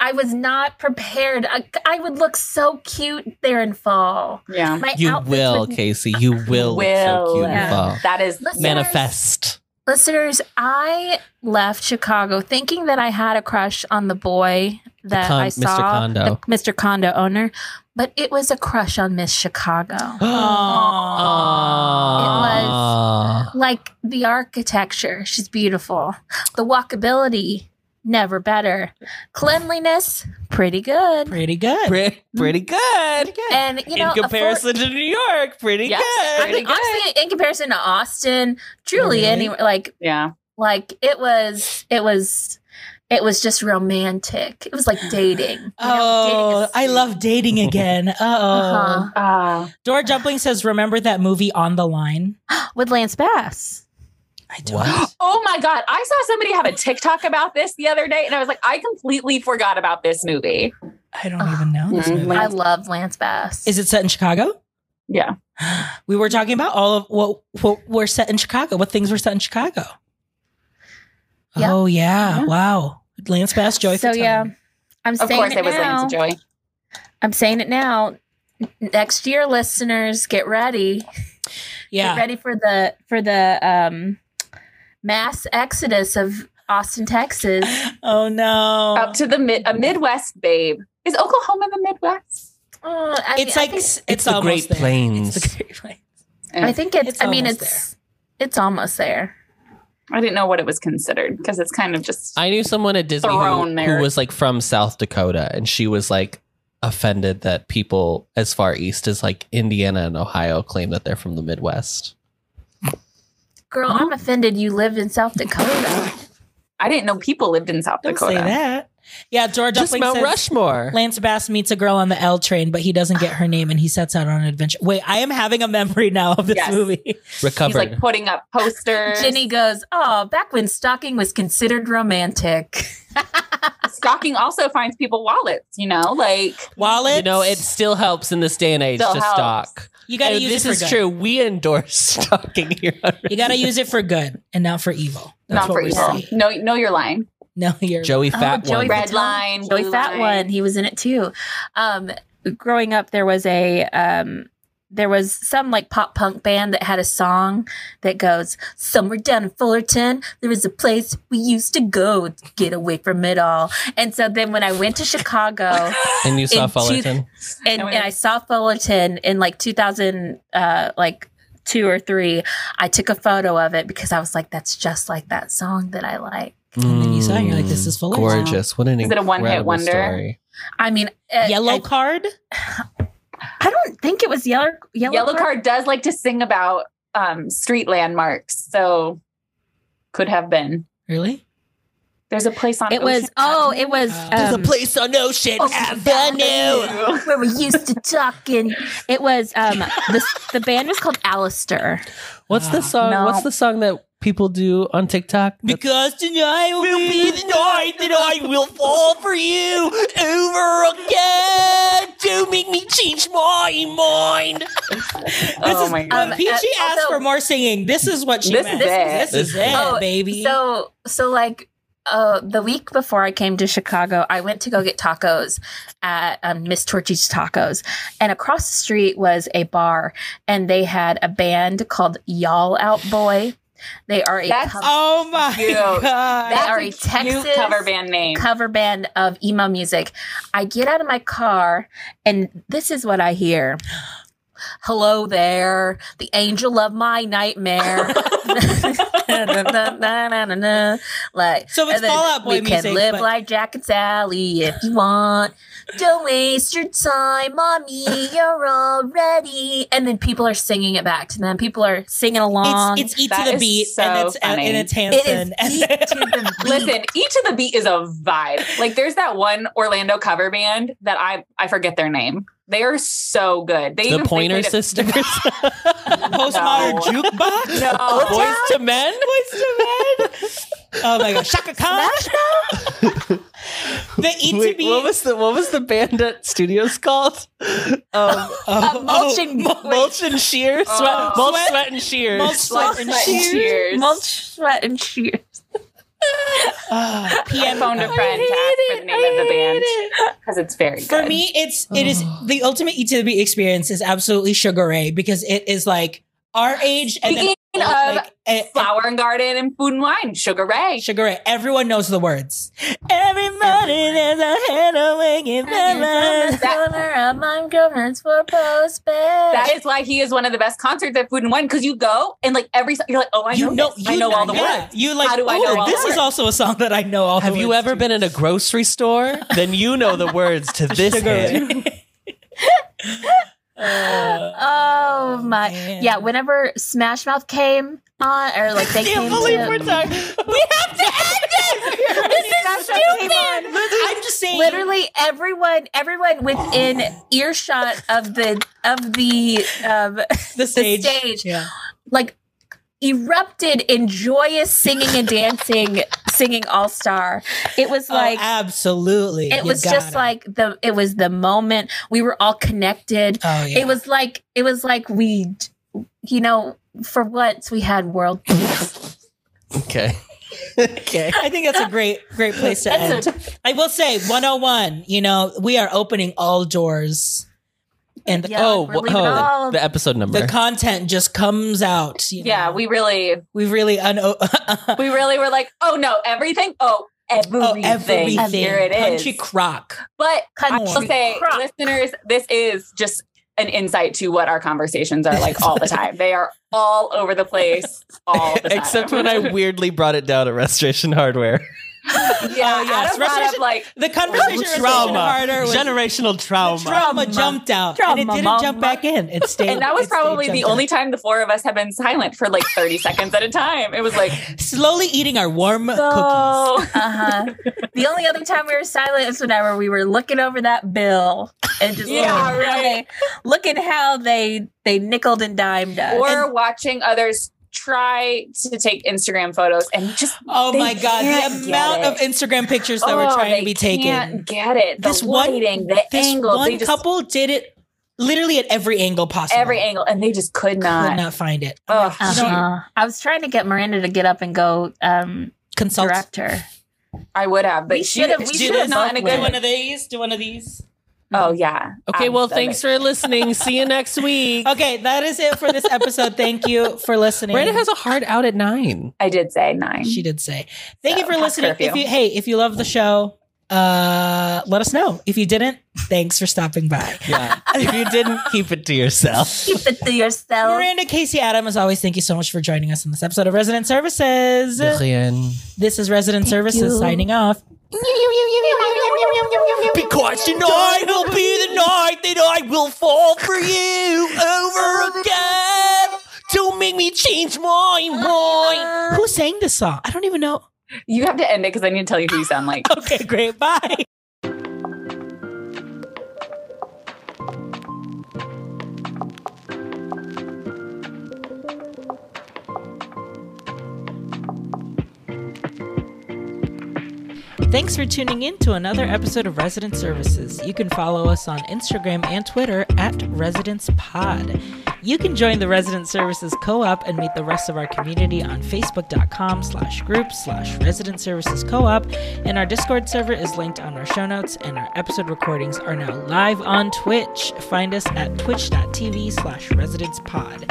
Speaker 4: I was not prepared. I, I would look so cute there in fall.
Speaker 2: Yeah,
Speaker 4: My
Speaker 3: You
Speaker 4: outfits
Speaker 3: will,
Speaker 4: would-
Speaker 3: Casey. You will. look
Speaker 2: Will.
Speaker 3: So cute
Speaker 4: Yeah.
Speaker 3: and fall.
Speaker 2: that is
Speaker 4: Listen-
Speaker 3: Manifest.
Speaker 4: Listeners, I left Chicago thinking that I had a crush on the boy that
Speaker 3: con-
Speaker 4: I
Speaker 3: Mr.
Speaker 4: saw,
Speaker 3: Condo.
Speaker 4: the Mr. Condo owner, but it was a crush on Miss Chicago.
Speaker 3: Aw.
Speaker 4: like the architecture, she's beautiful. The walkability, never better. Cleanliness, pretty good.
Speaker 1: Pretty good.
Speaker 3: Pre- Mm-hmm. pretty good.
Speaker 4: and you know,
Speaker 3: in comparison to New York, pretty
Speaker 2: Yes,
Speaker 3: good.
Speaker 4: afford- I mean, honestly, in comparison to Austin, truly,
Speaker 1: Really?
Speaker 4: anywhere like
Speaker 2: yeah.
Speaker 4: like it was, it was. It was just romantic. It was like dating. You know, dating
Speaker 1: Oh,
Speaker 4: is-
Speaker 1: I love dating again. Uh oh.
Speaker 4: Uh-huh.
Speaker 2: Uh,
Speaker 1: Dora Jumpling says, "Remember that movie On the Line?"
Speaker 4: with Lance Bass.
Speaker 1: I
Speaker 3: What?
Speaker 2: Oh my God. I saw somebody have a TikTok about this the other day, and I was like, I completely forgot about this movie.
Speaker 1: I don't even know this
Speaker 2: Mm,
Speaker 1: movie.
Speaker 4: I
Speaker 2: Lance-
Speaker 4: love Lance Bass.
Speaker 1: Is it set in Chicago?
Speaker 2: Yeah.
Speaker 1: We were talking about all of what what were set in Chicago. What things were set in Chicago?
Speaker 4: Yeah.
Speaker 1: Oh yeah!
Speaker 2: Yeah.
Speaker 1: Wow, Lance Bass, Joy.
Speaker 4: So
Speaker 1: Fatone.
Speaker 4: yeah, I'm
Speaker 2: Of
Speaker 4: saying
Speaker 2: course,
Speaker 4: it,
Speaker 2: it was
Speaker 4: now.
Speaker 2: Lance and Joey.
Speaker 4: I'm saying it now. N- Next year, listeners, get ready. Get
Speaker 1: yeah.
Speaker 4: ready for the for the um, mass exodus of Austin, Texas.
Speaker 1: Oh no!
Speaker 2: Up to the mid a Midwest babe. Is Oklahoma the Midwest?
Speaker 4: Oh, I mean,
Speaker 1: it's like
Speaker 4: I think,
Speaker 1: it's,
Speaker 3: the
Speaker 1: almost
Speaker 3: Great
Speaker 1: there.
Speaker 3: Plains.
Speaker 1: It's the Great Plains.
Speaker 4: I think it's.
Speaker 1: it's
Speaker 4: I mean,
Speaker 1: almost
Speaker 4: it's it's almost there.
Speaker 2: I didn't know what it was considered because it's kind of just
Speaker 3: I knew someone at Disney
Speaker 2: Thrown
Speaker 3: who,
Speaker 2: there.
Speaker 3: who was like from South Dakota, and she was like offended that people as far east as like Indiana and Ohio claim that they're from the Midwest.
Speaker 4: Girl, I'm offended. You lived in South Dakota.
Speaker 2: I didn't know people lived in South
Speaker 1: Don't
Speaker 2: Dakota.
Speaker 1: say that. Yeah, Dora
Speaker 3: Just
Speaker 1: Dumpling
Speaker 3: Mount
Speaker 1: says,
Speaker 3: Rushmore.
Speaker 1: Lance Bass meets a girl on the L train, but he doesn't get her name, and he sets out on an adventure. Wait, I am having a memory now of this
Speaker 2: Yes.
Speaker 1: movie.
Speaker 2: He's
Speaker 3: Recovered.
Speaker 2: like putting up posters.
Speaker 4: Jenny goes, "Oh, back when stalking was considered romantic."
Speaker 2: Stalking also finds people wallets, you know, like
Speaker 1: Wallets,
Speaker 3: you know, it still helps in this day and age
Speaker 2: Still
Speaker 3: to
Speaker 2: helps.
Speaker 3: stalk.
Speaker 1: You
Speaker 2: uh,
Speaker 1: gotta
Speaker 3: And
Speaker 1: use
Speaker 3: Oh, this
Speaker 1: it for
Speaker 3: is
Speaker 1: good.
Speaker 3: true. We endorse stalking here. on
Speaker 1: You gotta use it for good and not for evil. That's
Speaker 2: not
Speaker 1: what
Speaker 2: for
Speaker 1: we
Speaker 2: evil.
Speaker 1: say.
Speaker 2: No, know your line.
Speaker 1: No, you're
Speaker 3: Joey Fat
Speaker 4: Oh, Joey
Speaker 3: One.
Speaker 2: Red
Speaker 4: Fatone.
Speaker 2: line,
Speaker 4: Joey
Speaker 2: blue
Speaker 4: Fat
Speaker 2: line.
Speaker 4: One. He was in it too. Um, growing up, there was a um, there was some like pop punk band that had a song that goes somewhere down in Fullerton. There is a place we used to go to get away from it all. And so then when I went to Chicago
Speaker 3: and you saw
Speaker 4: in two-
Speaker 3: Fullerton.
Speaker 4: and,
Speaker 2: Oh my
Speaker 4: and
Speaker 2: God.
Speaker 4: I saw Fullerton in like 2000, uh, like two or three, I took a photo of it because I was like, that's just like that song that I like.
Speaker 1: And then you saw it and you're like, this is full of-
Speaker 3: Mm. gorgeous. What an
Speaker 2: Is it a one-hit
Speaker 3: incredible
Speaker 2: wonder?
Speaker 3: story.
Speaker 4: I mean, uh,
Speaker 1: Yellow
Speaker 4: I,
Speaker 1: card?
Speaker 4: I don't think it was yellow. Yellow,
Speaker 2: Yellow
Speaker 4: card.
Speaker 2: Card does like to sing about um, street landmarks, so could have been.
Speaker 1: Really?
Speaker 2: There's a place on
Speaker 4: It was.
Speaker 2: Ocean
Speaker 4: Oh, it was.
Speaker 1: Uh, There's
Speaker 4: um,
Speaker 1: a
Speaker 3: place on Ocean
Speaker 2: Oh,
Speaker 4: oh,
Speaker 2: Avenue.
Speaker 4: where we used to talk and it was um the, the band was called Alistair.
Speaker 3: What's the song?
Speaker 2: No.
Speaker 3: What's the song that people do on TikTok?
Speaker 1: Because tonight will be the
Speaker 3: night that I will fall for you over again. Do make me change my mind.
Speaker 2: Oh
Speaker 1: is,
Speaker 2: my
Speaker 1: when
Speaker 4: God.
Speaker 1: Peachy
Speaker 4: Um, uh,
Speaker 1: asked
Speaker 4: also-
Speaker 1: for more singing. This is what she
Speaker 2: This
Speaker 1: meant.
Speaker 2: is it.
Speaker 1: This is it,
Speaker 4: Oh,
Speaker 1: baby.
Speaker 4: So so like uh the week before I came to Chicago, I went to go get tacos at um, Miss Torchy's Tacos, and across the street was a bar, and they had a band called Y'all Out Boy. They are a
Speaker 2: That's
Speaker 4: co-
Speaker 1: oh my
Speaker 2: Dude,
Speaker 1: god.
Speaker 4: that-
Speaker 2: That's
Speaker 4: are
Speaker 2: a
Speaker 4: a
Speaker 2: cute
Speaker 4: Texas
Speaker 2: cover band name.
Speaker 4: cover band of emo music. I get out of my car, and this is what I hear. Hello there, the angel of my nightmare. Na-na-na-na-na-na. like
Speaker 1: So it's
Speaker 4: and then
Speaker 1: Fall Out Boy
Speaker 4: we
Speaker 1: music,
Speaker 4: can live
Speaker 1: but-
Speaker 4: like Jack and Sally if you want. Don't waste your time on me. You're already. And then people are singing it back to them. People are singing along.
Speaker 1: it's, it's eat
Speaker 2: That
Speaker 1: to the
Speaker 2: is
Speaker 1: beat,
Speaker 2: so
Speaker 1: and it's
Speaker 2: funny.
Speaker 1: and it's
Speaker 4: It is
Speaker 1: Hanson.
Speaker 4: beat to the beat.
Speaker 2: Listen, each of the beat is a vibe. Like there's that one Orlando cover band that I I forget their name. They are so good. They
Speaker 3: The
Speaker 2: even- they
Speaker 3: Pointer
Speaker 2: played it-
Speaker 3: Sisters.
Speaker 1: Postmodern
Speaker 2: No.
Speaker 1: jukebox.
Speaker 2: No,
Speaker 3: Boys to Men.
Speaker 1: Boys to men. Oh my god, Shaka Khan. the eat to
Speaker 3: Wait,
Speaker 1: beat.
Speaker 3: what was the what was the band at studios called? Um,
Speaker 1: oh,
Speaker 4: A mulching-
Speaker 1: oh, mul-
Speaker 3: mulch and shear, sweat,
Speaker 2: Oh.
Speaker 3: mulch,
Speaker 1: Uh, Sweat-
Speaker 3: sweat and shears.
Speaker 1: mulch,
Speaker 2: Blood,
Speaker 1: sweat, and
Speaker 2: Sweat, and
Speaker 1: Tears.
Speaker 2: Tears.
Speaker 4: Mulch, sweat, and cheers.
Speaker 1: Ah,
Speaker 2: I
Speaker 1: PM.
Speaker 2: phoned a friend to ask for the name of the band because it's very good.
Speaker 1: For me, it's it is the ultimate eat to the beat experience is absolutely Sugar Ray because it is like our age and then,
Speaker 2: Speaking of
Speaker 1: like, eh,
Speaker 2: Flower and Garden and Food and Wine, Sugar Ray.
Speaker 1: Sugar Ray. Everyone knows the words. Every morning there's a heroin in my life.
Speaker 2: That is why he is one of the best concerts at Food and Wine because you go and like every so- you're like, oh, I know,
Speaker 1: You know,
Speaker 2: this. I know all the
Speaker 1: yeah.
Speaker 2: words.
Speaker 1: You like,
Speaker 2: How do I know
Speaker 1: oh,
Speaker 2: all the
Speaker 1: this is
Speaker 2: words?
Speaker 1: also a song that I know all
Speaker 3: Have
Speaker 1: the
Speaker 3: you
Speaker 1: words
Speaker 3: ever
Speaker 1: to.
Speaker 3: been in a grocery store? then you know the words to this
Speaker 1: Sugar
Speaker 3: hit.
Speaker 1: Ray. Uh,
Speaker 4: Oh my!
Speaker 1: man.
Speaker 4: Yeah, whenever Smash Mouth came on, or like they
Speaker 1: Can't
Speaker 4: came
Speaker 1: believe
Speaker 4: to,
Speaker 1: we're talking. We have to end it. this is stupid. I'm just saying.
Speaker 4: literally everyone, everyone within earshot of the of the um,
Speaker 1: the stage.
Speaker 4: stage.
Speaker 1: Yeah.
Speaker 4: like erupted in joyous singing and dancing, singing All Star. It was like.
Speaker 1: oh, absolutely.
Speaker 4: it
Speaker 1: You
Speaker 4: was
Speaker 1: got
Speaker 4: just like the it was the moment we were all connected
Speaker 1: Oh yeah.
Speaker 4: it was like it was like we you know for once we had world peace
Speaker 3: Okay. okay.
Speaker 1: I think that's a great, great place to end.
Speaker 4: That's
Speaker 1: I will say 101, you know, we are opening all doors and the,
Speaker 4: Yeah,
Speaker 3: oh,
Speaker 4: we're
Speaker 3: wh-
Speaker 4: leaving
Speaker 3: oh
Speaker 4: all-
Speaker 3: the episode number.
Speaker 1: the content just comes out. you
Speaker 2: Yeah,
Speaker 1: know.
Speaker 2: we really,
Speaker 1: we really, un- oh,
Speaker 2: we really were like, oh no, everything, oh everything,
Speaker 1: oh, everything.
Speaker 2: here it is.
Speaker 1: Country crock.
Speaker 2: But I
Speaker 4: Country
Speaker 2: will say,
Speaker 4: crock.
Speaker 2: listeners, this is just an insight to what our conversations are like all the time. They are all over the place, all the time.
Speaker 3: Except when I weirdly brought it down at Restoration Hardware.
Speaker 2: yeah,
Speaker 1: Oh, yes.
Speaker 2: Adam brought up
Speaker 1: Restoration-
Speaker 2: like
Speaker 1: The conversation
Speaker 3: trauma.
Speaker 1: harder was
Speaker 3: Generational trauma.
Speaker 1: trauma jumped out and it
Speaker 4: Trauma,
Speaker 1: didn't jump
Speaker 4: mama.
Speaker 1: back in. It stayed.
Speaker 2: and that
Speaker 1: it
Speaker 2: was
Speaker 1: stayed
Speaker 2: probably the
Speaker 1: jumped out.
Speaker 2: only time the four of us have been silent for like 30 seconds at a time. It was like,
Speaker 1: slowly eating our warm cookies.
Speaker 2: so
Speaker 4: uh-huh the only other time we were silent is whenever we were looking over that bill and just
Speaker 2: Yeah,
Speaker 4: looking, how
Speaker 2: right.
Speaker 4: they, looking how they they nickled and dimed us
Speaker 2: we're watching others try to take Instagram photos and just
Speaker 1: Oh
Speaker 2: They
Speaker 1: my god, the
Speaker 2: can't get
Speaker 1: amount
Speaker 2: it.
Speaker 1: of Instagram pictures that were
Speaker 2: oh,
Speaker 1: trying
Speaker 2: they
Speaker 1: to be taken.
Speaker 2: Can't get it. The
Speaker 1: This one-
Speaker 2: lighting, the
Speaker 1: This
Speaker 2: angles,
Speaker 1: one
Speaker 2: they just
Speaker 1: couple did it literally at every angle possible.
Speaker 2: every angle, and they just could
Speaker 1: could
Speaker 2: not.
Speaker 1: not, find it.
Speaker 2: Ugh.
Speaker 1: You don't
Speaker 4: uh-huh. I was trying to get Miranda to get up and go um,
Speaker 1: consult.
Speaker 4: direct her.
Speaker 2: I would have, but
Speaker 4: We
Speaker 2: she,
Speaker 4: should've- we
Speaker 2: she
Speaker 1: should've
Speaker 2: was not in a
Speaker 4: both
Speaker 2: good
Speaker 4: went.
Speaker 2: one.
Speaker 1: of these. Do one of these.
Speaker 2: Oh yeah.
Speaker 3: Okay,
Speaker 2: Um,
Speaker 3: well,
Speaker 2: so
Speaker 3: thanks for listening. See you next week.
Speaker 1: Okay, that is it for this episode. Thank you for listening.
Speaker 3: Miranda has a hard out at nine.
Speaker 2: I did say nine.
Speaker 1: she did say. Thank you
Speaker 2: So,
Speaker 1: for
Speaker 2: past
Speaker 1: listening. If
Speaker 2: curfew.
Speaker 1: you hey, if you love the show, Uh, let us know. If you didn't, thanks for stopping by.
Speaker 3: Yeah. if you didn't, keep it to yourself.
Speaker 4: Keep it to yourself.
Speaker 1: Miranda Casey Adam, as always, thank you so much for joining us on this episode of Resident Services. This is Resident Services
Speaker 4: you.
Speaker 1: signing off.
Speaker 3: Because tonight will be the night that I will fall for you over again. Don't make me change my
Speaker 1: Who sang this song? I don't even know.
Speaker 2: You have to end it because I need to tell you who you sound like.
Speaker 1: Okay, great. Bye. Thanks for tuning in to another episode of Resident Services. You can follow us on Instagram and Twitter at Residence Pod. You can join the Resident Services Co-op and meet the rest of our community on Facebook.com slash group slash Resident Services Co-op. And our Discord server is linked on our show notes and our episode recordings are now live on Twitch. Find us at twitch.tv slash Residence Pod.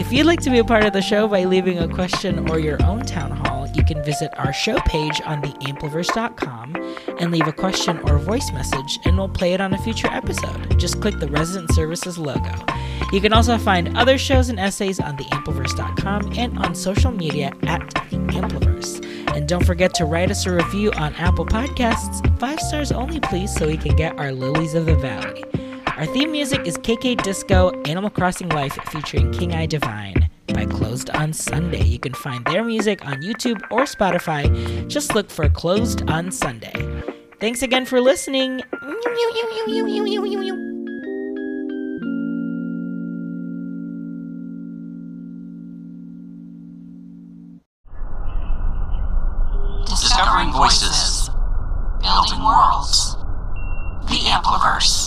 Speaker 1: If you'd like to be a part of the show by leaving a question or your own town hall, you can visit our show page on theampliverse.com and leave a question or voice message, and we'll play it on a future episode. Just click the Resident Services logo. You can also find other shows and essays on theampliverse.com and on social media at The Ampliverse. And don't forget to write us a review on Apple Podcasts, five stars only, please, so we can get our lilies of the valley. Our theme music is KK Disco Animal Crossing Life featuring King Eye Divine by Closed on Sunday. You can find their music on YouTube or Spotify. Just look for Closed on Sunday. Thanks again for listening.
Speaker 5: Discovering voices. Building worlds. The Ampliverse.